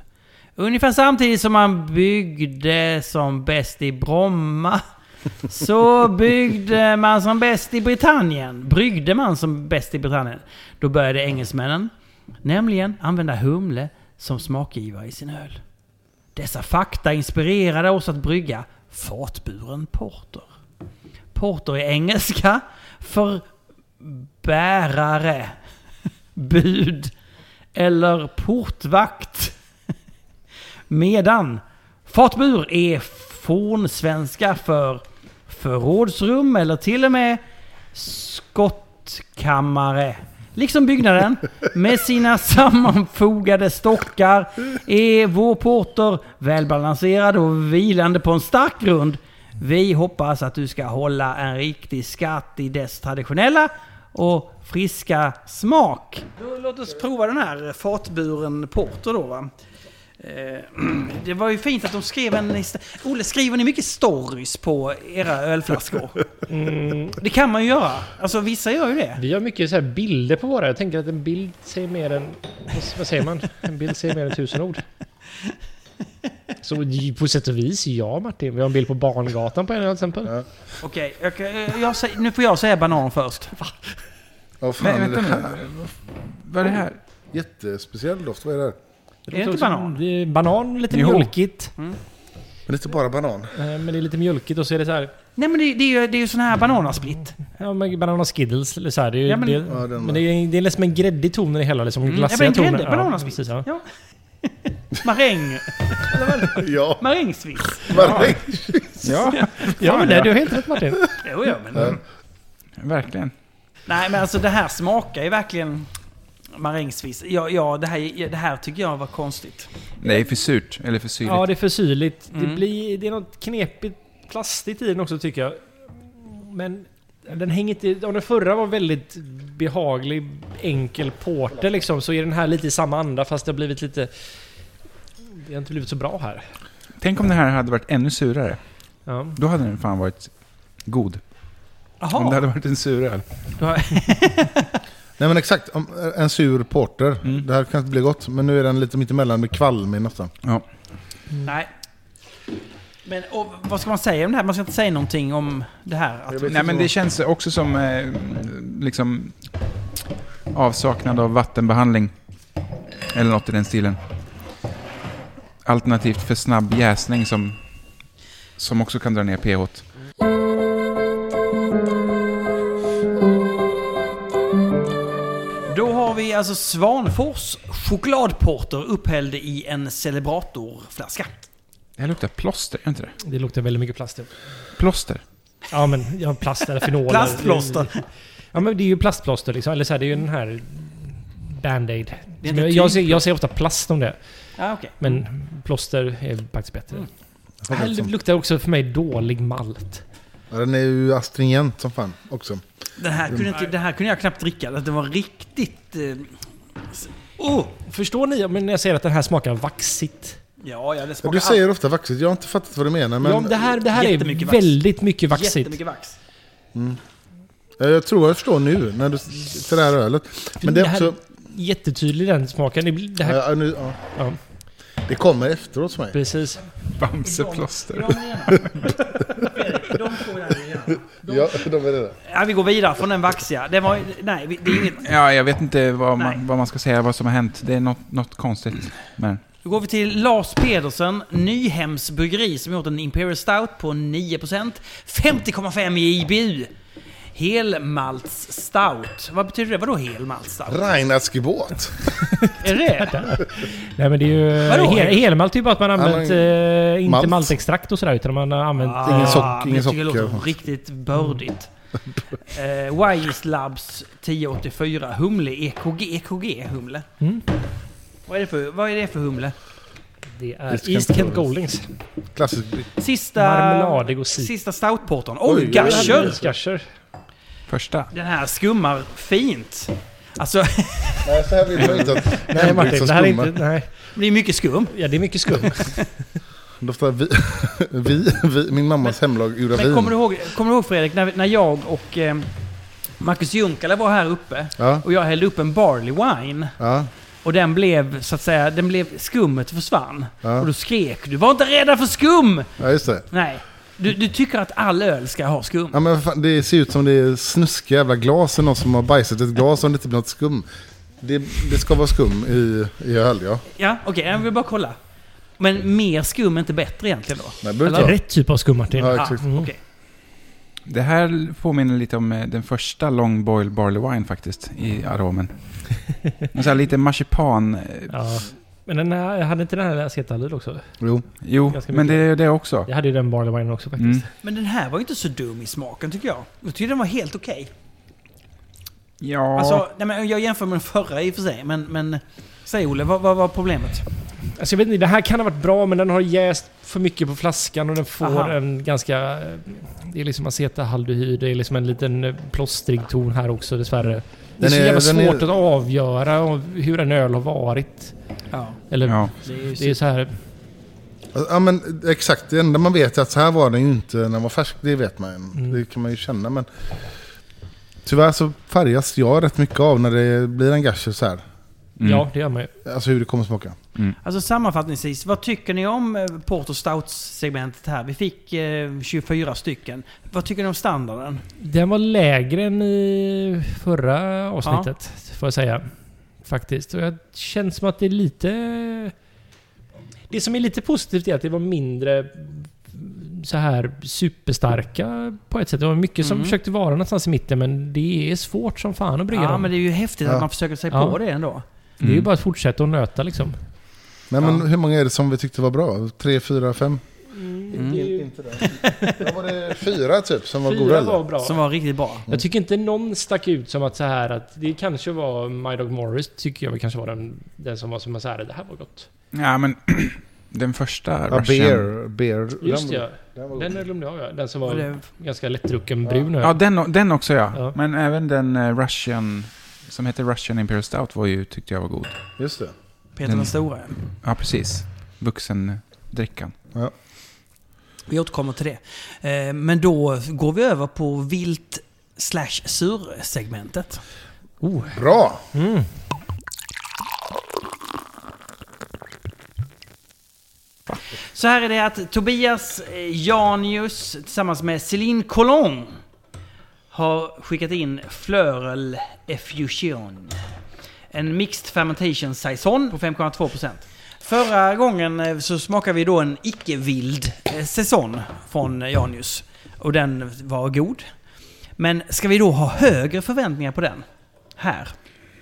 Speaker 1: Ungefär samtidigt som man byggde som bäst i Bromma så byggde man som bäst i Britannien. Bryggde man som bäst i Britannien. Då började engelsmännen nämligen använda humle som smakgivare i sin öl. Dessa fakta inspirerade oss att brygga fatburen porter. Porter är engelska för bärare, bud eller portvakt. Medan fatbur är fornsvenska för förrådsrum eller till och med skottkammare. Liksom byggnaden med sina sammanfogade stockar är vår porter välbalanserad och vilande på en stark grund. Vi hoppas att du ska hålla en riktig skatt i dess traditionella och friska smak. Då, låt oss prova den här fatburen porter då. Va? Eh, Det var ju fint att de skrev en... hist- Olle, skriver ni mycket stories på era ölflaskor?
Speaker 4: Mm.
Speaker 1: Det kan man ju göra. Alltså vissa gör ju det.
Speaker 4: Vi har mycket så här bilder på våra. Jag tänker att en bild säger mer än... Vad säger man? En bild säger mer än tusen ord. Så på sätt och vis, ja Martin. Vi har en bild på Barngatan på en öl till exempel.
Speaker 1: Okej, jag kan- eh, jag säger- nu får jag säga banan först.
Speaker 2: Ja, fan,
Speaker 3: Men
Speaker 2: är det
Speaker 3: vänta
Speaker 2: här?
Speaker 3: nu. Vad är det här?
Speaker 2: Jättespeciell doft. Vad är det här?
Speaker 1: Är det inte banan?
Speaker 4: Det är banan, lite
Speaker 3: Jo.
Speaker 4: mjölkigt.
Speaker 2: Men det är inte bara banan.
Speaker 4: Eh, Men det är lite mjölkigt och så är det så här...
Speaker 1: Nej men det, det är ju, det är ju sån här bananasplitt.
Speaker 4: Ja, men banana skiddles eller så här. Det är, ju-
Speaker 1: Ja, men- Mm.
Speaker 4: det,
Speaker 2: Ja, den
Speaker 4: men det är, det är liksom en gräddig ton i det hela. Liksom, glassiga
Speaker 1: ja, men
Speaker 4: toner.
Speaker 1: grädde, bananasplit.
Speaker 4: precis, ja.
Speaker 1: Ja. Maräng.
Speaker 2: Ja,
Speaker 1: Marängsviss.
Speaker 2: varje
Speaker 3: Ja,
Speaker 4: ja, men
Speaker 3: ja.
Speaker 4: det, du har helt rätt Martin.
Speaker 1: Jo, ja, men...
Speaker 3: verkligen.
Speaker 1: Nej men alltså det här smakar ju verkligen marängsviss. Ja, ja det, här, ja, det här tycker jag var konstigt.
Speaker 3: Det är för surt. Eller för syrligt.
Speaker 4: Ja, det är för syrligt. Det,
Speaker 1: Mm.
Speaker 4: blir, det är något knepigt plastigt i den också tycker jag. Men den hänger inte... Om den förra var väldigt behaglig, enkel porter liksom, så är den här lite i samma anda fast det har blivit lite... Det har inte blivit så bra här.
Speaker 3: Tänk om det här hade varit ännu surare.
Speaker 4: Ja.
Speaker 3: Då hade den fan varit god. Om det
Speaker 1: Jaha.
Speaker 3: hade varit en suröl.
Speaker 1: Du har-
Speaker 2: Nej men exakt, Om- en sur porter.
Speaker 3: Mm.
Speaker 2: Det här kanske blir gott, men nu är den lite mittemellan med kvalmig nästan.
Speaker 1: Nej. Men och, vad ska man säga om det här? Man ska inte säga någonting om det här. Att,
Speaker 2: Jag vet
Speaker 3: Nej
Speaker 2: inte
Speaker 3: men
Speaker 2: vad-
Speaker 3: det känns också som eh, liksom avsaknad av vattenbehandling. Eller något i den stilen. Alternativt för snabb jäsning som, som också kan dra ner pH. t.
Speaker 1: Då har vi alltså Svanfors chokladporter upphälld i en celebratorflaska.
Speaker 3: Det här luktar plåster, gör inte det?
Speaker 4: Det luktar väldigt mycket plast. ja.
Speaker 3: Plåster.
Speaker 4: Ja, men ja, plast eller fenoler.
Speaker 1: Plastplåster.
Speaker 4: Ja, men det är ju plastplåster liksom. Eller så här, det är ju den här... Band-aid.
Speaker 1: Det är
Speaker 4: Som
Speaker 1: inte typ
Speaker 4: Jag, jag,
Speaker 1: tyg.
Speaker 4: ser, jag ser ofta plast om det.
Speaker 1: Ja, okej.
Speaker 4: Men plåster är faktiskt bättre.
Speaker 1: Mm.
Speaker 2: Jag har liksom-
Speaker 4: Det
Speaker 2: rätt som-
Speaker 4: luktar också för mig dålig malt.
Speaker 2: Ja, Den är ju astringent som fan också.
Speaker 1: Den här kunde, inte, den här kunde jag knappt dricka. Den var riktigt... Eh, s- oh!
Speaker 4: Förstår ni? Ja, Men jag säger att den här smakar vaxigt.
Speaker 1: Ja, ja, det
Speaker 2: Ja,
Speaker 1: smakar
Speaker 2: Du säger ofta vaxigt, jag har inte fattat vad du menar. Men
Speaker 4: ja, det här, det här är
Speaker 1: jättemycket vax.
Speaker 4: väldigt mycket
Speaker 1: all-
Speaker 4: vaxigt.
Speaker 1: jättemycket vax.
Speaker 2: Ja, Jag tror jag förstår nu när du till det här ölet. Men det
Speaker 4: Det
Speaker 2: är
Speaker 4: här-
Speaker 2: också...
Speaker 4: Jättetydlig den smaken. Det, blir- det här,
Speaker 2: Ja, ja, nu, ja.
Speaker 4: ja,
Speaker 2: Det kommer efteråt för mig.
Speaker 4: precis.
Speaker 3: Bamseplåster.
Speaker 2: Ja, de är det där.
Speaker 1: Ja, vi går vidare från den vaxiga. Det var, nej, vi- det är inget.
Speaker 3: Ja, jag vet inte vad
Speaker 1: Nej.
Speaker 3: man, vad man ska säga, vad som har hänt. Det är något, något konstigt. Men
Speaker 1: Då går vi till Lars Pedersen, Nyhems bryggeri, som gjort en Imperial Stout på 9%, 50,5 i IBU. Helmalts stout. Vad betyder det? Vadå helmalts stout?
Speaker 2: Reinhardski båt.
Speaker 1: Är det?
Speaker 4: Nej men det är ju...
Speaker 1: Vadå?
Speaker 4: Hel, helmalt är ju bara att man har
Speaker 2: Ja,
Speaker 4: använt...
Speaker 2: men-
Speaker 4: eh, inte
Speaker 2: malt.
Speaker 4: maltextrakt och sådär utan man har använt...
Speaker 1: Ah,
Speaker 2: Ingen sock-
Speaker 1: men
Speaker 2: ingen
Speaker 1: jag tycker
Speaker 2: socker.
Speaker 1: Det låter riktigt bördigt. eh, Wise Labs 1084 Humle E EKG. EKG Humle.
Speaker 4: Mm.
Speaker 1: Vad, är det för, vad är det för humle?
Speaker 4: Det är
Speaker 2: Just
Speaker 4: East Kent
Speaker 2: Kent
Speaker 4: Goldings.
Speaker 2: Klassisk britt.
Speaker 1: Sista...
Speaker 4: Marmeladig och citron.
Speaker 1: Sista stoutportern. Oj,
Speaker 2: Oj,
Speaker 1: gasher!
Speaker 4: Gasher.
Speaker 3: första.
Speaker 1: Den här skummar fint. Alltså,
Speaker 2: Nej, så här vill man inte att
Speaker 4: Nej
Speaker 2: hembryggd
Speaker 4: Martin,
Speaker 2: som
Speaker 4: det här är
Speaker 2: skummar.
Speaker 4: inte... Nej.
Speaker 1: det är mycket skum.
Speaker 4: Ja, det är mycket skumt.
Speaker 2: Doftar vi, vi, vi, min mammas hemlag gjorde
Speaker 1: Men
Speaker 2: vin.
Speaker 1: kommer du ihåg, kommer du ihåg Fredrik, när, när jag och eh, Marcus Junkala var här uppe
Speaker 2: Ja,
Speaker 1: och jag hällde upp en barley wine.
Speaker 2: ja,
Speaker 1: Och den blev, så att säga, den blev, skummet försvann. Och
Speaker 2: ja.
Speaker 1: då skrek du, var inte rädda för skum!
Speaker 2: ja, just det.
Speaker 1: Nej, du, du tycker att all öl ska ha skum.
Speaker 2: Ja, men vad fan, det ser ut som det är snuskiga jävla glas. eller Någon som har bajsat i ett glas och det inte blir något skum. Det, det ska vara skum i, i öl, ja.
Speaker 1: Ja, okej, jag vill bara kolla. Men mer skum är inte bättre egentligen då?
Speaker 2: Nej, behöver inte vara.
Speaker 4: Rätt typ av skum Martin. Mm.
Speaker 2: Ja, exakt.
Speaker 1: Ah, okej.
Speaker 3: Det här påminner lite om eh, den första Long Boil Barley Wine faktiskt, i aromen. Men så här, lite marsipan. eh,
Speaker 4: Ja. Men den här, hade inte den här acetaldehyd också?
Speaker 2: Jo.
Speaker 3: Jo,
Speaker 4: Ganska
Speaker 3: men det är det också.
Speaker 4: Jag hade ju den barley wine också faktiskt.
Speaker 3: Mm.
Speaker 1: Men den här var ju inte så dum i smaken tycker jag. Jag tycker den var helt okej.
Speaker 3: Ja,
Speaker 1: Alltså, nej, men jag jämför med den förra i och för sig, men... men säg Olle, vad, vad var problemet?
Speaker 4: Alltså jag vet inte, det här kan ha varit bra men den har jäst för mycket på flaskan och den får
Speaker 1: Aha.
Speaker 4: en ganska... eh, Det är liksom acetaldehyd, det är liksom en liten eh, plåstrig ton här också dessvärre. Det är
Speaker 2: Den
Speaker 4: så
Speaker 2: är-
Speaker 4: jävla
Speaker 2: den är-
Speaker 4: svårt att avgöra av hur en öl har varit.
Speaker 1: Ja,
Speaker 4: Eller
Speaker 3: ja.
Speaker 1: det är ju
Speaker 4: det är så här...
Speaker 2: Mm. Ja, men exakt. Det enda man vet är att så här var den ju inte när den var färsk. Det vet man.
Speaker 4: Mm.
Speaker 2: Det kan man ju känna, men... Tyvärr så färgas jag rätt mycket av när det blir en gasher så här.
Speaker 3: Mm.
Speaker 4: Ja, det gör man ju.
Speaker 2: Alltså hur det kommer smaka.
Speaker 1: Alltså sammanfattningsvis, vad tycker ni om eh, Port och Stouts-segmentet här? Vi fick eh, 24 stycken. Vad tycker ni om standarden?
Speaker 4: Den var lägre än i förra avsnittet, får jag säga. Faktiskt. Och jag känns som att det är lite... Det som är lite positivt är att det var mindre så här superstarka på ett sätt. Det var mycket som
Speaker 1: Mm.
Speaker 4: försökte vara någonstans i mitten men det är svårt som fan att brygga
Speaker 1: Ja,
Speaker 4: dem.
Speaker 1: men
Speaker 4: Det,
Speaker 1: det är ju häftigt
Speaker 2: Ja.
Speaker 1: att man försöker sig
Speaker 4: Ja.
Speaker 1: på det ändå.
Speaker 4: är ju
Speaker 3: Mm.
Speaker 4: bara att fortsätta och nöta liksom.
Speaker 2: Nej, men
Speaker 1: Ja.
Speaker 2: hur många är det som vi tyckte var bra? Tre, fyra, fem?
Speaker 3: det är
Speaker 2: Inte det. Då var det fyra typ som var goda.
Speaker 4: Fyra
Speaker 2: eller?
Speaker 4: var bra.
Speaker 1: Som var riktigt bra.
Speaker 4: Jag tycker inte någon stack ut som att så här att det kanske var My Dog Morris tycker jag väl kanske var den, den som var som så här det här var gott.
Speaker 3: ja, men den första
Speaker 2: Ja,
Speaker 3: rushen-
Speaker 2: beer. beer.
Speaker 4: Just
Speaker 2: den,
Speaker 4: det,
Speaker 2: Den
Speaker 4: ja.
Speaker 2: var
Speaker 4: Den eh,
Speaker 2: god.
Speaker 4: glömde jag ja. Den som var
Speaker 1: Och det,
Speaker 4: ganska lättdrucken brun
Speaker 3: Ja,
Speaker 4: öl.
Speaker 3: den, o- den också ja.
Speaker 4: Ja.
Speaker 3: Men även den eh, Russian, som heter Russian Imperial Stout var ju, tyckte jag var god.
Speaker 2: Just det.
Speaker 1: Peter
Speaker 3: Mm.
Speaker 1: den stora.
Speaker 3: Ja, precis. Vuxendrickan.
Speaker 1: Vi återkommer till det. Eh, Men då går vi över på vilt slash sur-segmentet.
Speaker 4: Oh.
Speaker 2: Bra!
Speaker 4: Mm.
Speaker 1: Så här är det att Tobias eh, Janius tillsammans med Céline Collon har skickat in Flörel Effusion. En mixed fermentation saison på 5,2%. Förra gången eh, så smakade vi då en icke-vild eh, saison från eh, Janius. Och den var god. Men ska vi då ha högre förväntningar på den? Här.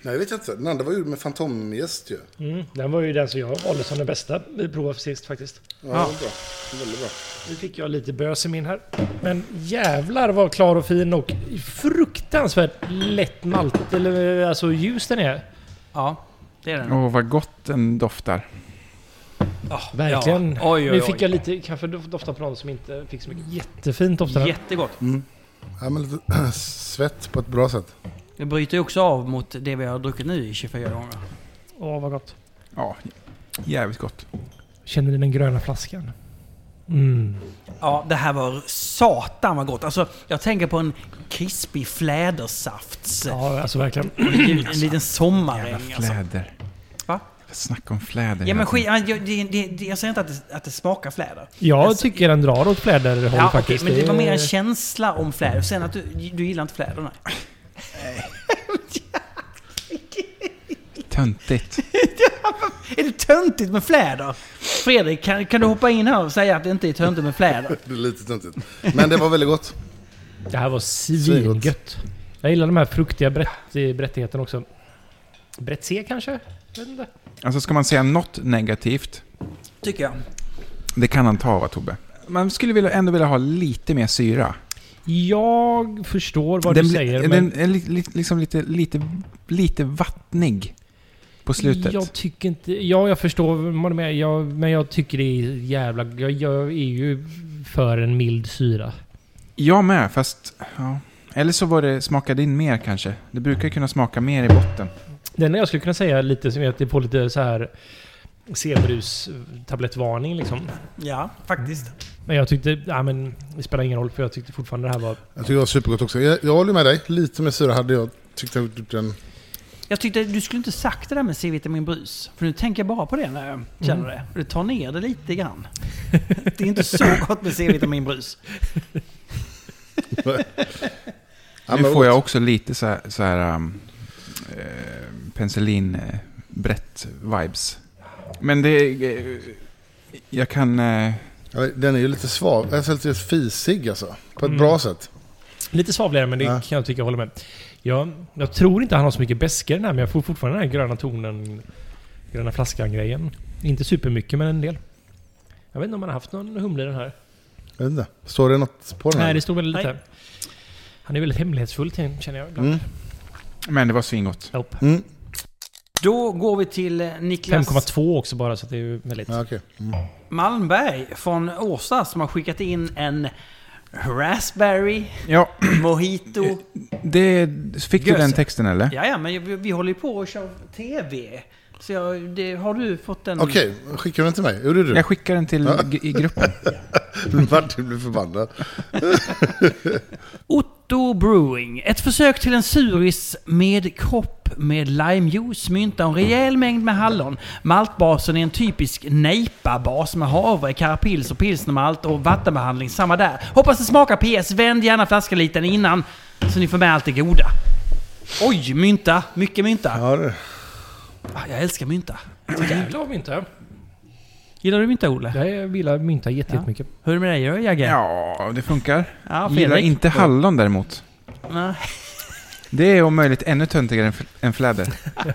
Speaker 2: Nej, det vet jag inte. Den andra var gjord med fantomgäst ju.
Speaker 4: Mm, den var ju den som jag valde som den bästa vi provade för sist faktiskt.
Speaker 2: Ja,
Speaker 1: Ja.
Speaker 2: det är bra. Det är Väldigt bra.
Speaker 4: Nu fick jag lite bös i min här. Men jävlar vad klar och fin och fruktansvärt lätt malt, eller alltså ljus den är.
Speaker 1: Ja, det är den.
Speaker 3: Åh, vad gott den doftar.
Speaker 1: Ja,
Speaker 4: Verkligen.
Speaker 1: Ja. Oj, oj, oj.
Speaker 4: Nu fick jag lite, kanske dofta på någon som inte fick så mycket. Jättefint doftar den.
Speaker 1: Jättegott.
Speaker 2: Ja, men lite svett på ett bra sätt.
Speaker 1: Det bryter ju också av mot det vi har druckit nu i 24 gånger.
Speaker 4: Åh vad gott.
Speaker 3: Ja, jävligt gott.
Speaker 4: Känner ni den gröna flaskan? Mm.
Speaker 1: Ja, det här var satan vad gott. Alltså, jag tänker på en krispig flädersafts...
Speaker 4: Ja, alltså verkligen.
Speaker 1: En liten
Speaker 3: Jävla
Speaker 1: sommaräng alltså.
Speaker 3: fläder.
Speaker 1: Va?
Speaker 3: Snacka om fläder.
Speaker 1: Ja, men
Speaker 3: hela tiden.
Speaker 1: skit, ja, det, det, det, jag säger inte att det, att det smakar fläder.
Speaker 4: Jag
Speaker 1: Alltså,
Speaker 4: tycker den drar åt fläderhåll
Speaker 1: Ja, okej,
Speaker 4: faktiskt.
Speaker 1: men det var mer en
Speaker 4: är-
Speaker 1: känsla om fläder. Sen att du, du gillar inte fläder, nej.
Speaker 3: Töntigt.
Speaker 1: Är det töntigt med fläder? Fredrik, kan, kan du hoppa in här och säga att det inte är töntigt med fläder?
Speaker 2: Det är lite töntigt. Men det var väldigt gott.
Speaker 4: Det här var svingött. Jag gillar de här fruktiga brett, brättigheten också. Brett C kanske? Jag vet inte.
Speaker 3: Alltså ska man säga något negativt,
Speaker 1: Tycker jag.
Speaker 3: det kan han ta va Tobbe? Man skulle vilja, ändå vilja ha lite mer syra.
Speaker 4: Jag förstår vad
Speaker 3: den
Speaker 4: du
Speaker 3: bli-
Speaker 4: säger.
Speaker 3: den
Speaker 4: men
Speaker 3: är li, li, liksom lite, lite, lite vattnig på slutet.
Speaker 4: Jag tycker inte... Ja, jag förstår vad du menar. Jag, men jag tycker det är jävla... Jag, jag är ju för en mild syra.
Speaker 3: Jag med, fast... Ja. Eller så var det smakade in mer kanske. Det brukar ju kunna smaka mer i botten.
Speaker 4: Det enda jag skulle kunna säga lite som är att det får lite så här... C-brus-tablettvarning liksom.
Speaker 1: Ja, faktiskt.
Speaker 4: Men jag tyckte... Ja, men det spelar ingen roll för jag tyckte fortfarande det här var...
Speaker 2: Jag tycker det var supergott också. Jag, jag håller med dig. Lite mer syra hade jag tyckt jag gjort den.
Speaker 1: Jag tyckte du skulle inte sagt det där med C-vitamin brus. För nu tänker jag bara på det när jag känner det. Och det tar ner det lite grann. Det är inte så gott med C-vitamin brus.
Speaker 2: Ja,
Speaker 3: nu
Speaker 2: men
Speaker 3: får jag
Speaker 2: gott.
Speaker 3: också lite så här... Så här um, eh, penicillin eh, brett vibes. Men det... eh, jag kan... eh,
Speaker 2: Ja, Den är ju lite svav. Alltså lite fisig alltså. På ett
Speaker 4: Mm.
Speaker 2: bra sätt.
Speaker 4: Lite svavligare, men det
Speaker 2: Ja.
Speaker 4: kan jag tycka jag håller med. Jag, jag tror inte han har så mycket bäska i den här, men jag får fortfarande den här gröna tonen. Gröna flaskan-grejen. Inte supermycket, men en del. Jag vet inte om man har haft någon humle i den här.
Speaker 2: Jag vet inte. Står det något på den? här?
Speaker 4: Nej, det stod väldigt
Speaker 1: Nej.
Speaker 4: lite. Han är väldigt hemlighetsfull, till- känner jag ibland.
Speaker 2: mm.
Speaker 3: men det var svingott.
Speaker 4: Jopp.
Speaker 2: Mm.
Speaker 1: Då går vi till eh, Niklas
Speaker 4: 5,2 också bara, så att det är ju väldigt...
Speaker 2: Ja, okej. Mm.
Speaker 1: Malmberg från Åsa som har skickat in en Raspberry
Speaker 3: Ja,
Speaker 1: Mojito.
Speaker 3: det... Fick du
Speaker 1: Gös.
Speaker 3: den texten eller?
Speaker 1: Ja, ja, men vi, vi håller ju på och kör TV. Så jag, det, har du fått den?
Speaker 2: Okej, skickar du den till mig? Gjorde du?
Speaker 3: Jag skickar den till g- i gruppen.
Speaker 2: Martin blir förbannad.
Speaker 1: Otto Brewing. Ett försök till en suris med kropp med limejuice, mynta och en rejäl mängd med hallon. Maltbasen är en typisk nejpa-bas med havre, karapils och pilsnermalt och vattenbehandling. Samma där. Hoppas det smakar PS. Vänd gärna flaskan lite innan så ni får med allt det goda. Oj, mynta. Mycket mynta.
Speaker 2: Ja, det.
Speaker 1: Ah, Jag älskar mynta.
Speaker 4: Jävlar vad mynta.
Speaker 1: Gillar du mynta, Olle?
Speaker 4: Jag gillar mynta jätte- jättemycket.
Speaker 1: Hur är det med dig då, Jagge?
Speaker 3: Ja, det funkar.
Speaker 1: Ja,
Speaker 3: Gillar inte hallon däremot.
Speaker 1: Nej.
Speaker 3: Det är om möjligt ännu töntigare än, f- än fläder.
Speaker 4: Ja.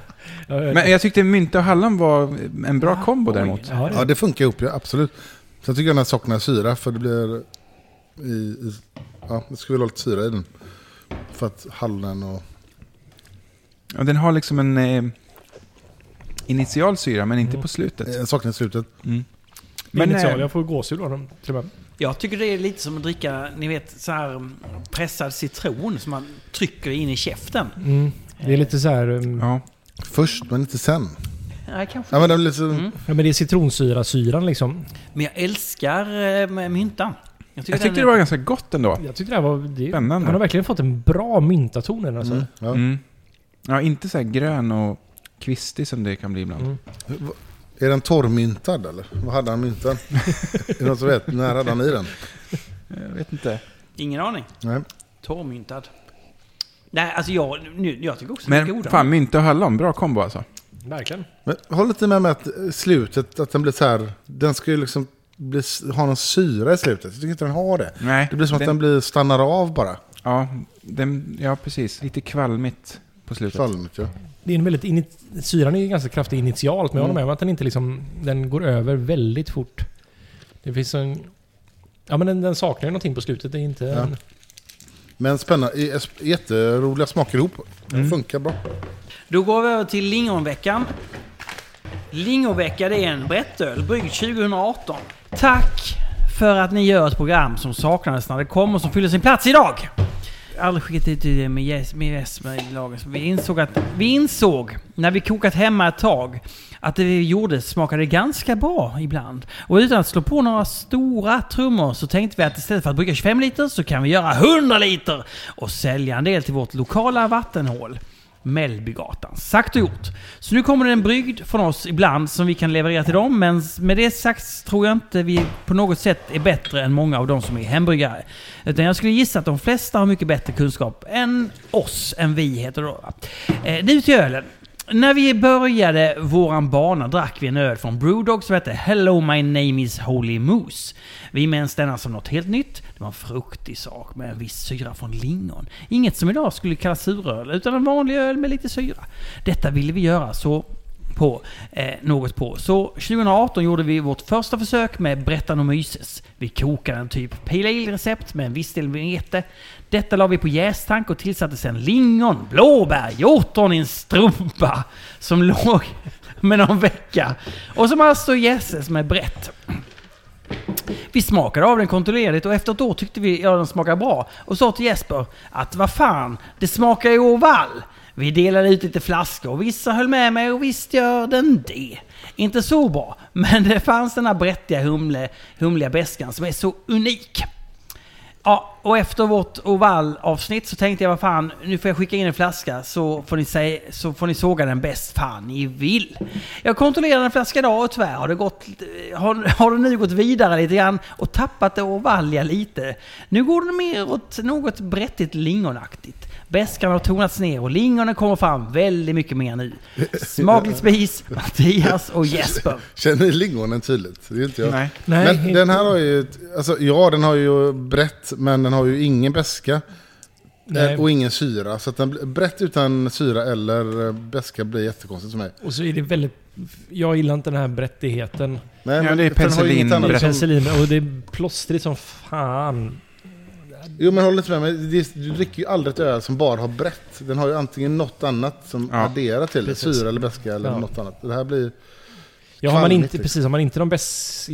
Speaker 4: Ja,
Speaker 3: Men jag tyckte mynta och hallon var en bra kombo
Speaker 1: oj.
Speaker 3: däremot.
Speaker 4: ja,
Speaker 2: ja,
Speaker 4: det-
Speaker 2: det funkar ihop ju. Absolut. Sen tycker jag den här saknar syra för det blir... I, i, ja, det skulle väl ha lite syra i den. För att hallen och...
Speaker 3: Och den har liksom en eh, initial syra, men inte på slutet.
Speaker 2: Den eh, saknar slutet.
Speaker 3: Men,
Speaker 4: Initial,
Speaker 3: eh,
Speaker 4: jag får gåshud av dem till och med.
Speaker 1: Jag tycker det är lite som att dricka, ni vet, så här mm, pressad citron som man trycker in i käften.
Speaker 4: Mm. Det är lite så här... um,
Speaker 3: ja.
Speaker 2: Först, men inte sen.
Speaker 1: Nej, kanske.
Speaker 2: Ja, men den blir liksom- lite...
Speaker 4: Ja, men det är citronsyra-syran liksom.
Speaker 1: Men jag älskar eh, med myntan.
Speaker 3: Jag
Speaker 1: den
Speaker 3: tyckte
Speaker 1: är-
Speaker 3: det var ganska gott ändå.
Speaker 4: Jag tyckte det här var... Det,
Speaker 3: Spännande.
Speaker 4: Han har verkligen fått en bra myntaton i den, alltså.
Speaker 2: Mm, ja.
Speaker 3: Mm. Ja, inte så här grön och kvistig som det kan bli ibland.
Speaker 4: Mm.
Speaker 2: Är den torrmyntad eller? Vad hade han myntan? är det någon som vet? När hade han i den?
Speaker 3: Jag vet inte.
Speaker 1: Ingen aning.
Speaker 2: Nej.
Speaker 1: Torrmyntad. Nej, alltså jag, nu, jag tycker också
Speaker 3: Men
Speaker 1: det är goda.
Speaker 3: fan, mynta och hallon, bra kombo alltså.
Speaker 4: Verkligen.
Speaker 2: Men håll lite med mig att eh, slutet, att den blir så här, den ska ju liksom bli, ha någon syra i slutet. Jag tycker inte den har det.
Speaker 3: Nej,
Speaker 2: Det blir som att den blir, stannar av bara.
Speaker 3: Ja, den, ja, precis. Lite kvalmigt på slutet.
Speaker 2: Kvalmigt ju.
Speaker 4: Det är en väldigt ini- syran är ju ganska kraftig initialt,
Speaker 2: Mm.
Speaker 4: men jag håller med om att den inte liksom... Den går över väldigt fort. Det finns en... Ja, men den, den saknar ju någonting på slutet. Det är inte...
Speaker 2: Ja.
Speaker 4: En,
Speaker 2: Men spännande, i- es- jätteroliga smaker ihop. Den
Speaker 3: Mm.
Speaker 2: funkar bra.
Speaker 1: Då går vi över till lingonveckan. Lingonvecka det är en brättöl bryggd 2018. Tack för att ni gör ett program som saknades när det kom och som fyller sin plats idag. Aldrig skickat ut det med gäst med gäst med lagen. Så Vi insåg, att, vi insåg när vi kokat hemma ett tag att det vi gjorde smakade ganska bra ibland. Och utan att slå på några stora trummor så tänkte vi att istället för att brygga 25 liter så kan vi göra 100 liter och sälja en del till vårt lokala vattenhål. Mellbygatan. Sagt och gjort. Så nu kommer det en brygd från oss ibland som vi kan leverera till dem. Men med det sagt tror jag inte vi på något sätt är bättre än många av de som är hembryggare. Utan jag skulle gissa att de flesta har mycket bättre kunskap än oss, än vi heter det då. va? Eh, nu till ölen. När vi började våran bana drack vi en öl från Brewdog som hette Hello My Name Is Holy Moose. Vi minns denna som något helt nytt. Det var en fruktig sak med en viss syra från lingon. Inget som idag skulle kallas suröl, utan en vanlig öl med lite syra. Detta ville vi göra så på, eh, något på. Så 2018 gjorde vi vårt första försök med Brettanomyces. Vi kokade en typ pale ale-recept med en viss del vete. Detta la vi på jästank och tillsatte sedan lingon, blåbär, hjortron i en strumpa som låg med någon vecka. Och som alltså jäses med brett. Vi smakade av den kontrollerligt och efter ett år tyckte vi att den smakade bra och sa till Jesper att vad fan, det smakar ju Oval. Vi delade ut lite flaskor och vissa höll med mig och visst gör den det. Inte så bra, men det fanns den här brättiga humle, humliga beskan som är så unik. Ja, och efter vårt ovalavsnitt så tänkte jag vad fan, nu får jag skicka in en flaska så får ni, säga, så får ni såga den bäst fan ni vill. Jag kontrollerade en flaska idag och tyvärr har det, gått, lite- har, har det nu gått vidare lite grann och tappat det ovalliga lite. Nu går den mer åt något brättigt lingonaktigt. Beskan har tonats ner och lingonen kommer fram väldigt mycket mer nu. Smakligt spis, Mattias och Jesper.
Speaker 2: Känner ni lingonen tydligt? Det är inte jag.
Speaker 3: Nej.
Speaker 4: nej,
Speaker 2: men den här har ju, ett- alltså, ja den har ju brett, men den har ju ingen beska
Speaker 4: nej.
Speaker 2: eh, och ingen syra. Så att den, blir- brett utan syra eller eh, beska blir jättekonstigt för mig.
Speaker 4: Och så är det väldigt... Jag gillar inte den här brättigheten.
Speaker 2: Nej,
Speaker 3: Ja,
Speaker 2: men liksom-
Speaker 3: det är
Speaker 2: den har ju inget
Speaker 3: penicillin-
Speaker 2: annat
Speaker 3: brett.
Speaker 2: som-
Speaker 4: Penicillin, och det är plåstrigt som fan.
Speaker 2: Jo men håll inte med mig, Det är- du dricker ju aldrig ett öl som bara har brett. Den har ju antingen något annat som
Speaker 3: Ja.
Speaker 2: adderar till det,
Speaker 4: Precis.
Speaker 2: syra eller beska eller
Speaker 4: Ja.
Speaker 2: något annat. Det här blir...
Speaker 4: Ja, har man
Speaker 2: Kvalmigt,
Speaker 4: inte,
Speaker 2: liksom.
Speaker 4: precis, har man inte de bäst...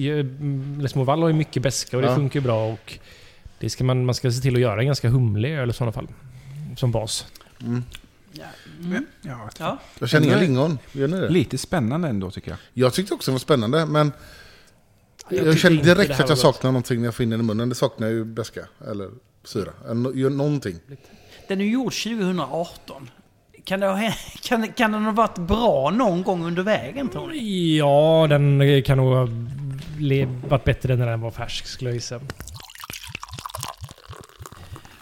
Speaker 4: Liksom Oval har ju mycket beska och det
Speaker 2: Ja.
Speaker 4: funkar ju bra och... Det ska man, man ska se till att göra en ganska humlig öl i sådana fall. Som bas.
Speaker 1: Mm.
Speaker 3: Ja,
Speaker 1: Ja.
Speaker 2: Jag känner inga
Speaker 3: Nej.
Speaker 2: lingon, gör ni det?
Speaker 3: lite spännande ändå tycker jag.
Speaker 2: Jag tyckte också det var spännande men jag,
Speaker 4: tyckte
Speaker 2: känner
Speaker 4: inte det
Speaker 2: direkt
Speaker 4: här
Speaker 2: att jag
Speaker 4: var gott.
Speaker 2: saknar någonting när jag får in den i munnen. Det saknar ju beska eller syra. Eller nå- Gör någonting.
Speaker 1: Den är gjord 2018. Kan, det ha, hä- kan, kan den ha varit bra någon gång under vägen tror ni?
Speaker 4: Ja, den kan nog ha le- varit bättre när den var färsk skulle jag gissa.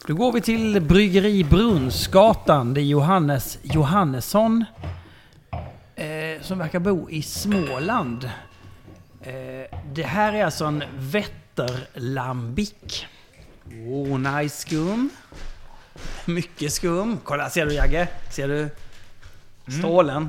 Speaker 1: Då går vi till Bryggeri Brunnsgatan. Det är Johannes Johannesson eh, som verkar bo i Småland. Eh, det här är alltså en Vätterlambic. Oh, nice skum. Mycket skum. Kolla, ser du Jagge? Ser du strålen? Mm.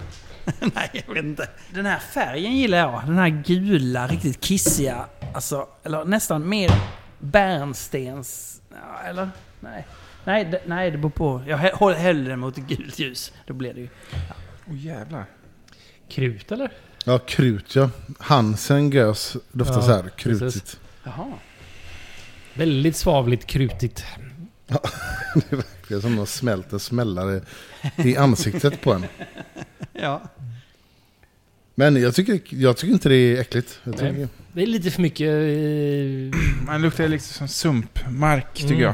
Speaker 1: Nej, jag vet inte. Den här färgen gillar jag. Den här gula, riktigt kissiga. Alltså, eller nästan mer bärnstens... Ja, eller? Nej. Nej, det, nej, det beror på. Jag hä- håller hellre den mot gult ljus. Då blir det ju...
Speaker 3: Åh jävlar.
Speaker 4: Krut eller?
Speaker 2: Ja, krut ja. Hansen gös doftar
Speaker 4: Ja,
Speaker 2: så här krutigt.
Speaker 4: precis.
Speaker 1: Jaha.
Speaker 4: Väldigt svavligt krutigt.
Speaker 2: Det är som de smälter smällare i ansiktet på en.
Speaker 1: Ja.
Speaker 2: Men jag tycker, jag tycker inte det är äckligt. Jag tycker,
Speaker 4: Nej. Det är lite för mycket... eh,
Speaker 3: Man luktar liksom som sumpmark tycker
Speaker 4: Mm.
Speaker 3: jag.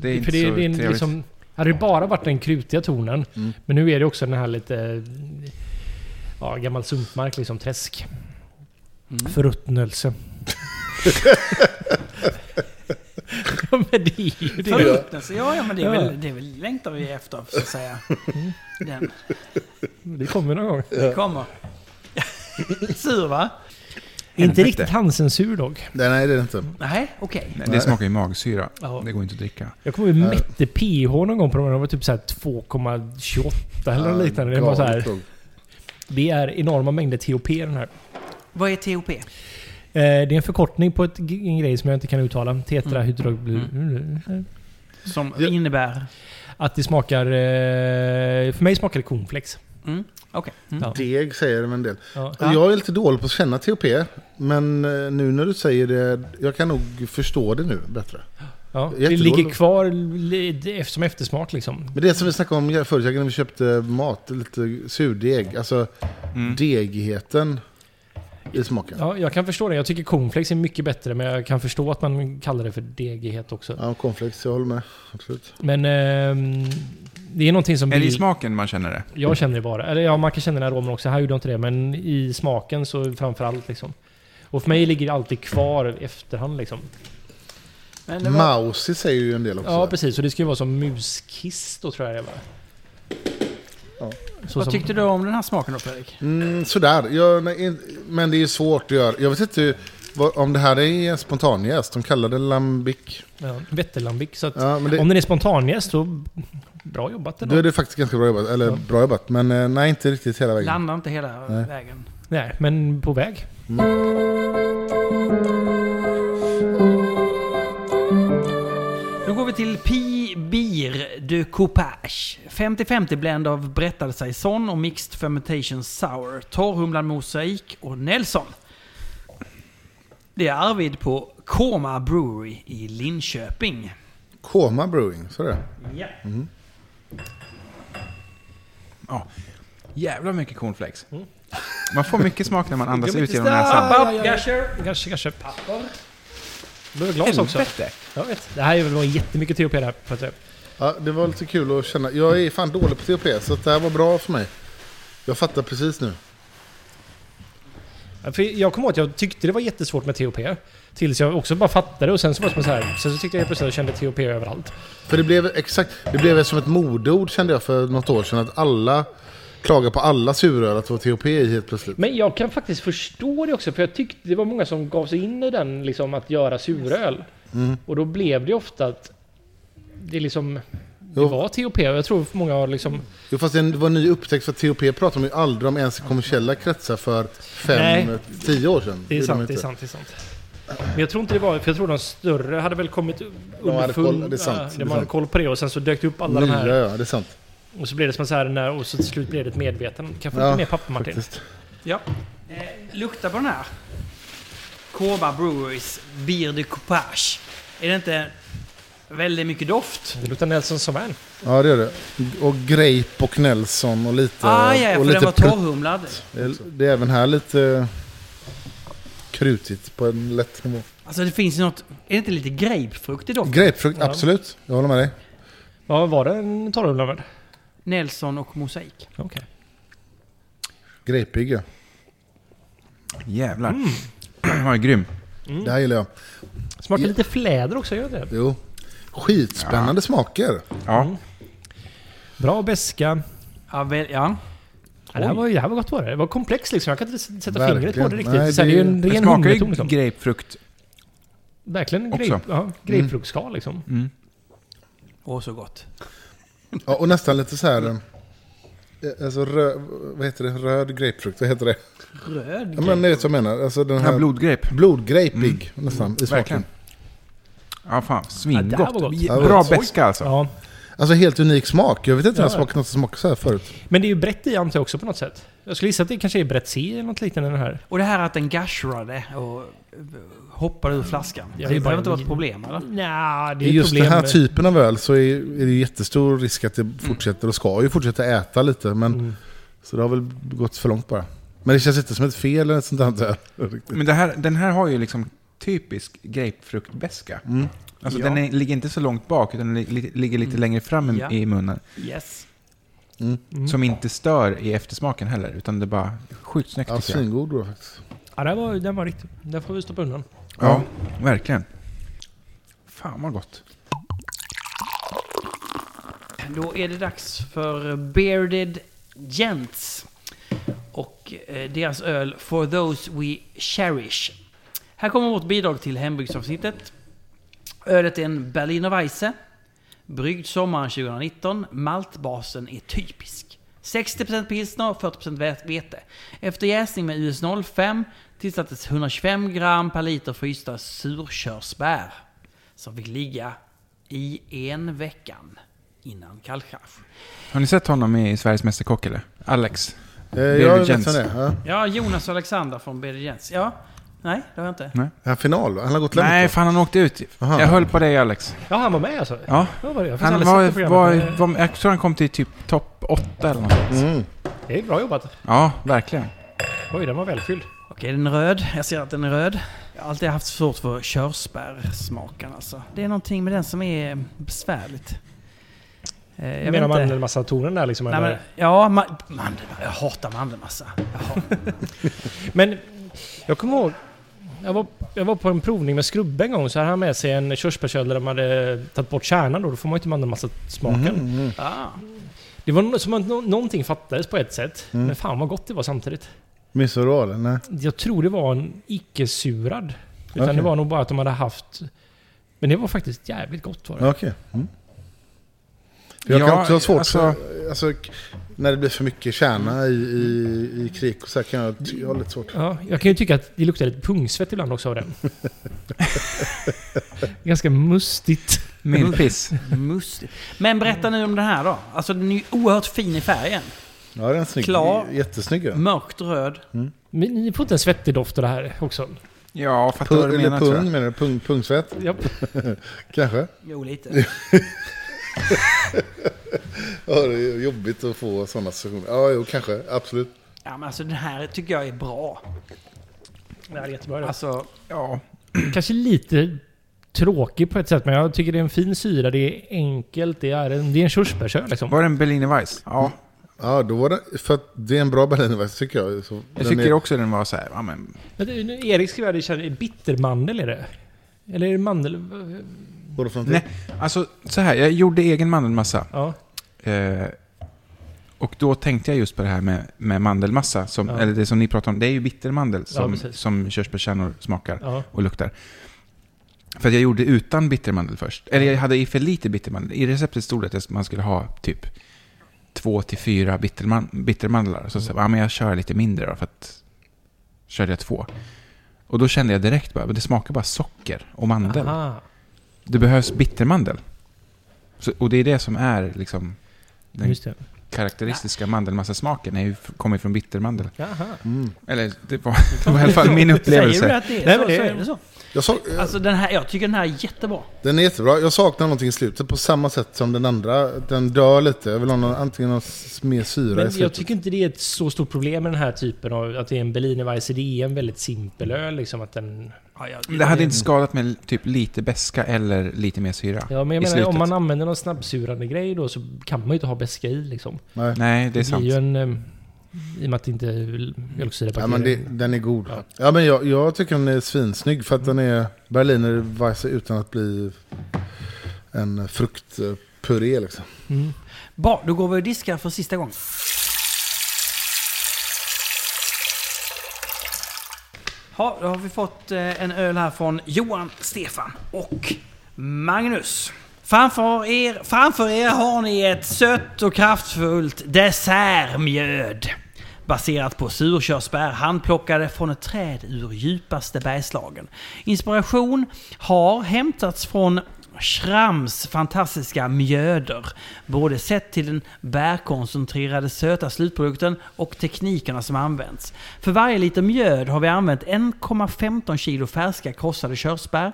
Speaker 3: Det är inte
Speaker 4: för det,
Speaker 3: så
Speaker 4: det är en,
Speaker 3: trevligt.
Speaker 4: liksom... Hade det bara varit den krutiga tonen.
Speaker 2: Mm.
Speaker 4: Men nu är det också den här lite... eh, Ja, gammal sumpmark liksom. Träsk.
Speaker 1: Mm.
Speaker 4: Förruttnelse. men det är ju det.
Speaker 1: Förruttnelse, ja, ja men det är
Speaker 4: Ja.
Speaker 1: väl, det är väl längtar vi efter så att säga. Den
Speaker 4: Det kommer någon gång.
Speaker 1: kommer. Sur va?
Speaker 4: Inte
Speaker 3: Helvete.
Speaker 4: riktigt handsensur dock.
Speaker 2: Nej, nej, det är det inte.
Speaker 1: Nej, okej.
Speaker 3: Nej, det smakar ju magsyra.
Speaker 1: Ja.
Speaker 3: Det går inte att dricka.
Speaker 4: Jag kommer ihåg vi
Speaker 2: Nej.
Speaker 4: mätte pH någon gång på de här. De var typ så här 2,28 eller något liknande. Det var så här. Det är enorma mängder THP i den här.
Speaker 1: Vad är TOP?
Speaker 4: Eh, Det är en förkortning på ett, g- en grej som jag inte kan uttala. Tetrahydrogly... Mm.
Speaker 1: Som
Speaker 2: Ja.
Speaker 1: innebär...
Speaker 4: Att det smakar... eh, För mig smakar det cornflakes.
Speaker 1: Mm, okej. Mm.
Speaker 4: Ja.
Speaker 2: Deg säger de en del.
Speaker 4: Ja.
Speaker 1: Ja.
Speaker 2: Jag är lite dålig på att känna TOP, men eh, nu när du säger det, jag kan nog förstå det nu bättre.
Speaker 4: Ja. Det
Speaker 2: Jättedålig.
Speaker 4: ligger kvar li- som eftersmak liksom.
Speaker 2: Men det som vi snackade om förut, jag när vi köpte mat, lite surdeg, alltså degigheten i smaken.
Speaker 4: Ja, jag kan förstå det. Jag tycker cornflakes är mycket bättre, men jag kan förstå att man kallar det för degighet också.
Speaker 2: Ja, cornflakes, jag håller med. Absolut.
Speaker 4: Men ehm, det är någonting som...
Speaker 3: Är det i
Speaker 4: bil-
Speaker 3: smaken man känner det?
Speaker 4: Jag känner det bara. Eller ja, man kan känna den aromen också. Här gjorde jag inte det, men i smaken så framförallt liksom. Och för mig ligger det alltid kvar i efterhand liksom.
Speaker 1: Men det var,
Speaker 2: Mausi säger ju en del också.
Speaker 4: Ja, precis. Så det ska ju vara som muskiss då tror jag det var.
Speaker 2: Ja.
Speaker 4: Så
Speaker 1: vad
Speaker 4: som-
Speaker 1: tyckte du om den här smaken då Fredrik?
Speaker 2: Mm, sådär, jag, nej, in- men det är ju svårt att göra. Jag vet inte hur- vad, om det här är en spontanjäst, de kallar det lambic.
Speaker 4: Ja, Vätterlambic. Så att
Speaker 2: Ja, men det,
Speaker 4: om den är spontanjäst så... Bra jobbat
Speaker 2: då
Speaker 4: ändå.
Speaker 2: är det faktiskt ganska bra jobbat, eller
Speaker 4: Ja.
Speaker 2: bra jobbat, men eh, nej inte riktigt hela vägen.
Speaker 1: Landar inte hela
Speaker 2: Nej.
Speaker 1: vägen.
Speaker 4: Nej, men på väg.
Speaker 1: Då går vi till Pi Bir de Coupage. 50-50 blend av Brettad Saison och Mixed Fermentation Sour. Torrhumlad Mosaik och Nelson. Det är Arvid på Koma Brewery i Linköping.
Speaker 2: Koma Brewing, så är det.
Speaker 1: Ja.
Speaker 3: Jävlar mycket cornflakes.
Speaker 4: Mm.
Speaker 3: Man får mycket smak när man andas
Speaker 4: Jag
Speaker 3: ut genom
Speaker 4: vet inte,
Speaker 3: näsan.
Speaker 4: ja, ja, ja.
Speaker 1: Gasher.
Speaker 4: Kanske, kanske. Papper. Behöver glas också.
Speaker 3: Helvete.
Speaker 4: Jag vet. Det här är väl var jättemycket THP där. För att, jag-
Speaker 2: Ja, det var lite kul att känna. Jag är fan dålig på TOP, så att det här var bra för mig. Jag fattar precis nu.
Speaker 4: Ja, För jag kommer ihåg att jag tyckte det var jättesvårt med THP. Tills jag också bara fattade och sen så var det som så här. Sen så tyckte jag helt plötsligt att jag kände THP överallt.
Speaker 2: För det blev exakt, det blev som ett modeord kände jag för något år sedan. Att alla klagar på alla suröl att det var THP i helt plötsligt.
Speaker 4: Men jag kan faktiskt förstå det också. För jag tyckte det var många som gav sig in i den liksom att göra suröl.
Speaker 2: Mm.
Speaker 4: Och då blev det ofta att det liksom... Det
Speaker 2: Jo.
Speaker 4: var THP och jag tror många har liksom...
Speaker 2: Jo, fast det var en ny upptäckt för THP pratar man ju aldrig om ens i kommersiella kretsar för fem,
Speaker 4: Nej.
Speaker 2: tio år sedan.
Speaker 4: Det är
Speaker 2: gjorde
Speaker 4: sant,
Speaker 2: man
Speaker 4: det är
Speaker 2: inte.
Speaker 4: sant, det är sant. Men jag tror inte det var... För jag tror de större hade väl kommit
Speaker 2: hade
Speaker 4: underfund-
Speaker 2: koll- det är sant,
Speaker 4: ja,
Speaker 2: det är
Speaker 4: De hade
Speaker 2: sant.
Speaker 4: koll på det och sen så dök det upp alla de
Speaker 2: Nya,
Speaker 4: här.
Speaker 2: ja, det är sant.
Speaker 4: Och så blev det som så här när... Och så till slut blev det ett medvetande. Kan jag få
Speaker 2: Ja,
Speaker 4: lite mer papper Martin?
Speaker 2: Faktiskt.
Speaker 1: Ja. Eh, lukta på den här. Koma Breweries Bir de Coupage. Är det inte väldigt mycket doft?
Speaker 4: Det luktar Nelson Sauvin.
Speaker 2: Ja, det gör det. Och Grape och Nelson och lite...
Speaker 1: Ah, ja, ja,
Speaker 2: och
Speaker 1: för den var
Speaker 2: prutt.
Speaker 1: torrhumlad.
Speaker 2: Det är- Det är även här lite krutigt på en lätt nivå.
Speaker 1: Alltså det finns ju något... Är det inte lite grapefrukt i doften?
Speaker 2: Grapefrukt,
Speaker 4: Ja.
Speaker 2: absolut. Jag håller med dig.
Speaker 4: Ja, var det en torrhumlad med?
Speaker 1: Nelson och mosaik.
Speaker 4: Okej.
Speaker 2: Grapeig, ja.
Speaker 3: Jävlar.
Speaker 4: Mm.
Speaker 3: Den var ju grym.
Speaker 2: Det här gillar jag.
Speaker 4: Smakar
Speaker 2: Ja.
Speaker 4: lite fläder också, gör det?
Speaker 2: Jo. Skitspännande smaker.
Speaker 3: Ja.
Speaker 4: Mm. Bra beska.
Speaker 1: Ja, väl, ja.
Speaker 4: Ja, det, här var, det här var gott var det. Det var komplext liksom. Jag kan inte s- sätta
Speaker 2: Verkligen.
Speaker 4: fingret på det riktigt.
Speaker 2: Nej,
Speaker 4: så här,
Speaker 2: det
Speaker 4: det
Speaker 2: är
Speaker 4: är
Speaker 2: ju-
Speaker 4: ju en
Speaker 3: Det
Speaker 4: ren
Speaker 3: smakar ju
Speaker 4: humleton liksom.
Speaker 3: grapefrukt.
Speaker 4: Verkligen
Speaker 3: också.
Speaker 4: grape, ja, grapefruktskal liksom.
Speaker 1: Åh, så gott.
Speaker 2: Ja, och nästan lite så här... eh, Alltså röd, vad heter det? Röd grapefrukt, vad heter det?
Speaker 1: Röd
Speaker 2: Ja, men ni vet vad jag menar. Alltså den
Speaker 3: Den här
Speaker 2: här
Speaker 3: blodgrape.
Speaker 2: blodgrapig nästan i smaken.
Speaker 3: Verkligen. Ja, fan.
Speaker 4: Ja, det här
Speaker 3: Svingott.
Speaker 4: var gott.
Speaker 3: Ja,
Speaker 2: det var
Speaker 3: Bra
Speaker 2: gott.
Speaker 3: beska alltså.
Speaker 4: Ja.
Speaker 2: Alltså helt unik smak. Jag vet inte om jag
Speaker 4: Ja.
Speaker 2: smakat något som smakar så här förut.
Speaker 4: Men det är ju brett i antar jag också på något sätt. Jag skulle gissa att det kanske är brett C eller något liknande den här.
Speaker 1: Och det här att den gashrade och eh, hoppade ur flaskan.
Speaker 4: Ja,
Speaker 1: det
Speaker 4: det
Speaker 1: behöver
Speaker 4: var-
Speaker 1: inte vara ett problem, eller?
Speaker 4: Nja, det är
Speaker 2: I
Speaker 4: ett
Speaker 2: just
Speaker 4: problem.
Speaker 2: den här typ- typen av öl så är, är det jättestor risk att det fortsätter och ska ju fortsätta äta lite. Men,
Speaker 4: Mm.
Speaker 2: Så det har väl gått för långt bara. Men det känns inte som ett fel eller ett sånt här. där.
Speaker 3: Men det här, den här har ju liksom typisk grapefruktbeska.
Speaker 2: Mm.
Speaker 3: Alltså
Speaker 1: Ja.
Speaker 3: den är, ligger inte så långt bak, utan den li, ligger lite längre fram i-
Speaker 1: Ja.
Speaker 3: i munnen.
Speaker 1: Yes.
Speaker 4: Mm.
Speaker 3: Som inte stör i eftersmaken heller, utan det är bara sjukt snyggt
Speaker 2: Ja,
Speaker 3: tycker jag.
Speaker 2: svingod då faktiskt.
Speaker 4: Ja, den var, den var riktigt... Den får vi stoppa undan.
Speaker 3: Ja, verkligen. Fan vad gott.
Speaker 1: Då är det dags för Bearded Gents och eh, deras öl For Those We Cherish. Här kommer vårt bidrag till hembygdsavsnittet. Ölet är en Berliner Weisse, bryggd sommaren 2019. Maltbasen är typisk. 60% pilsner och 40% vä- vete. Efter jäsning med US05 tillsattes 125 gram per liter frysta surkörsbär som fick ligga i en veckan innan kalkkrasch.
Speaker 3: Har ni sett honom i Sveriges Mästerkock eller? Alex?
Speaker 2: Eh, jag vet
Speaker 3: Jens.
Speaker 2: inte det. Ja.
Speaker 1: Ja, Jonas och Alexander från BD Jens. Ja, nej, det har jag inte.
Speaker 2: Är han final? va? Han har gått långt.
Speaker 3: Nej, fan han åkte ut.
Speaker 2: Aha.
Speaker 3: Jag höll på dig Alex.
Speaker 4: Ja, han var med alltså?
Speaker 3: Ja.
Speaker 4: Ja, var det. Jag har
Speaker 3: Han
Speaker 4: faktiskt
Speaker 3: var,
Speaker 4: aldrig sett det
Speaker 3: var,
Speaker 4: programmet, men
Speaker 3: var, jag tror han kom till typ topp 8 eller något. sånt.
Speaker 2: Mm.
Speaker 4: Det är bra jobbat.
Speaker 3: Ja, verkligen.
Speaker 4: Oj, den var välfylld.
Speaker 1: Okej, den är röd. Jag ser att den är röd. Jag har alltid haft svårt för körsbärssmaken alltså. Det är någonting med den som är besvärligt. Eh, Jag
Speaker 4: Menar
Speaker 1: vet
Speaker 4: man
Speaker 1: inte.
Speaker 4: en massa toner där liksom?
Speaker 1: Nej, men,
Speaker 4: eller?
Speaker 1: ja, ma- mandelmassa. Jag hatar alltså. mandelmassa. Jag hatar-
Speaker 4: Men jag kommer ihåg, jag var, jag var på en provning med Skrubbe en gång så hade han med sig en körsbärsöl där de hade tagit bort kärnan då. Då får man ju inte mandelmassa smaken.
Speaker 2: Mhm.
Speaker 1: ah.
Speaker 4: Det var no- som att no- någonting fattades på ett sätt.
Speaker 2: Mm.
Speaker 4: Men fan vad gott det var samtidigt.
Speaker 2: Minns du vad det var, eller? Nej.
Speaker 4: Jag tror det var en icke-surad. Utan
Speaker 2: Okej.
Speaker 4: det var nog bara att de hade haft... Men det var faktiskt jävligt gott var det.
Speaker 2: Ja, Okej. Mm. För Jag kan
Speaker 3: Ja,
Speaker 2: också ha svårt
Speaker 3: alltså-
Speaker 2: alltså, alltså, k- när det blir för mycket kärna i, i, i krik och så här kan jag, ty- jag har lite svårt.
Speaker 4: Ja, jag kan ju tycka att det luktar lite pungsvett ibland också av den. Ganska mustigt.
Speaker 3: Min piss.
Speaker 1: Mustigt. Men berätta nu om den här då. Alltså den är ju oerhört fin i färgen.
Speaker 2: Ja, den är snygg.
Speaker 1: Klar.
Speaker 2: Jättesnygg.
Speaker 3: Mm.
Speaker 2: ja.
Speaker 1: Mörkt röd.
Speaker 4: Men ni får inte en svettig doft av det här också?
Speaker 3: Ja, fattar
Speaker 2: Pung,
Speaker 3: vad du
Speaker 2: eller
Speaker 3: menar tror jag.
Speaker 2: pung menar du? Pung, pungsvett
Speaker 4: Japp.
Speaker 2: kanske?
Speaker 1: Jo, lite.
Speaker 2: Ja, det är jobbigt att få sådana sessioner. Ja, jo, kanske. Absolut.
Speaker 1: Ja, men alltså den här tycker jag är bra.
Speaker 4: Det här är jättebra. Alltså,
Speaker 1: Alltså,
Speaker 3: Ja,
Speaker 4: kanske lite tråkig på ett sätt, men jag tycker det är en fin syra. Det är enkelt. Det är en, det är en körsbärsöl liksom.
Speaker 3: var det en Berliner Weiss?
Speaker 2: Mm.
Speaker 3: Ja.
Speaker 2: Ja, då var det... För att det är en bra berlinerväst tycker jag. Så
Speaker 3: Jag
Speaker 2: den
Speaker 3: tycker
Speaker 2: är,
Speaker 3: också den var så här, ja men...
Speaker 4: Men, det- nu, Erik skrev att det känns- bittermandel är det. Eller är det mandel?
Speaker 2: Både från
Speaker 3: Nej, alltså så här, jag gjorde egen mandelmassa.
Speaker 4: Ja.
Speaker 3: Eh, och då tänkte jag just på det här med, med mandelmassa, som,
Speaker 4: Ja.
Speaker 3: eller det som ni pratar om. Det är ju bittermandel som,
Speaker 4: precis.
Speaker 3: som körsbärskärnor smakar
Speaker 4: ja.
Speaker 3: och luktar. För att jag gjorde utan bittermandel först. Eller jag hade i för lite bittermandel. I receptet stod det att man skulle ha typ två till fyra bitterman, bittermandlar. Så, så ja, men jag kör lite mindre då, för att körde jag två. Och då kände jag direkt bara, det smakar bara socker och mandel.
Speaker 4: Aha.
Speaker 3: Det behövs bittermandel. Så, och det är det som är liksom den
Speaker 4: Just det.
Speaker 3: karaktäristiska mandelmassasmaken. är ju f- kommer från bittermandel.
Speaker 4: Aha.
Speaker 2: Mm.
Speaker 3: Eller det var, det var i alla fall min
Speaker 1: Säger du
Speaker 3: upplevelse.
Speaker 1: att det är
Speaker 4: Nej,
Speaker 1: så,
Speaker 4: men det-
Speaker 1: så är det så.
Speaker 2: Jag såg,
Speaker 1: Alltså den här, jag tycker den här är jättebra.
Speaker 2: Den är jättebra. Jag saknar någonting i slutet på samma sätt som den andra. Den dör lite. Jag vill ha någon, antingen någon s- mer syra i
Speaker 4: Men jag
Speaker 2: slutet.
Speaker 4: tycker inte det är ett så stort problem med den här typen av... Att det är en Berliner Weisse. Det är en väldigt simpel öl liksom. Att den...
Speaker 1: Ja, jag,
Speaker 3: Det hade inte skadat med typ lite beska eller lite mer syra.
Speaker 4: Ja, men
Speaker 3: I
Speaker 4: jag menar,
Speaker 3: slutet.
Speaker 4: om man använder någon snabbsurande grej då så kan man ju inte ha beska i liksom.
Speaker 2: Nej.
Speaker 3: Nej, det är
Speaker 4: Det
Speaker 3: sant.
Speaker 4: blir ju en... eh, I och med att det inte är
Speaker 2: Ja, men det,
Speaker 4: mjölksyrabakterier.
Speaker 2: den är god.
Speaker 4: Ja.
Speaker 2: Ja. men jag, jag tycker den är svinsnygg för att den är berliner Weisse utan att bli en fruktpuré. Liksom.
Speaker 4: Mm.
Speaker 1: Bra, då går vi och diskar för sista gången. Ja, då har vi fått eh, en öl här från Johan, Stefan och Magnus. Framför er, framför er har ni ett sött och kraftfullt dessertmjöd. Baserat på surkörsbär handplockade från ett träd ur djupaste Bergslagen. Inspiration har hämtats från Schrams fantastiska mjöder. Både sett till den bärkoncentrerade söta slutprodukten och teknikerna som används. För varje liter mjöd har vi använt 1,15 kilo färska krossade körsbär.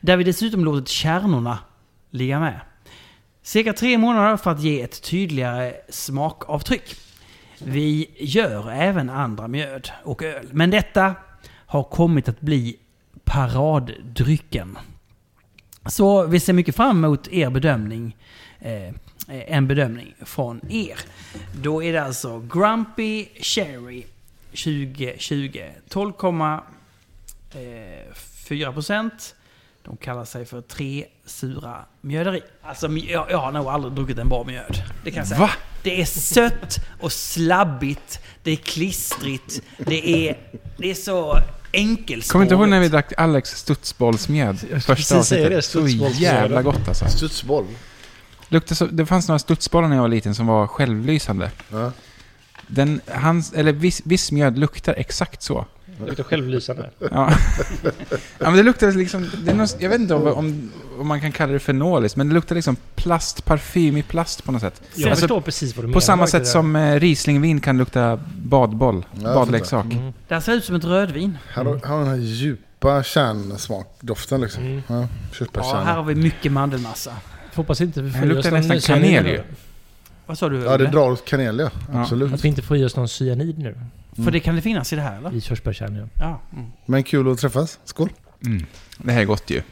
Speaker 1: Där vi dessutom låtit kärnorna ligga med. Cirka tre månader för att ge ett tydligare smakavtryck. Vi gör även andra mjöd och öl. Men detta har kommit att bli paraddrycken. Så vi ser mycket fram emot er bedömning. Eh, eh, en bedömning från er. Då är det alltså Grumpy Cherry 2020. 12,4 eh, procent. De kallar sig för Tre Sura Mjöderi. Alltså, mj- jag, jag har nog aldrig druckit en bra mjöd. Det kan jag säga.
Speaker 3: Va?
Speaker 1: Det är sött och slabbigt. Det är klistrigt. Det är, det är så enkelspårigt.
Speaker 3: Kommer inte ihåg när vi drack Alex studsbollsmjöd? Första
Speaker 5: precis säga det,
Speaker 3: avsnittet. Så
Speaker 5: studsbollsmjöd.
Speaker 3: jävla gott alltså.
Speaker 2: Studsboll.
Speaker 3: Luktar så, det fanns några studsbollar när jag var liten som var självlysande.
Speaker 2: Ja.
Speaker 3: Den, hans, eller viss, viss mjöd luktar exakt så.
Speaker 4: Det luktar självlysande.
Speaker 3: Ja. ja men det luktar liksom, det är någon, jag vet inte om, om, om man kan kalla det fenoliskt, men det luktar liksom plast, parfym i plast på något sätt.
Speaker 4: Jag
Speaker 3: Alltså,
Speaker 4: förstår precis vad du menar.
Speaker 3: På samma
Speaker 4: med det
Speaker 3: sätt
Speaker 4: där.
Speaker 3: som eh, Rieslingvin kan lukta badboll,
Speaker 2: fattar.
Speaker 3: badleksak.
Speaker 4: Mm.
Speaker 1: Det här ser ut som ett rödvin.
Speaker 2: Här har, här har den här djupa kärnsmakdoften liksom.
Speaker 4: Mm.
Speaker 2: Ja,
Speaker 1: Ja, här
Speaker 2: köttfärskärna.
Speaker 1: har vi mycket mandelmassa.
Speaker 4: Får Hoppas inte vi
Speaker 3: Det
Speaker 4: får i oss
Speaker 3: luktar
Speaker 4: någon
Speaker 3: nästan
Speaker 4: cyanid
Speaker 3: kanel
Speaker 4: nu.
Speaker 3: ju.
Speaker 1: Vad sa du?
Speaker 2: Ja, det
Speaker 1: Olle?
Speaker 2: drar åt kanel ja.
Speaker 3: Ja.
Speaker 2: Absolut.
Speaker 4: Att vi inte får i oss någon cyanid nu
Speaker 1: För det kan det finnas i det här,
Speaker 2: Mm.
Speaker 1: eller?
Speaker 4: i körsbärskärnan.
Speaker 1: Ja. Mm.
Speaker 2: Men kul att träffas. Skål.
Speaker 3: Mm. Det här är gott ju.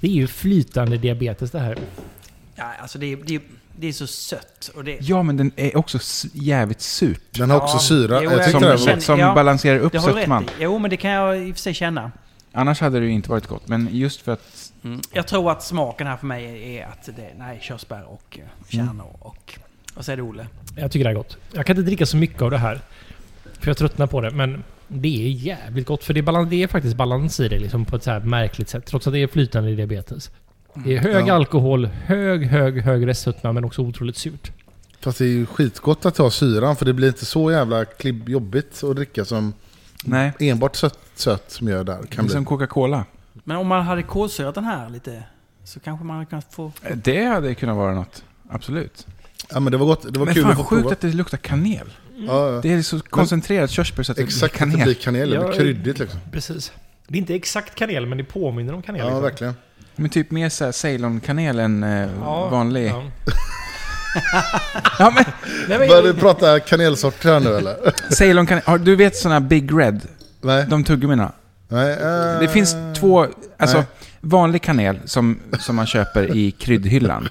Speaker 4: Det är ju flytande diabetes det här.
Speaker 1: ja alltså det är, det, är, det är så sött. Och det,
Speaker 3: Ja, men den är också s- jävligt sur.
Speaker 2: Den har också
Speaker 1: Ja,
Speaker 2: syra.
Speaker 1: jo,
Speaker 2: jag
Speaker 1: jag
Speaker 2: tyckte
Speaker 3: Som,
Speaker 2: det
Speaker 1: känner-
Speaker 2: här var
Speaker 1: känner-
Speaker 2: gott.
Speaker 3: som
Speaker 1: ja,
Speaker 3: balanserar upp
Speaker 1: det har du rätt
Speaker 3: sötman.
Speaker 1: i. Jo, men det kan jag i och för sig känna.
Speaker 3: Annars hade det ju inte varit gott, men just för att...
Speaker 1: Jag tror att smaken här för mig är att det nej, körsbär och eh,
Speaker 2: Mm.
Speaker 1: kärnor och... Vad säger du Olle?
Speaker 4: Jag tycker det är gott. Jag kan inte dricka så mycket av det här. För jag tröttnar på det. Men det är jävligt gott. För det är, balans, det är faktiskt balans i det liksom på ett så här märkligt sätt. Trots att det är flytande diabetes. Det är
Speaker 3: Mm.
Speaker 4: hög
Speaker 2: Ja.
Speaker 4: alkohol, hög, hög, hög restsötma men också otroligt surt.
Speaker 2: Fast det är ju skitgott att ha syran för det blir inte så jävla klibb jobbigt att dricka som
Speaker 3: Nej,
Speaker 2: enbart sött, sött mjöd där
Speaker 3: det är
Speaker 2: kan bli.
Speaker 3: som Coca-Cola.
Speaker 1: Men om man hade kolsyrat den här lite så kanske man hade kunnat få...
Speaker 3: Det hade kunnat vara något. Absolut.
Speaker 2: Ja men det var gott. Det var
Speaker 3: men
Speaker 2: kul att få
Speaker 3: fan, sjukt
Speaker 2: prova.
Speaker 3: att det luktar kanel.
Speaker 2: Ja, ja.
Speaker 3: Det är så koncentrerat körsbär så att
Speaker 2: Exakt
Speaker 3: det
Speaker 2: att det
Speaker 3: blir
Speaker 2: blir kanel.
Speaker 3: kanel.
Speaker 2: Det blir
Speaker 4: Ja.
Speaker 2: kryddigt liksom.
Speaker 4: Precis. Det är inte exakt kanel men det påminner om kanel.
Speaker 2: Ja
Speaker 4: liksom.
Speaker 2: verkligen.
Speaker 3: Men typ mer såhär Ceylon-kanel än eh,
Speaker 4: Ja,
Speaker 3: vanlig. Ja.
Speaker 4: ja.
Speaker 3: men
Speaker 4: Nej, men,
Speaker 2: Börjar du prata kanelsorter här nu eller?
Speaker 3: Ceylon-kanel. Ja, Du vet såna Big Red?
Speaker 2: Nej.
Speaker 3: De tuggummina?
Speaker 2: Nej eh,
Speaker 3: Det finns två, alltså
Speaker 2: Nej.
Speaker 3: vanlig kanel som, som man köper i kryddhyllan.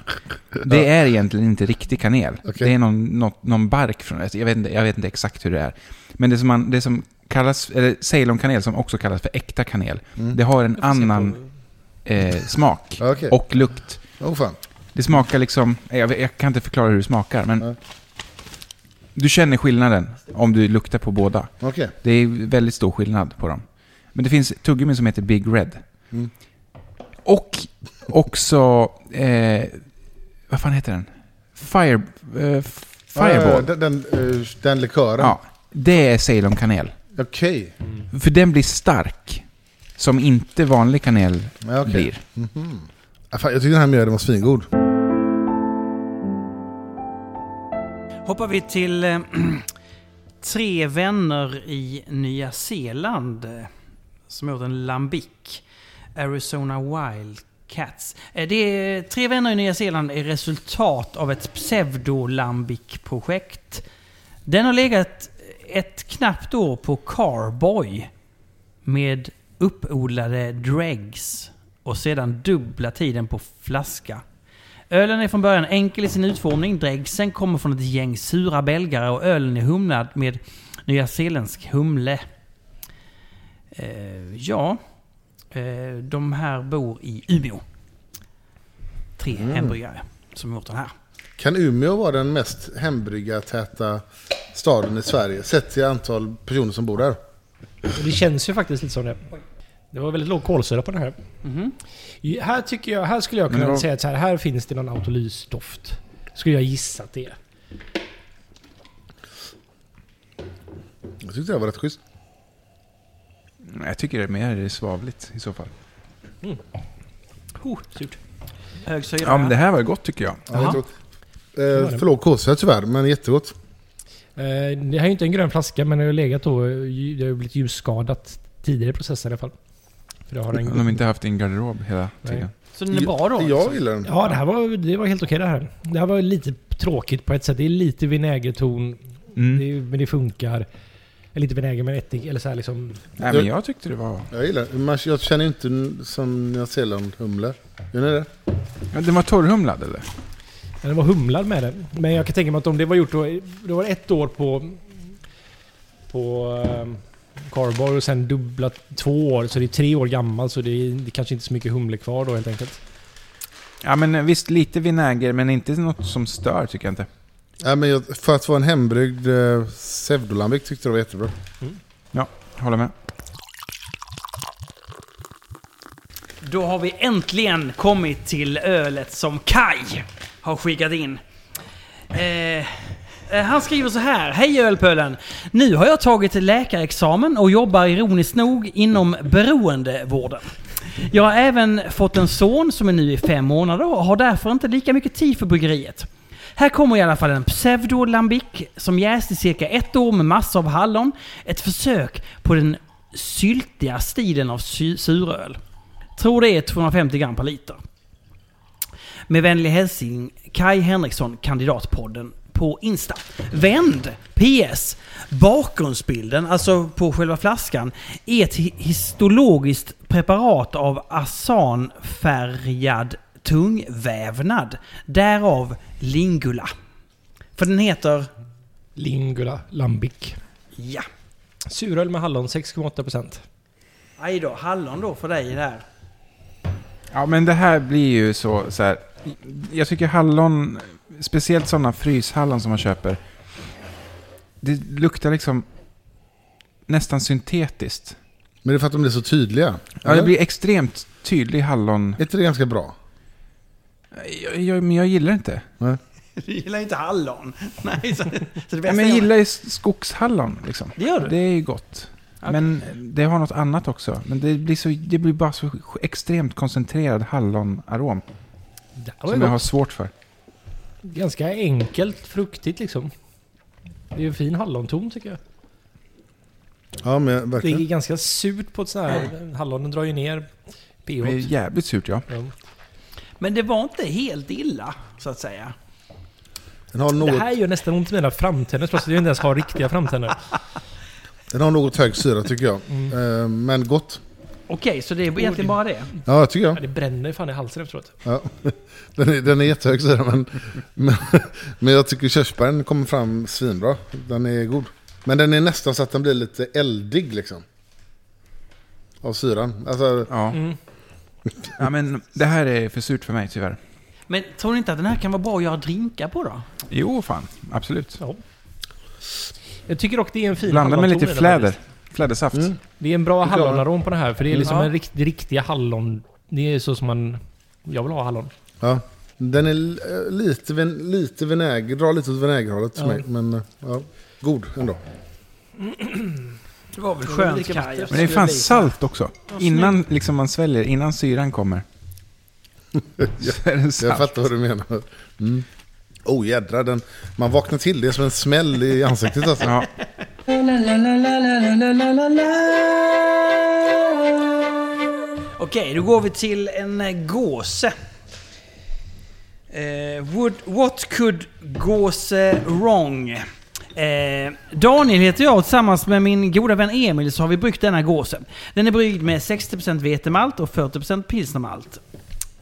Speaker 3: Det är egentligen inte riktig kanel.
Speaker 2: Okej.
Speaker 3: Det är någon, något, någon bark från det. Jag vet, inte, jag vet inte exakt hur det är. Men det som, man, det som kallas, eller Ceylon-kanel som också kallas för äkta kanel,
Speaker 2: Mm.
Speaker 3: det har en
Speaker 4: får se
Speaker 3: annan eh, smak
Speaker 2: Ja, Okej.
Speaker 3: och lukt.
Speaker 2: Åh fan.
Speaker 3: Det smakar liksom, jag, vet- jag kan inte förklara hur det smakar, men
Speaker 2: Nej.
Speaker 3: du känner skillnaden om du luktar på båda.
Speaker 2: Okej.
Speaker 3: Det är väldigt stor skillnad på dem. Men det finns tuggummin som heter Big Red.
Speaker 2: Mm.
Speaker 3: Och också... Eh, vad fan heter den? Fire, eh,
Speaker 2: Ja, ja,
Speaker 3: fireball.
Speaker 2: Den, den, eh, den likören.
Speaker 3: Ja, det är Ceylon kanel.
Speaker 2: Okej.
Speaker 3: För den blir stark. Som inte vanlig kanel
Speaker 2: Ja, okej.
Speaker 3: blir.
Speaker 2: Mhm. Ja, fan, Jag tycker den här mjöden var svingod.
Speaker 1: Hoppar vi till eh, tre vänner i Nya Zeeland eh, som åt en lambic. Arizona Wildcats. Eh, Det är, tre vänner i Nya Zeeland är resultat av ett pseudo-lambic-projekt. Den har legat ett knappt år på Carboy med uppodlade dregs och sedan dubbla tiden på flaska. Ölen är från början enkel i sin utformning. Dregsen kommer från ett gäng sura belgare och ölen är humlad med nyzeeländsk humle. Eh, ja, eh, de här bor i Umeå. Tre hembryggare som gjort den här.
Speaker 2: Kan Umeå vara den mest hembryggartäta staden i Sverige? Sett till antal personer som bor där.
Speaker 4: Och det känns ju faktiskt lite som det. Det var väldigt låg kolsyra på den här. I- Här, tycker jag, här skulle jag
Speaker 3: Mhm. Men
Speaker 4: kunna
Speaker 3: det var-
Speaker 4: säga att så här, här finns det någon autolysdoft. Skulle jag gissa att det är.
Speaker 2: Jag tyckte det var rätt schysst.
Speaker 3: Jag tycker det är mer svavligt i så fall.
Speaker 1: Oh, surt. Hög syra.
Speaker 3: Ja, men det här var gott tycker jag.
Speaker 2: Ja,
Speaker 1: Jaha.
Speaker 2: jättegott. eh, för låg kolsyra tyvärr, men jättegott.
Speaker 4: Eh, Det här är ju inte en grön flaska men det har ju legat då. ju- Det har ju blivit ljusskadat tidigare i processen i alla fall. För det har den...
Speaker 3: Om de inte haft en garderob hela
Speaker 4: Nej.
Speaker 3: tiden.
Speaker 1: Så den Mm, är bra då?
Speaker 2: Jag gillar den.
Speaker 4: Ja, det här var, det var helt okej det här. Det här var lite tråkigt på ett sätt. Det är lite vinägerton, det
Speaker 3: Mm.
Speaker 4: är, men det funkar. Eller inte vinäger men ättik eller så här liksom.
Speaker 3: Nej, men jag tyckte det var...
Speaker 2: Jag gillar den. Man- Jag känner ju inte n- som Nya Zeeland-humle. Gör ni det?
Speaker 3: Ja, den var torrhumlad eller?
Speaker 4: Ja, Den var humlad med den. Men jag kan tänka mig att om det var gjort då... Det var ett år på... På... eh, Carboy och sen dubblat två år, så det är tre år gammal så det är, det är kanske inte så mycket humle kvar då helt enkelt.
Speaker 3: Ja, men eh, visst lite vinäger, men inte något som stör tycker jag inte.
Speaker 2: Nej, men jag, för att vara en hembryggd eh, pseudolambic tyckte jag det var jättebra.
Speaker 3: Håller med.
Speaker 1: Då har vi äntligen kommit till ölet som Kai har skickat in. Eh, eh, han skriver så här. Hej Ölpölen! Nu har jag tagit läkarexamen och jobbar ironiskt nog inom beroendevården. Jag har även fått en son som är nu i fem månader och har därför inte lika mycket tid för bryggeriet. Här kommer i alla fall en pseudolambic som jäst i cirka ett år med massa av hallon. Ett försök på den syltiga stilen av sy- suröl. Tror det är 250 gram per liter. Med vänlig hälsning Kai Henriksson, Kandidatpodden på Insta. Vänd! PS. Bakgrundsbilden, alltså på själva flaskan, är ett hi- histologiskt preparat av asanfärgad tungvävnad. Därav lingula. För den heter...
Speaker 4: Lingula Lambic.
Speaker 1: Ja.
Speaker 4: Suröl med hallon 6,8%.
Speaker 1: Aj då, hallon då för dig där.
Speaker 3: Ja, men det här blir ju så, så här. Jag tycker hallon, speciellt sådana fryshallon som man köper. Det luktar liksom nästan syntetiskt.
Speaker 2: Men det är för att de är så tydliga.
Speaker 3: Ja, det blir extremt tydlig hallon.
Speaker 2: Är inte det ganska bra?
Speaker 3: Jag, jag, men jag gillar inte.
Speaker 1: Du gillar inte hallon. Nej, så, så det
Speaker 3: Ja,
Speaker 1: bästa
Speaker 3: men
Speaker 1: är-
Speaker 3: jag gillar ju skogshallon liksom.
Speaker 1: Det gör du?
Speaker 3: Det är ju gott. Men det har något annat också. Men det blir, så, det blir bara så extremt koncentrerad hallonarom.
Speaker 4: Det här var
Speaker 3: Som
Speaker 4: ju
Speaker 3: jag
Speaker 4: gott.
Speaker 3: har svårt för.
Speaker 4: ganska enkelt fruktigt liksom. Det är ju en fin hallonton tycker jag.
Speaker 2: Ja, men
Speaker 4: Det är
Speaker 2: verkligen.
Speaker 4: ganska surt på ett sånt här... Hallonen drar ju ner
Speaker 3: Det är
Speaker 4: pH.
Speaker 3: jävligt surt ja.
Speaker 4: Ja.
Speaker 1: Men det var inte helt illa, så att säga.
Speaker 2: Den har
Speaker 4: Det
Speaker 2: något,
Speaker 4: här gör nästan ont i mina framtänder trots att jag inte ens har riktiga framtänder.
Speaker 2: den har något hög syra tycker jag. Eh, Men gott.
Speaker 1: Okej, så det är egentligen bara det.
Speaker 2: Ja, tycker
Speaker 4: Ja,
Speaker 2: jag.
Speaker 4: det bränner fan i halsen efteråt.
Speaker 2: Ja. Den, är, den är jättehög syra, men, men, men jag tycker körsbären kommer fram svinbra. Den är god. Men den är nästan så att den blir lite eldig liksom. Av syran. Alltså,
Speaker 3: Ja. ja men det här är för surt för mig tyvärr.
Speaker 1: Men tror ni inte att den här kan vara bra att göra drinkar på då?
Speaker 3: Jo fan, absolut.
Speaker 4: Ja. Jag tycker dock det är en fin
Speaker 3: Blanda med
Speaker 4: hallonton
Speaker 3: lite
Speaker 4: i den
Speaker 3: fläder.
Speaker 4: faktiskt.
Speaker 3: Flädersaft.
Speaker 2: Mm.
Speaker 4: Det är en bra
Speaker 2: Det klarar den.
Speaker 4: hallonarom på den här för det är
Speaker 2: Mm.
Speaker 4: liksom
Speaker 1: Ja.
Speaker 4: en rikt, riktiga hallon. Det är så som man... Jag vill ha hallon.
Speaker 2: ja. Den är li- eh, lite, vin, lite vinäger, drar lite åt vinägerhållet för
Speaker 4: Ja.
Speaker 2: mig. Men eh, ja, god ändå.
Speaker 1: Det var väl
Speaker 4: skönt,
Speaker 1: skönt
Speaker 4: Kaj,
Speaker 1: Kaj.
Speaker 3: Men det är fan salt också. Innan liksom man sväljer, innan syran kommer. Så är det
Speaker 2: Jag
Speaker 3: salt.
Speaker 2: fattar vad du menar. Mm. Oh jädrar, den, man vaknar till. Det är som en smäll i ansiktet alltså.
Speaker 3: Ja,
Speaker 1: Okej, då går vi till en eh, gåse. Eh, would, what could gåse wrong? Eh, Daniel heter jag och tillsammans med min goda vän Emil så har vi bryggt denna gåse. Den är bryggd med 60% vetemalt och 40% pilsnermalt.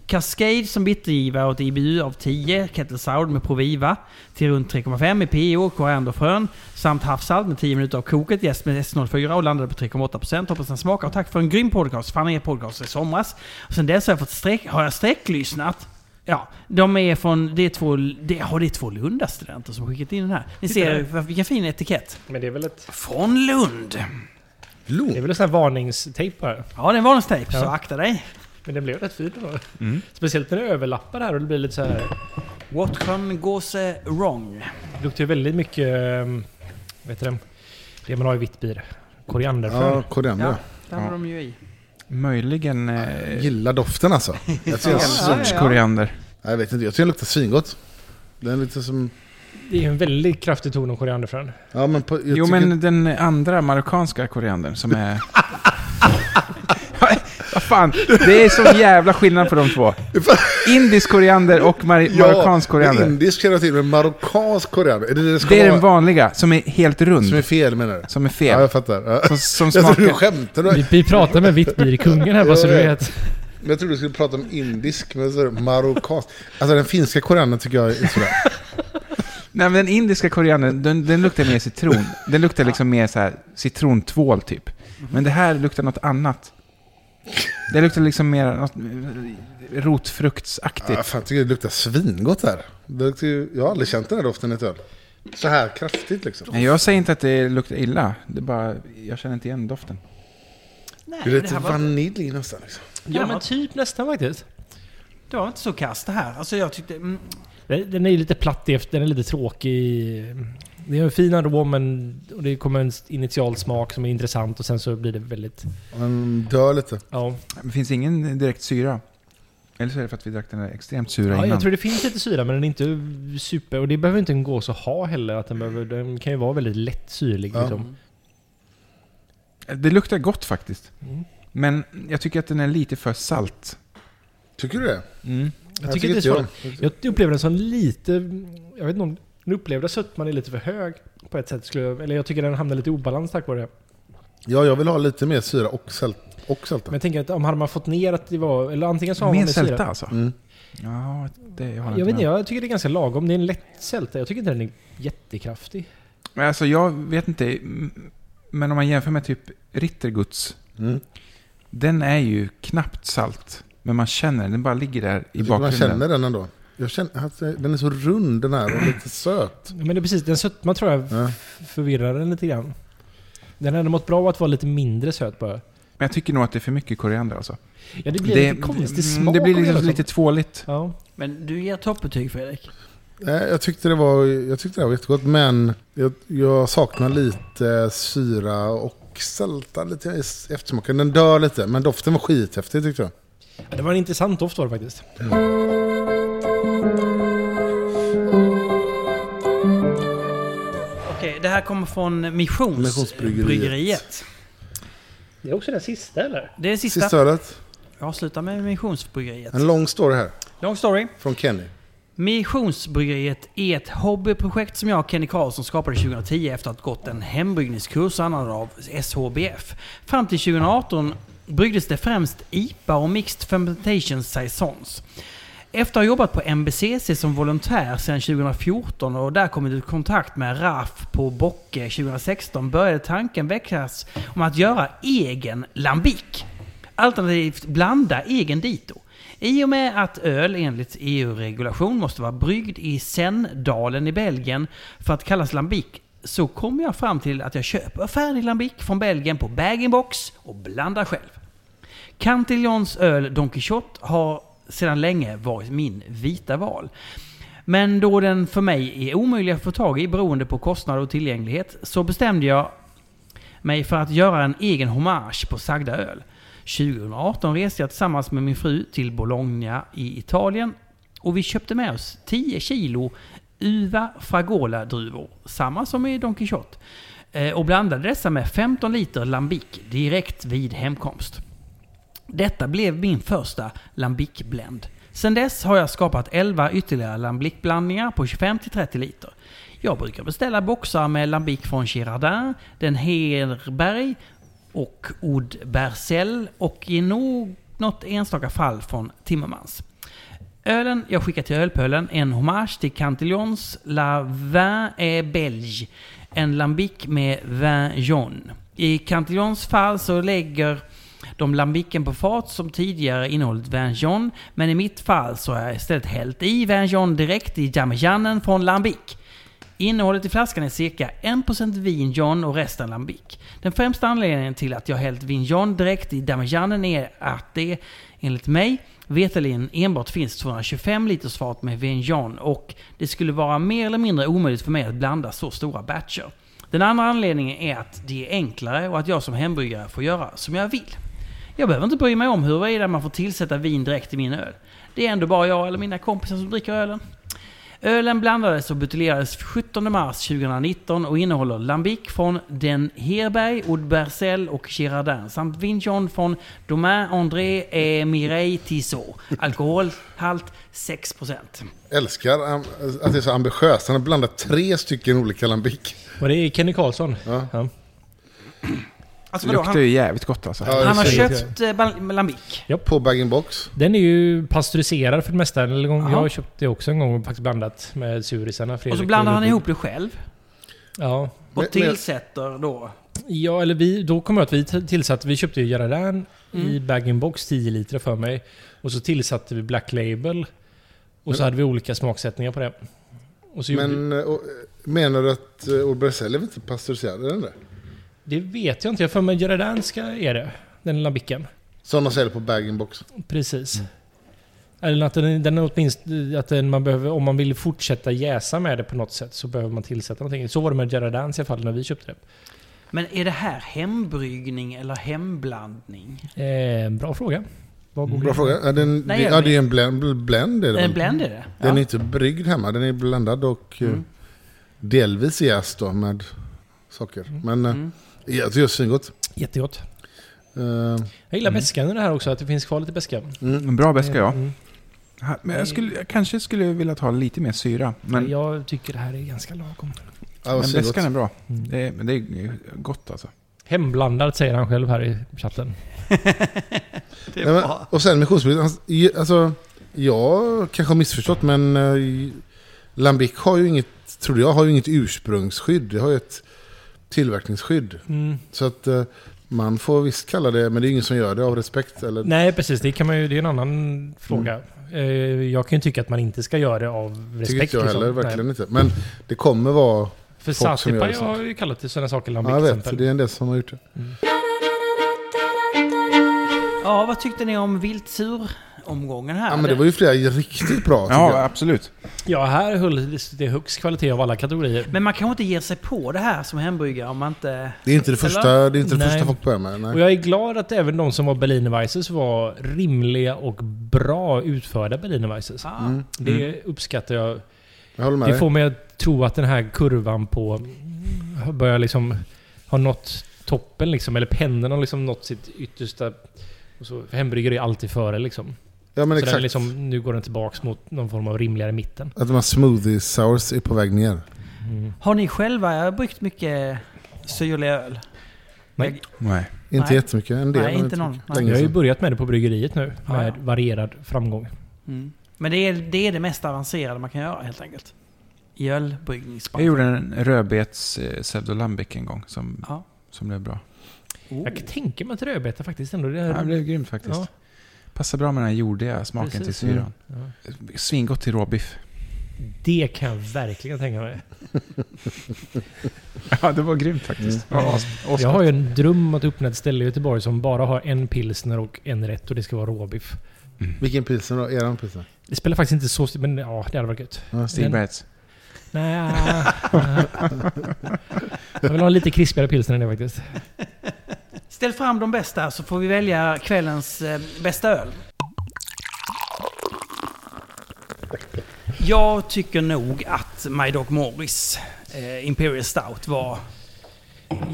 Speaker 1: Cascade som bittergivare åt IBU av 10, Kettle Sour med Proviva till runt 3,5 i PO, korianderfrön samt havssalt med 10 minuter av koket, jäst med S04 och landade på 3,8%. Hoppas den smakar och tack för en grym podcast. Fann er podcast i somras. Och sen dess har jag, fått streck, har jag sträcklyssnat. Ja, de är från... Det är två, det, ja, det är två Lundastudenter som skickat in den här. Ni
Speaker 4: Titta
Speaker 1: ser vilken fin etikett.
Speaker 4: Men det är väl ett...
Speaker 1: Från Lund.
Speaker 4: Det är väl en sån här varningstejp bara.
Speaker 1: Ja, det är en varningstejp, så
Speaker 4: Ja.
Speaker 1: akta dig.
Speaker 4: Men den blev rätt fin då. Speciellt när det överlappar här och det blir lite så här...
Speaker 1: What can goes eh, wrong?
Speaker 4: Det luktar ju väldigt mycket... ehm, Vad heter det? Det man har i vitt bier. Korianderfrön.
Speaker 2: Ja, koriander.
Speaker 1: Ja, där var
Speaker 3: Ja.
Speaker 1: de ju i.
Speaker 3: möjligen
Speaker 2: Jag
Speaker 3: eh,
Speaker 2: gillar doften alltså. Jag, tycker
Speaker 1: Ja,
Speaker 2: den-
Speaker 1: ja, ja.
Speaker 3: sorts koriander.
Speaker 2: Nej, jag vet inte, jag tycker den luktar svingott. Den är lite som...
Speaker 4: Det är ju en väldigt kraftig ton av korianderfrön.
Speaker 2: Ja, men på, jag
Speaker 3: Jo
Speaker 2: tycker,
Speaker 3: men den andra marockanska koriandern som är... Vad fan, det är så jävla skillnad på de två. Indisk koriander och mar-
Speaker 2: Ja,
Speaker 3: marockansk koriander.
Speaker 2: men Indisk känner jag till, men marockansk koriander. Är det det det ska
Speaker 3: Det är
Speaker 2: vara?
Speaker 3: den vanliga, som är helt rund.
Speaker 2: Som är fel menar du?
Speaker 3: Som är
Speaker 2: Ja,
Speaker 3: fel.
Speaker 2: jag fattar. Ja.
Speaker 3: Som, som
Speaker 2: Jag trodde du
Speaker 3: smakar...
Speaker 2: skämtade.
Speaker 4: Vi, vi pratar med vittbierkungen här bara så du
Speaker 2: Ja, ja.
Speaker 4: vet.
Speaker 2: Men Jag trodde du skulle prata om indisk, men så är det marockansk. Alltså den finska koriandern tycker jag är sådär.
Speaker 3: Nej, men den indiska koriandern, den, den luktar mer citron. Den luktar liksom mer så här citrontvål typ. Men det här luktar något annat. Det luktar liksom mer något
Speaker 2: Ja,
Speaker 3: rotfruktsaktigt.
Speaker 2: fan, jag tycker det luktar svingott här. Det luktar ju, jag har aldrig känt den här doften i ett öl. Så här kraftigt liksom.
Speaker 3: Nej, jag säger inte att det luktar illa. Det är bara, jag känner inte igen doften.
Speaker 1: Nej,
Speaker 2: Det är
Speaker 1: det
Speaker 2: lite
Speaker 1: här var,
Speaker 2: vanilj nästan. Liksom.
Speaker 1: Ja,
Speaker 4: Ja,
Speaker 1: men
Speaker 4: men typ nästan faktiskt.
Speaker 1: det var inte så kast det här. Alltså jag tyckte... Mm,
Speaker 4: Den den är ju lite platt i efter, den är lite tråkig. Det är en fin arom men, och det kommer en initial smak som är intressant och sen så blir det väldigt...
Speaker 2: Man dör lite.
Speaker 4: Ja,
Speaker 3: Det finns ingen direkt syra. Eller så är det för att vi drack den där extremt sura
Speaker 4: ja
Speaker 3: innan.
Speaker 4: jag tror det finns lite syra men den är inte super... Och det behöver inte en gås att ha heller. Att den, behöver, den kan ju vara väldigt lätt syrlig
Speaker 2: Ja.
Speaker 4: liksom.
Speaker 3: Det luktar gott faktiskt.
Speaker 4: Mm.
Speaker 3: Men jag tycker att den är lite för salt.
Speaker 2: Tycker du det?
Speaker 4: Jag tycker inte det är svårt. Jag upplever den som lite... Jag vet inte om den upplevda sötman är lite för hög på ett sätt. Skulle jag, eller jag tycker den hamnar lite i obalans tack vare det.
Speaker 2: Ja, jag vill ha lite mer syra och, sält och sälta.
Speaker 4: Men jag tänker att om hade man fått ner att det var... Eller antingen så har man
Speaker 3: Mer
Speaker 4: med syra.
Speaker 3: sälta alltså?
Speaker 2: Mm.
Speaker 3: Ja, det jag håller
Speaker 4: Jag vet inte,
Speaker 3: med.
Speaker 4: jag tycker det är ganska lagom. Det är en lätt sälta. Jag tycker inte den är jättekraftig.
Speaker 3: Men alltså jag vet inte. mm, Men om man jämför med typ Ritterguds.
Speaker 2: Mm.
Speaker 3: Den är ju knappt salt. Men man känner den. Den bara ligger där i
Speaker 2: Jag tycker man
Speaker 3: bakgrunden.
Speaker 2: känner den ändå. Jag känner, att den är så rund den här och lite söt.
Speaker 4: Men det är precis, den sötman tror jag
Speaker 2: Ja.
Speaker 4: f- förvirrar den lite grann. Den hade mått bra av att vara lite mindre söt bara.
Speaker 3: Men jag tycker nog att det är för mycket koriander alltså.
Speaker 4: Ja, det alltså. blir lite konstig
Speaker 3: mm,
Speaker 4: smak.
Speaker 3: Det blir
Speaker 4: av hela
Speaker 3: liksom lite
Speaker 4: sånt.
Speaker 3: tvåligt.
Speaker 4: Ja.
Speaker 1: men du ger toppbetyg Fredrik.
Speaker 2: Nej, Jag tyckte det var, jag tyckte det var jättegott, men jag, jag saknar lite syra och sälta lite i eftersmaken. Den dör lite, men doften var skithäftig tyckte jag.
Speaker 4: Ja, Det var en intressant doft var det faktiskt.
Speaker 1: Okej, det här kommer från
Speaker 2: Missionsbryggeriet.
Speaker 1: Missionsbryggeriet.
Speaker 4: Det är också den sista eller?
Speaker 1: Det är det sista.
Speaker 2: Sista ölet.
Speaker 1: Jag avslutar med Missionsbryggeriet.
Speaker 2: En lång story här,
Speaker 1: Long story.
Speaker 2: från Kenny.
Speaker 1: Missionsbryggeriet är ett hobbyprojekt som jag och Kenny Karlsson skapade 2010 efter att gått en hembryggningskurs anordnad av SHBF. Fram till 2018 bryggdes det främst IPA och Mixed Fermentation Saisons. Efter att ha jobbat på MBCC som volontär sedan 2014 och där kommit i kontakt med RAF på Bocke 2016 började tanken väckas om att göra egen lambic. Alternativt blanda egen dito. I och med att öl enligt EU-regulation måste vara bryggd i Sendalen i Belgien för att kallas lambic så kom jag fram till att jag köper färdig lambic från Belgien på bag-in-box och blandar själv. Cantillons öl Don Quixote har sedan länge varit min vita val. Men då den för mig är omöjlig att få tag i beroende på kostnad och tillgänglighet så bestämde jag mig för att göra en egen hommage på sagda öl. 2018 reste jag tillsammans med min fru till Bologna i Italien och vi köpte med oss 10 kilo Uva Fragola-druvor, samma som i Don Quixote, eh, och blandade dessa med 15 liter Lambic direkt vid hemkomst. Detta blev min första Lambic-blend. Sedan dess har jag skapat 11 ytterligare Lambic-blandningar på 25-30 liter. Jag brukar beställa boxar med Lambic från Girardin, Den Herberg och Oud Bercel och i nog- något enstaka fall från Timmermans. Ölen jag skickar till Ölpölen är en hommage till Cantillons La Vin est Belge. En lambic med vin jaune. I Cantillons fall så lägger de lambicken på fat som tidigare innehållit vin jaune. Men i mitt fall så har jag istället hällt i vin jaune direkt i damianen från lambic. Innehållet i flaskan är cirka 1% vinjon och resten lambic. Den främsta anledningen till att jag hällt vinjon direkt i damianen är att det, enligt mig, veterligen enbart finns 225 liters fat med vinjon och det skulle vara mer eller mindre omöjligt för mig att blanda så stora batcher. Den andra anledningen är att det är enklare och att jag som hembryggare får göra som jag vill. Jag behöver inte bry mig om huruvida man får tillsätta vin direkt i min öl. Det är ändå bara jag eller mina kompisar som dricker ölen. Ölen blandades och buteljerades 17 mars 2019 och innehåller Lambic från Den Herberg, Oud Bercel och Girardin samt Vinjon från Domain André et Mireille Tissot. Alkoholhalt 6%.
Speaker 2: Älskar um, att det är så ambitiöst. Han har blandat tre stycken olika lambic.
Speaker 4: Och det är Kenny Karlsson.
Speaker 2: Ja.
Speaker 4: Ja.
Speaker 1: Alltså vadå?
Speaker 3: det luktar
Speaker 1: Han,
Speaker 3: ju jävligt gott alltså.
Speaker 2: Ja.
Speaker 1: han har
Speaker 4: det är så
Speaker 1: köpt eh, Bal- Lambic.
Speaker 2: På bag-in-box.
Speaker 4: Den är ju pasteuriserad för det mesta. En gång-
Speaker 1: Jaha.
Speaker 4: Jag har köpt det också en gång och faktiskt blandat med surisarna.
Speaker 1: Och
Speaker 4: Fredrik
Speaker 1: så blandar han
Speaker 4: Ludvig.
Speaker 1: ihop det själv.
Speaker 4: Ja.
Speaker 2: Men- men-
Speaker 1: Och tillsätter då...
Speaker 4: ja, eller vi, då kommer jag att vi t- tillsatte, vi köpte ju Gerardin i
Speaker 1: Mm.
Speaker 4: bag-in-box 10 liter för mig. Och så tillsatte vi Black Label. Och så hade vi olika smaksättningar på det. Och så gjorde,
Speaker 2: Mm. Men eh, och, eh, menar du att eh, Obergsell är väl inte pasteuriserad? Är den det?
Speaker 4: det vet jag inte, jag har för mig Gerardin ska är det. Den lambicken.
Speaker 2: Som de säljer på bag-in-box.
Speaker 4: Precis.
Speaker 2: Mm.
Speaker 4: Eller att den, den är åtminstone, att den, man behöver, om man vill fortsätta jäsa med det på något sätt så behöver man tillsätta någonting. Så var det med Gerardin i alla fall när vi köpte det.
Speaker 1: Men är det här hembryggning eller hemblandning?
Speaker 4: Eh, bra fråga. Vad
Speaker 2: Mm, Bra fråga. Är den,
Speaker 1: Nej,
Speaker 2: ja,
Speaker 1: jag-
Speaker 2: det är en blend. blend är det
Speaker 1: Är det
Speaker 2: väl?
Speaker 1: en Eh, blend är det?
Speaker 2: Den är
Speaker 1: Ja.
Speaker 2: inte bryggd hemma. Den är blandad och eh,
Speaker 1: Mm.
Speaker 2: delvis jäst då med socker. Men eh,
Speaker 1: Mm.
Speaker 2: jag tycker det är svingott.
Speaker 4: Jättegott.
Speaker 2: Eh,
Speaker 4: Jag gillar beskan i det här också, att det finns kvar lite beska.
Speaker 2: mm.
Speaker 3: En Bra beska ja.
Speaker 4: Mm.
Speaker 3: Ha- Men jag, skulle, jag kanske skulle vilja ta lite mer syra. Men,
Speaker 4: Men jag tycker det här är ganska lagom.
Speaker 2: Ja, vad
Speaker 3: men
Speaker 2: svingott.
Speaker 3: beskan är bra.
Speaker 4: Mm.
Speaker 3: Det är, men det är gott alltså.
Speaker 4: Hemblandat säger han själv här i chatten.
Speaker 1: det
Speaker 2: Nej,
Speaker 1: är
Speaker 2: men,
Speaker 1: bra.
Speaker 2: och sen missionsbryggaren. hans- i- Alltså, jag kanske har missförstått men eh, Lambic har ju inget, trodde jag, har ju inget ursprungsskydd. Det har ju ett tillverkningsskydd.
Speaker 4: Mm.
Speaker 2: Så att eh, man får visst kalla det, men det är ingen som gör det av respekt. Eller,
Speaker 4: Nej, precis. Det, kan man ju, det är en
Speaker 2: Mm.
Speaker 4: annan fråga. Eh, jag kan ju tycka att man inte ska göra det av
Speaker 2: tycker
Speaker 4: respekt.
Speaker 2: inte jag
Speaker 4: liksom.
Speaker 2: heller,
Speaker 4: Nej.
Speaker 2: verkligen inte. Men det kommer vara,
Speaker 4: För
Speaker 2: som gör
Speaker 4: Satipa
Speaker 2: sånt.
Speaker 4: har ju kallat det sådana saker, Lambic
Speaker 2: ja, jag
Speaker 4: till
Speaker 2: vet,
Speaker 4: exempel.
Speaker 2: det är en del som har gjort det.
Speaker 1: Ja, vad tyckte ni om viltsur-omgången här?
Speaker 2: Ja, men det var ju flera riktigt bra tycker
Speaker 3: Ja,
Speaker 2: jag.
Speaker 3: absolut.
Speaker 4: Ja, här höll det högst kvalitet av alla kategorier.
Speaker 1: Men man kanske inte ger sig på det här som hembryggare om man inte...
Speaker 2: Det är inte det första, det är inte det
Speaker 4: Nej.
Speaker 2: första folk börjar med. Nej.
Speaker 4: Och jag är glad att även de som var Berlinerweisses var rimliga och bra utförda Berlinerweisses.
Speaker 1: Ah.
Speaker 2: Mm,
Speaker 4: Det uppskattar jag.
Speaker 2: jag håller med
Speaker 4: Det
Speaker 2: dig.
Speaker 4: får mig att tro att den här kurvan på... Börjar liksom... Har nått toppen liksom. Eller pendeln har liksom nått sitt yttersta... Och så, för hembryggeri är alltid före liksom.
Speaker 2: Ja, men
Speaker 4: så den är
Speaker 2: exakt.
Speaker 4: liksom, nu går den tillbaks mot någon form av rimligare mitten.
Speaker 2: Att de här smoothie sours är på väg ner.
Speaker 1: Har ni själva bryggt mycket syrlig öl?
Speaker 4: Nej.
Speaker 3: Nej.
Speaker 2: Inte
Speaker 1: Nej.
Speaker 2: jättemycket, en del.
Speaker 1: Nej,
Speaker 2: men
Speaker 1: inte någon.
Speaker 2: mycket.
Speaker 1: Nej.
Speaker 2: Länge
Speaker 4: Jag har ju
Speaker 2: sedan.
Speaker 4: börjat med det på bryggeriet nu.
Speaker 1: Ja.
Speaker 4: Med varierad framgång.
Speaker 3: Oh.
Speaker 1: Mm. Men det är, det är det mest avancerade man kan göra helt enkelt. I
Speaker 3: Jag
Speaker 1: ölbryggningsbranschen.
Speaker 3: gjorde en rödbets eh, pseudolambic en gång som,
Speaker 1: Ja.
Speaker 3: som blev bra.
Speaker 1: Oh.
Speaker 4: Jag kan tänka mig att rödbeta faktiskt ändå. Det här,
Speaker 3: Ja, det blev grymt faktiskt.
Speaker 4: Ja.
Speaker 3: Passar bra med den här jordiga smaken
Speaker 4: Precis.
Speaker 3: till syran.
Speaker 4: Ja.
Speaker 3: Svingott till råbiff.
Speaker 4: Det kan jag verkligen tänka mig.
Speaker 3: Ja, det var grymt faktiskt.
Speaker 4: Mm.
Speaker 3: Ja, as- asgott.
Speaker 4: Jag har ju en dröm om att öppna ett ställe i Göteborg som bara har en pilsner och en rätt och det ska vara råbiff.
Speaker 2: Vilken pilsen då? Eran pilsen?
Speaker 4: Det spelar faktiskt inte så stor men ja, det hade varit gött.
Speaker 2: Ja.
Speaker 3: Stigbergets.
Speaker 4: Nej. jag vill ha en lite krispigare pilsner än det faktiskt.
Speaker 1: Ställ fram de bästa så får vi välja kvällens eh, bästa öl. Jag tycker nog att My Dog Morris eh, Imperial Stout var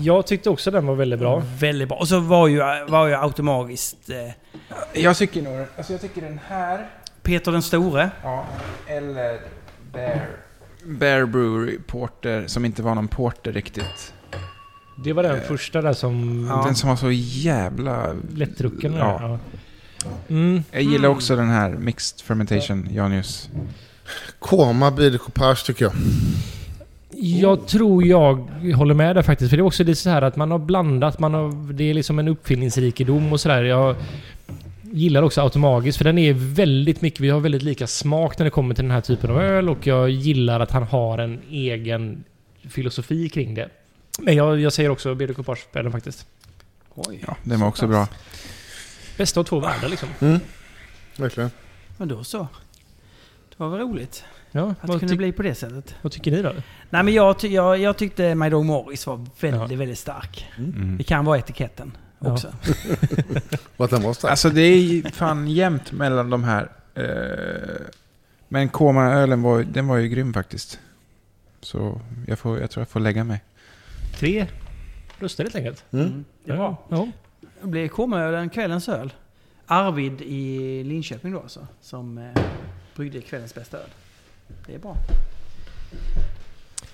Speaker 4: Jag tyckte också den var väldigt bra.
Speaker 1: väldigt bra. Och så var ju, var ju automatiskt eh,
Speaker 3: Jag tycker nog... Alltså jag tycker den här...
Speaker 1: Peter den store.
Speaker 3: Ja, eller Bear. Bear Brewery Porter, som inte var någon porter riktigt.
Speaker 4: Det var den första där som...
Speaker 1: Ja.
Speaker 3: Den som var så jävla...
Speaker 4: Lättdrucken. där.
Speaker 3: Ja.
Speaker 4: Ja. Mm.
Speaker 3: Jag gillar också den här Mixed Fermentation, Janius.
Speaker 2: Koma Bide Coupage tycker jag.
Speaker 4: Jag tror jag håller med där faktiskt. För det är också lite så här att man har blandat. Man har, det är liksom en uppfinningsrikedom och sådär. Jag gillar också automagiskt för den är väldigt mycket... Vi har väldigt lika smak när det kommer till den här typen av öl och jag gillar att han har en egen filosofi kring det. Men jag, jag säger också BD Coupage på den faktiskt.
Speaker 3: Ja, den var också bra.
Speaker 4: Bästa av två världar liksom.
Speaker 2: Verkligen.
Speaker 1: Men då så. Det var väl roligt
Speaker 4: Ja,
Speaker 1: att det
Speaker 4: vad,
Speaker 1: kunde
Speaker 4: ty-
Speaker 1: bli på det sättet.
Speaker 4: vad tycker ni då?
Speaker 1: Nej men jag, ty- jag, jag tyckte My Dog Morris var väldigt,
Speaker 4: Ja.
Speaker 1: väldigt stark.
Speaker 3: Mm.
Speaker 1: Det kan vara etiketten
Speaker 4: Ja. Mm.
Speaker 1: också.
Speaker 2: Och att den var stark.
Speaker 3: Alltså det är ju fan jämnt mellan de här. eh, Men Koma-ölen var, den var ju grym faktiskt. Så jag, får, jag tror jag får lägga mig.
Speaker 4: Tre röster helt enkelt.
Speaker 2: Mm.
Speaker 1: Det var.
Speaker 4: Ja.
Speaker 1: Det blev K-ölen kvällens öl. Arvid i Linköping då alltså, som eh, bryggde kvällens bästa öl. Det är bra.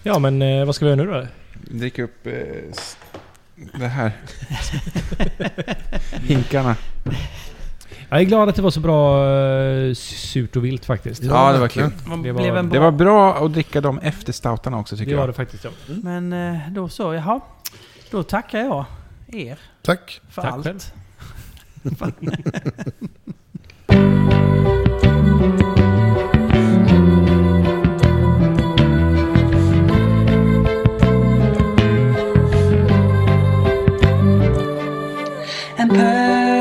Speaker 4: ja, men eh, vad ska vi göra nu då?
Speaker 3: Dricka upp eh, s- Det här. Hinkarna.
Speaker 4: Jag är glad att det var så bra eh, surt och vilt faktiskt.
Speaker 3: Ja, det var kul.
Speaker 1: Man
Speaker 4: Det var-
Speaker 1: blev en
Speaker 3: Det
Speaker 1: bra...
Speaker 3: var bra att dricka dem efter stoutarna också tycker
Speaker 4: Det var
Speaker 3: jag.
Speaker 4: det faktiskt ja.
Speaker 1: Men eh, då så, jaha. Då tackar jag er
Speaker 2: Tack.
Speaker 1: för
Speaker 4: Tack
Speaker 1: allt.
Speaker 4: själv.
Speaker 5: and purr.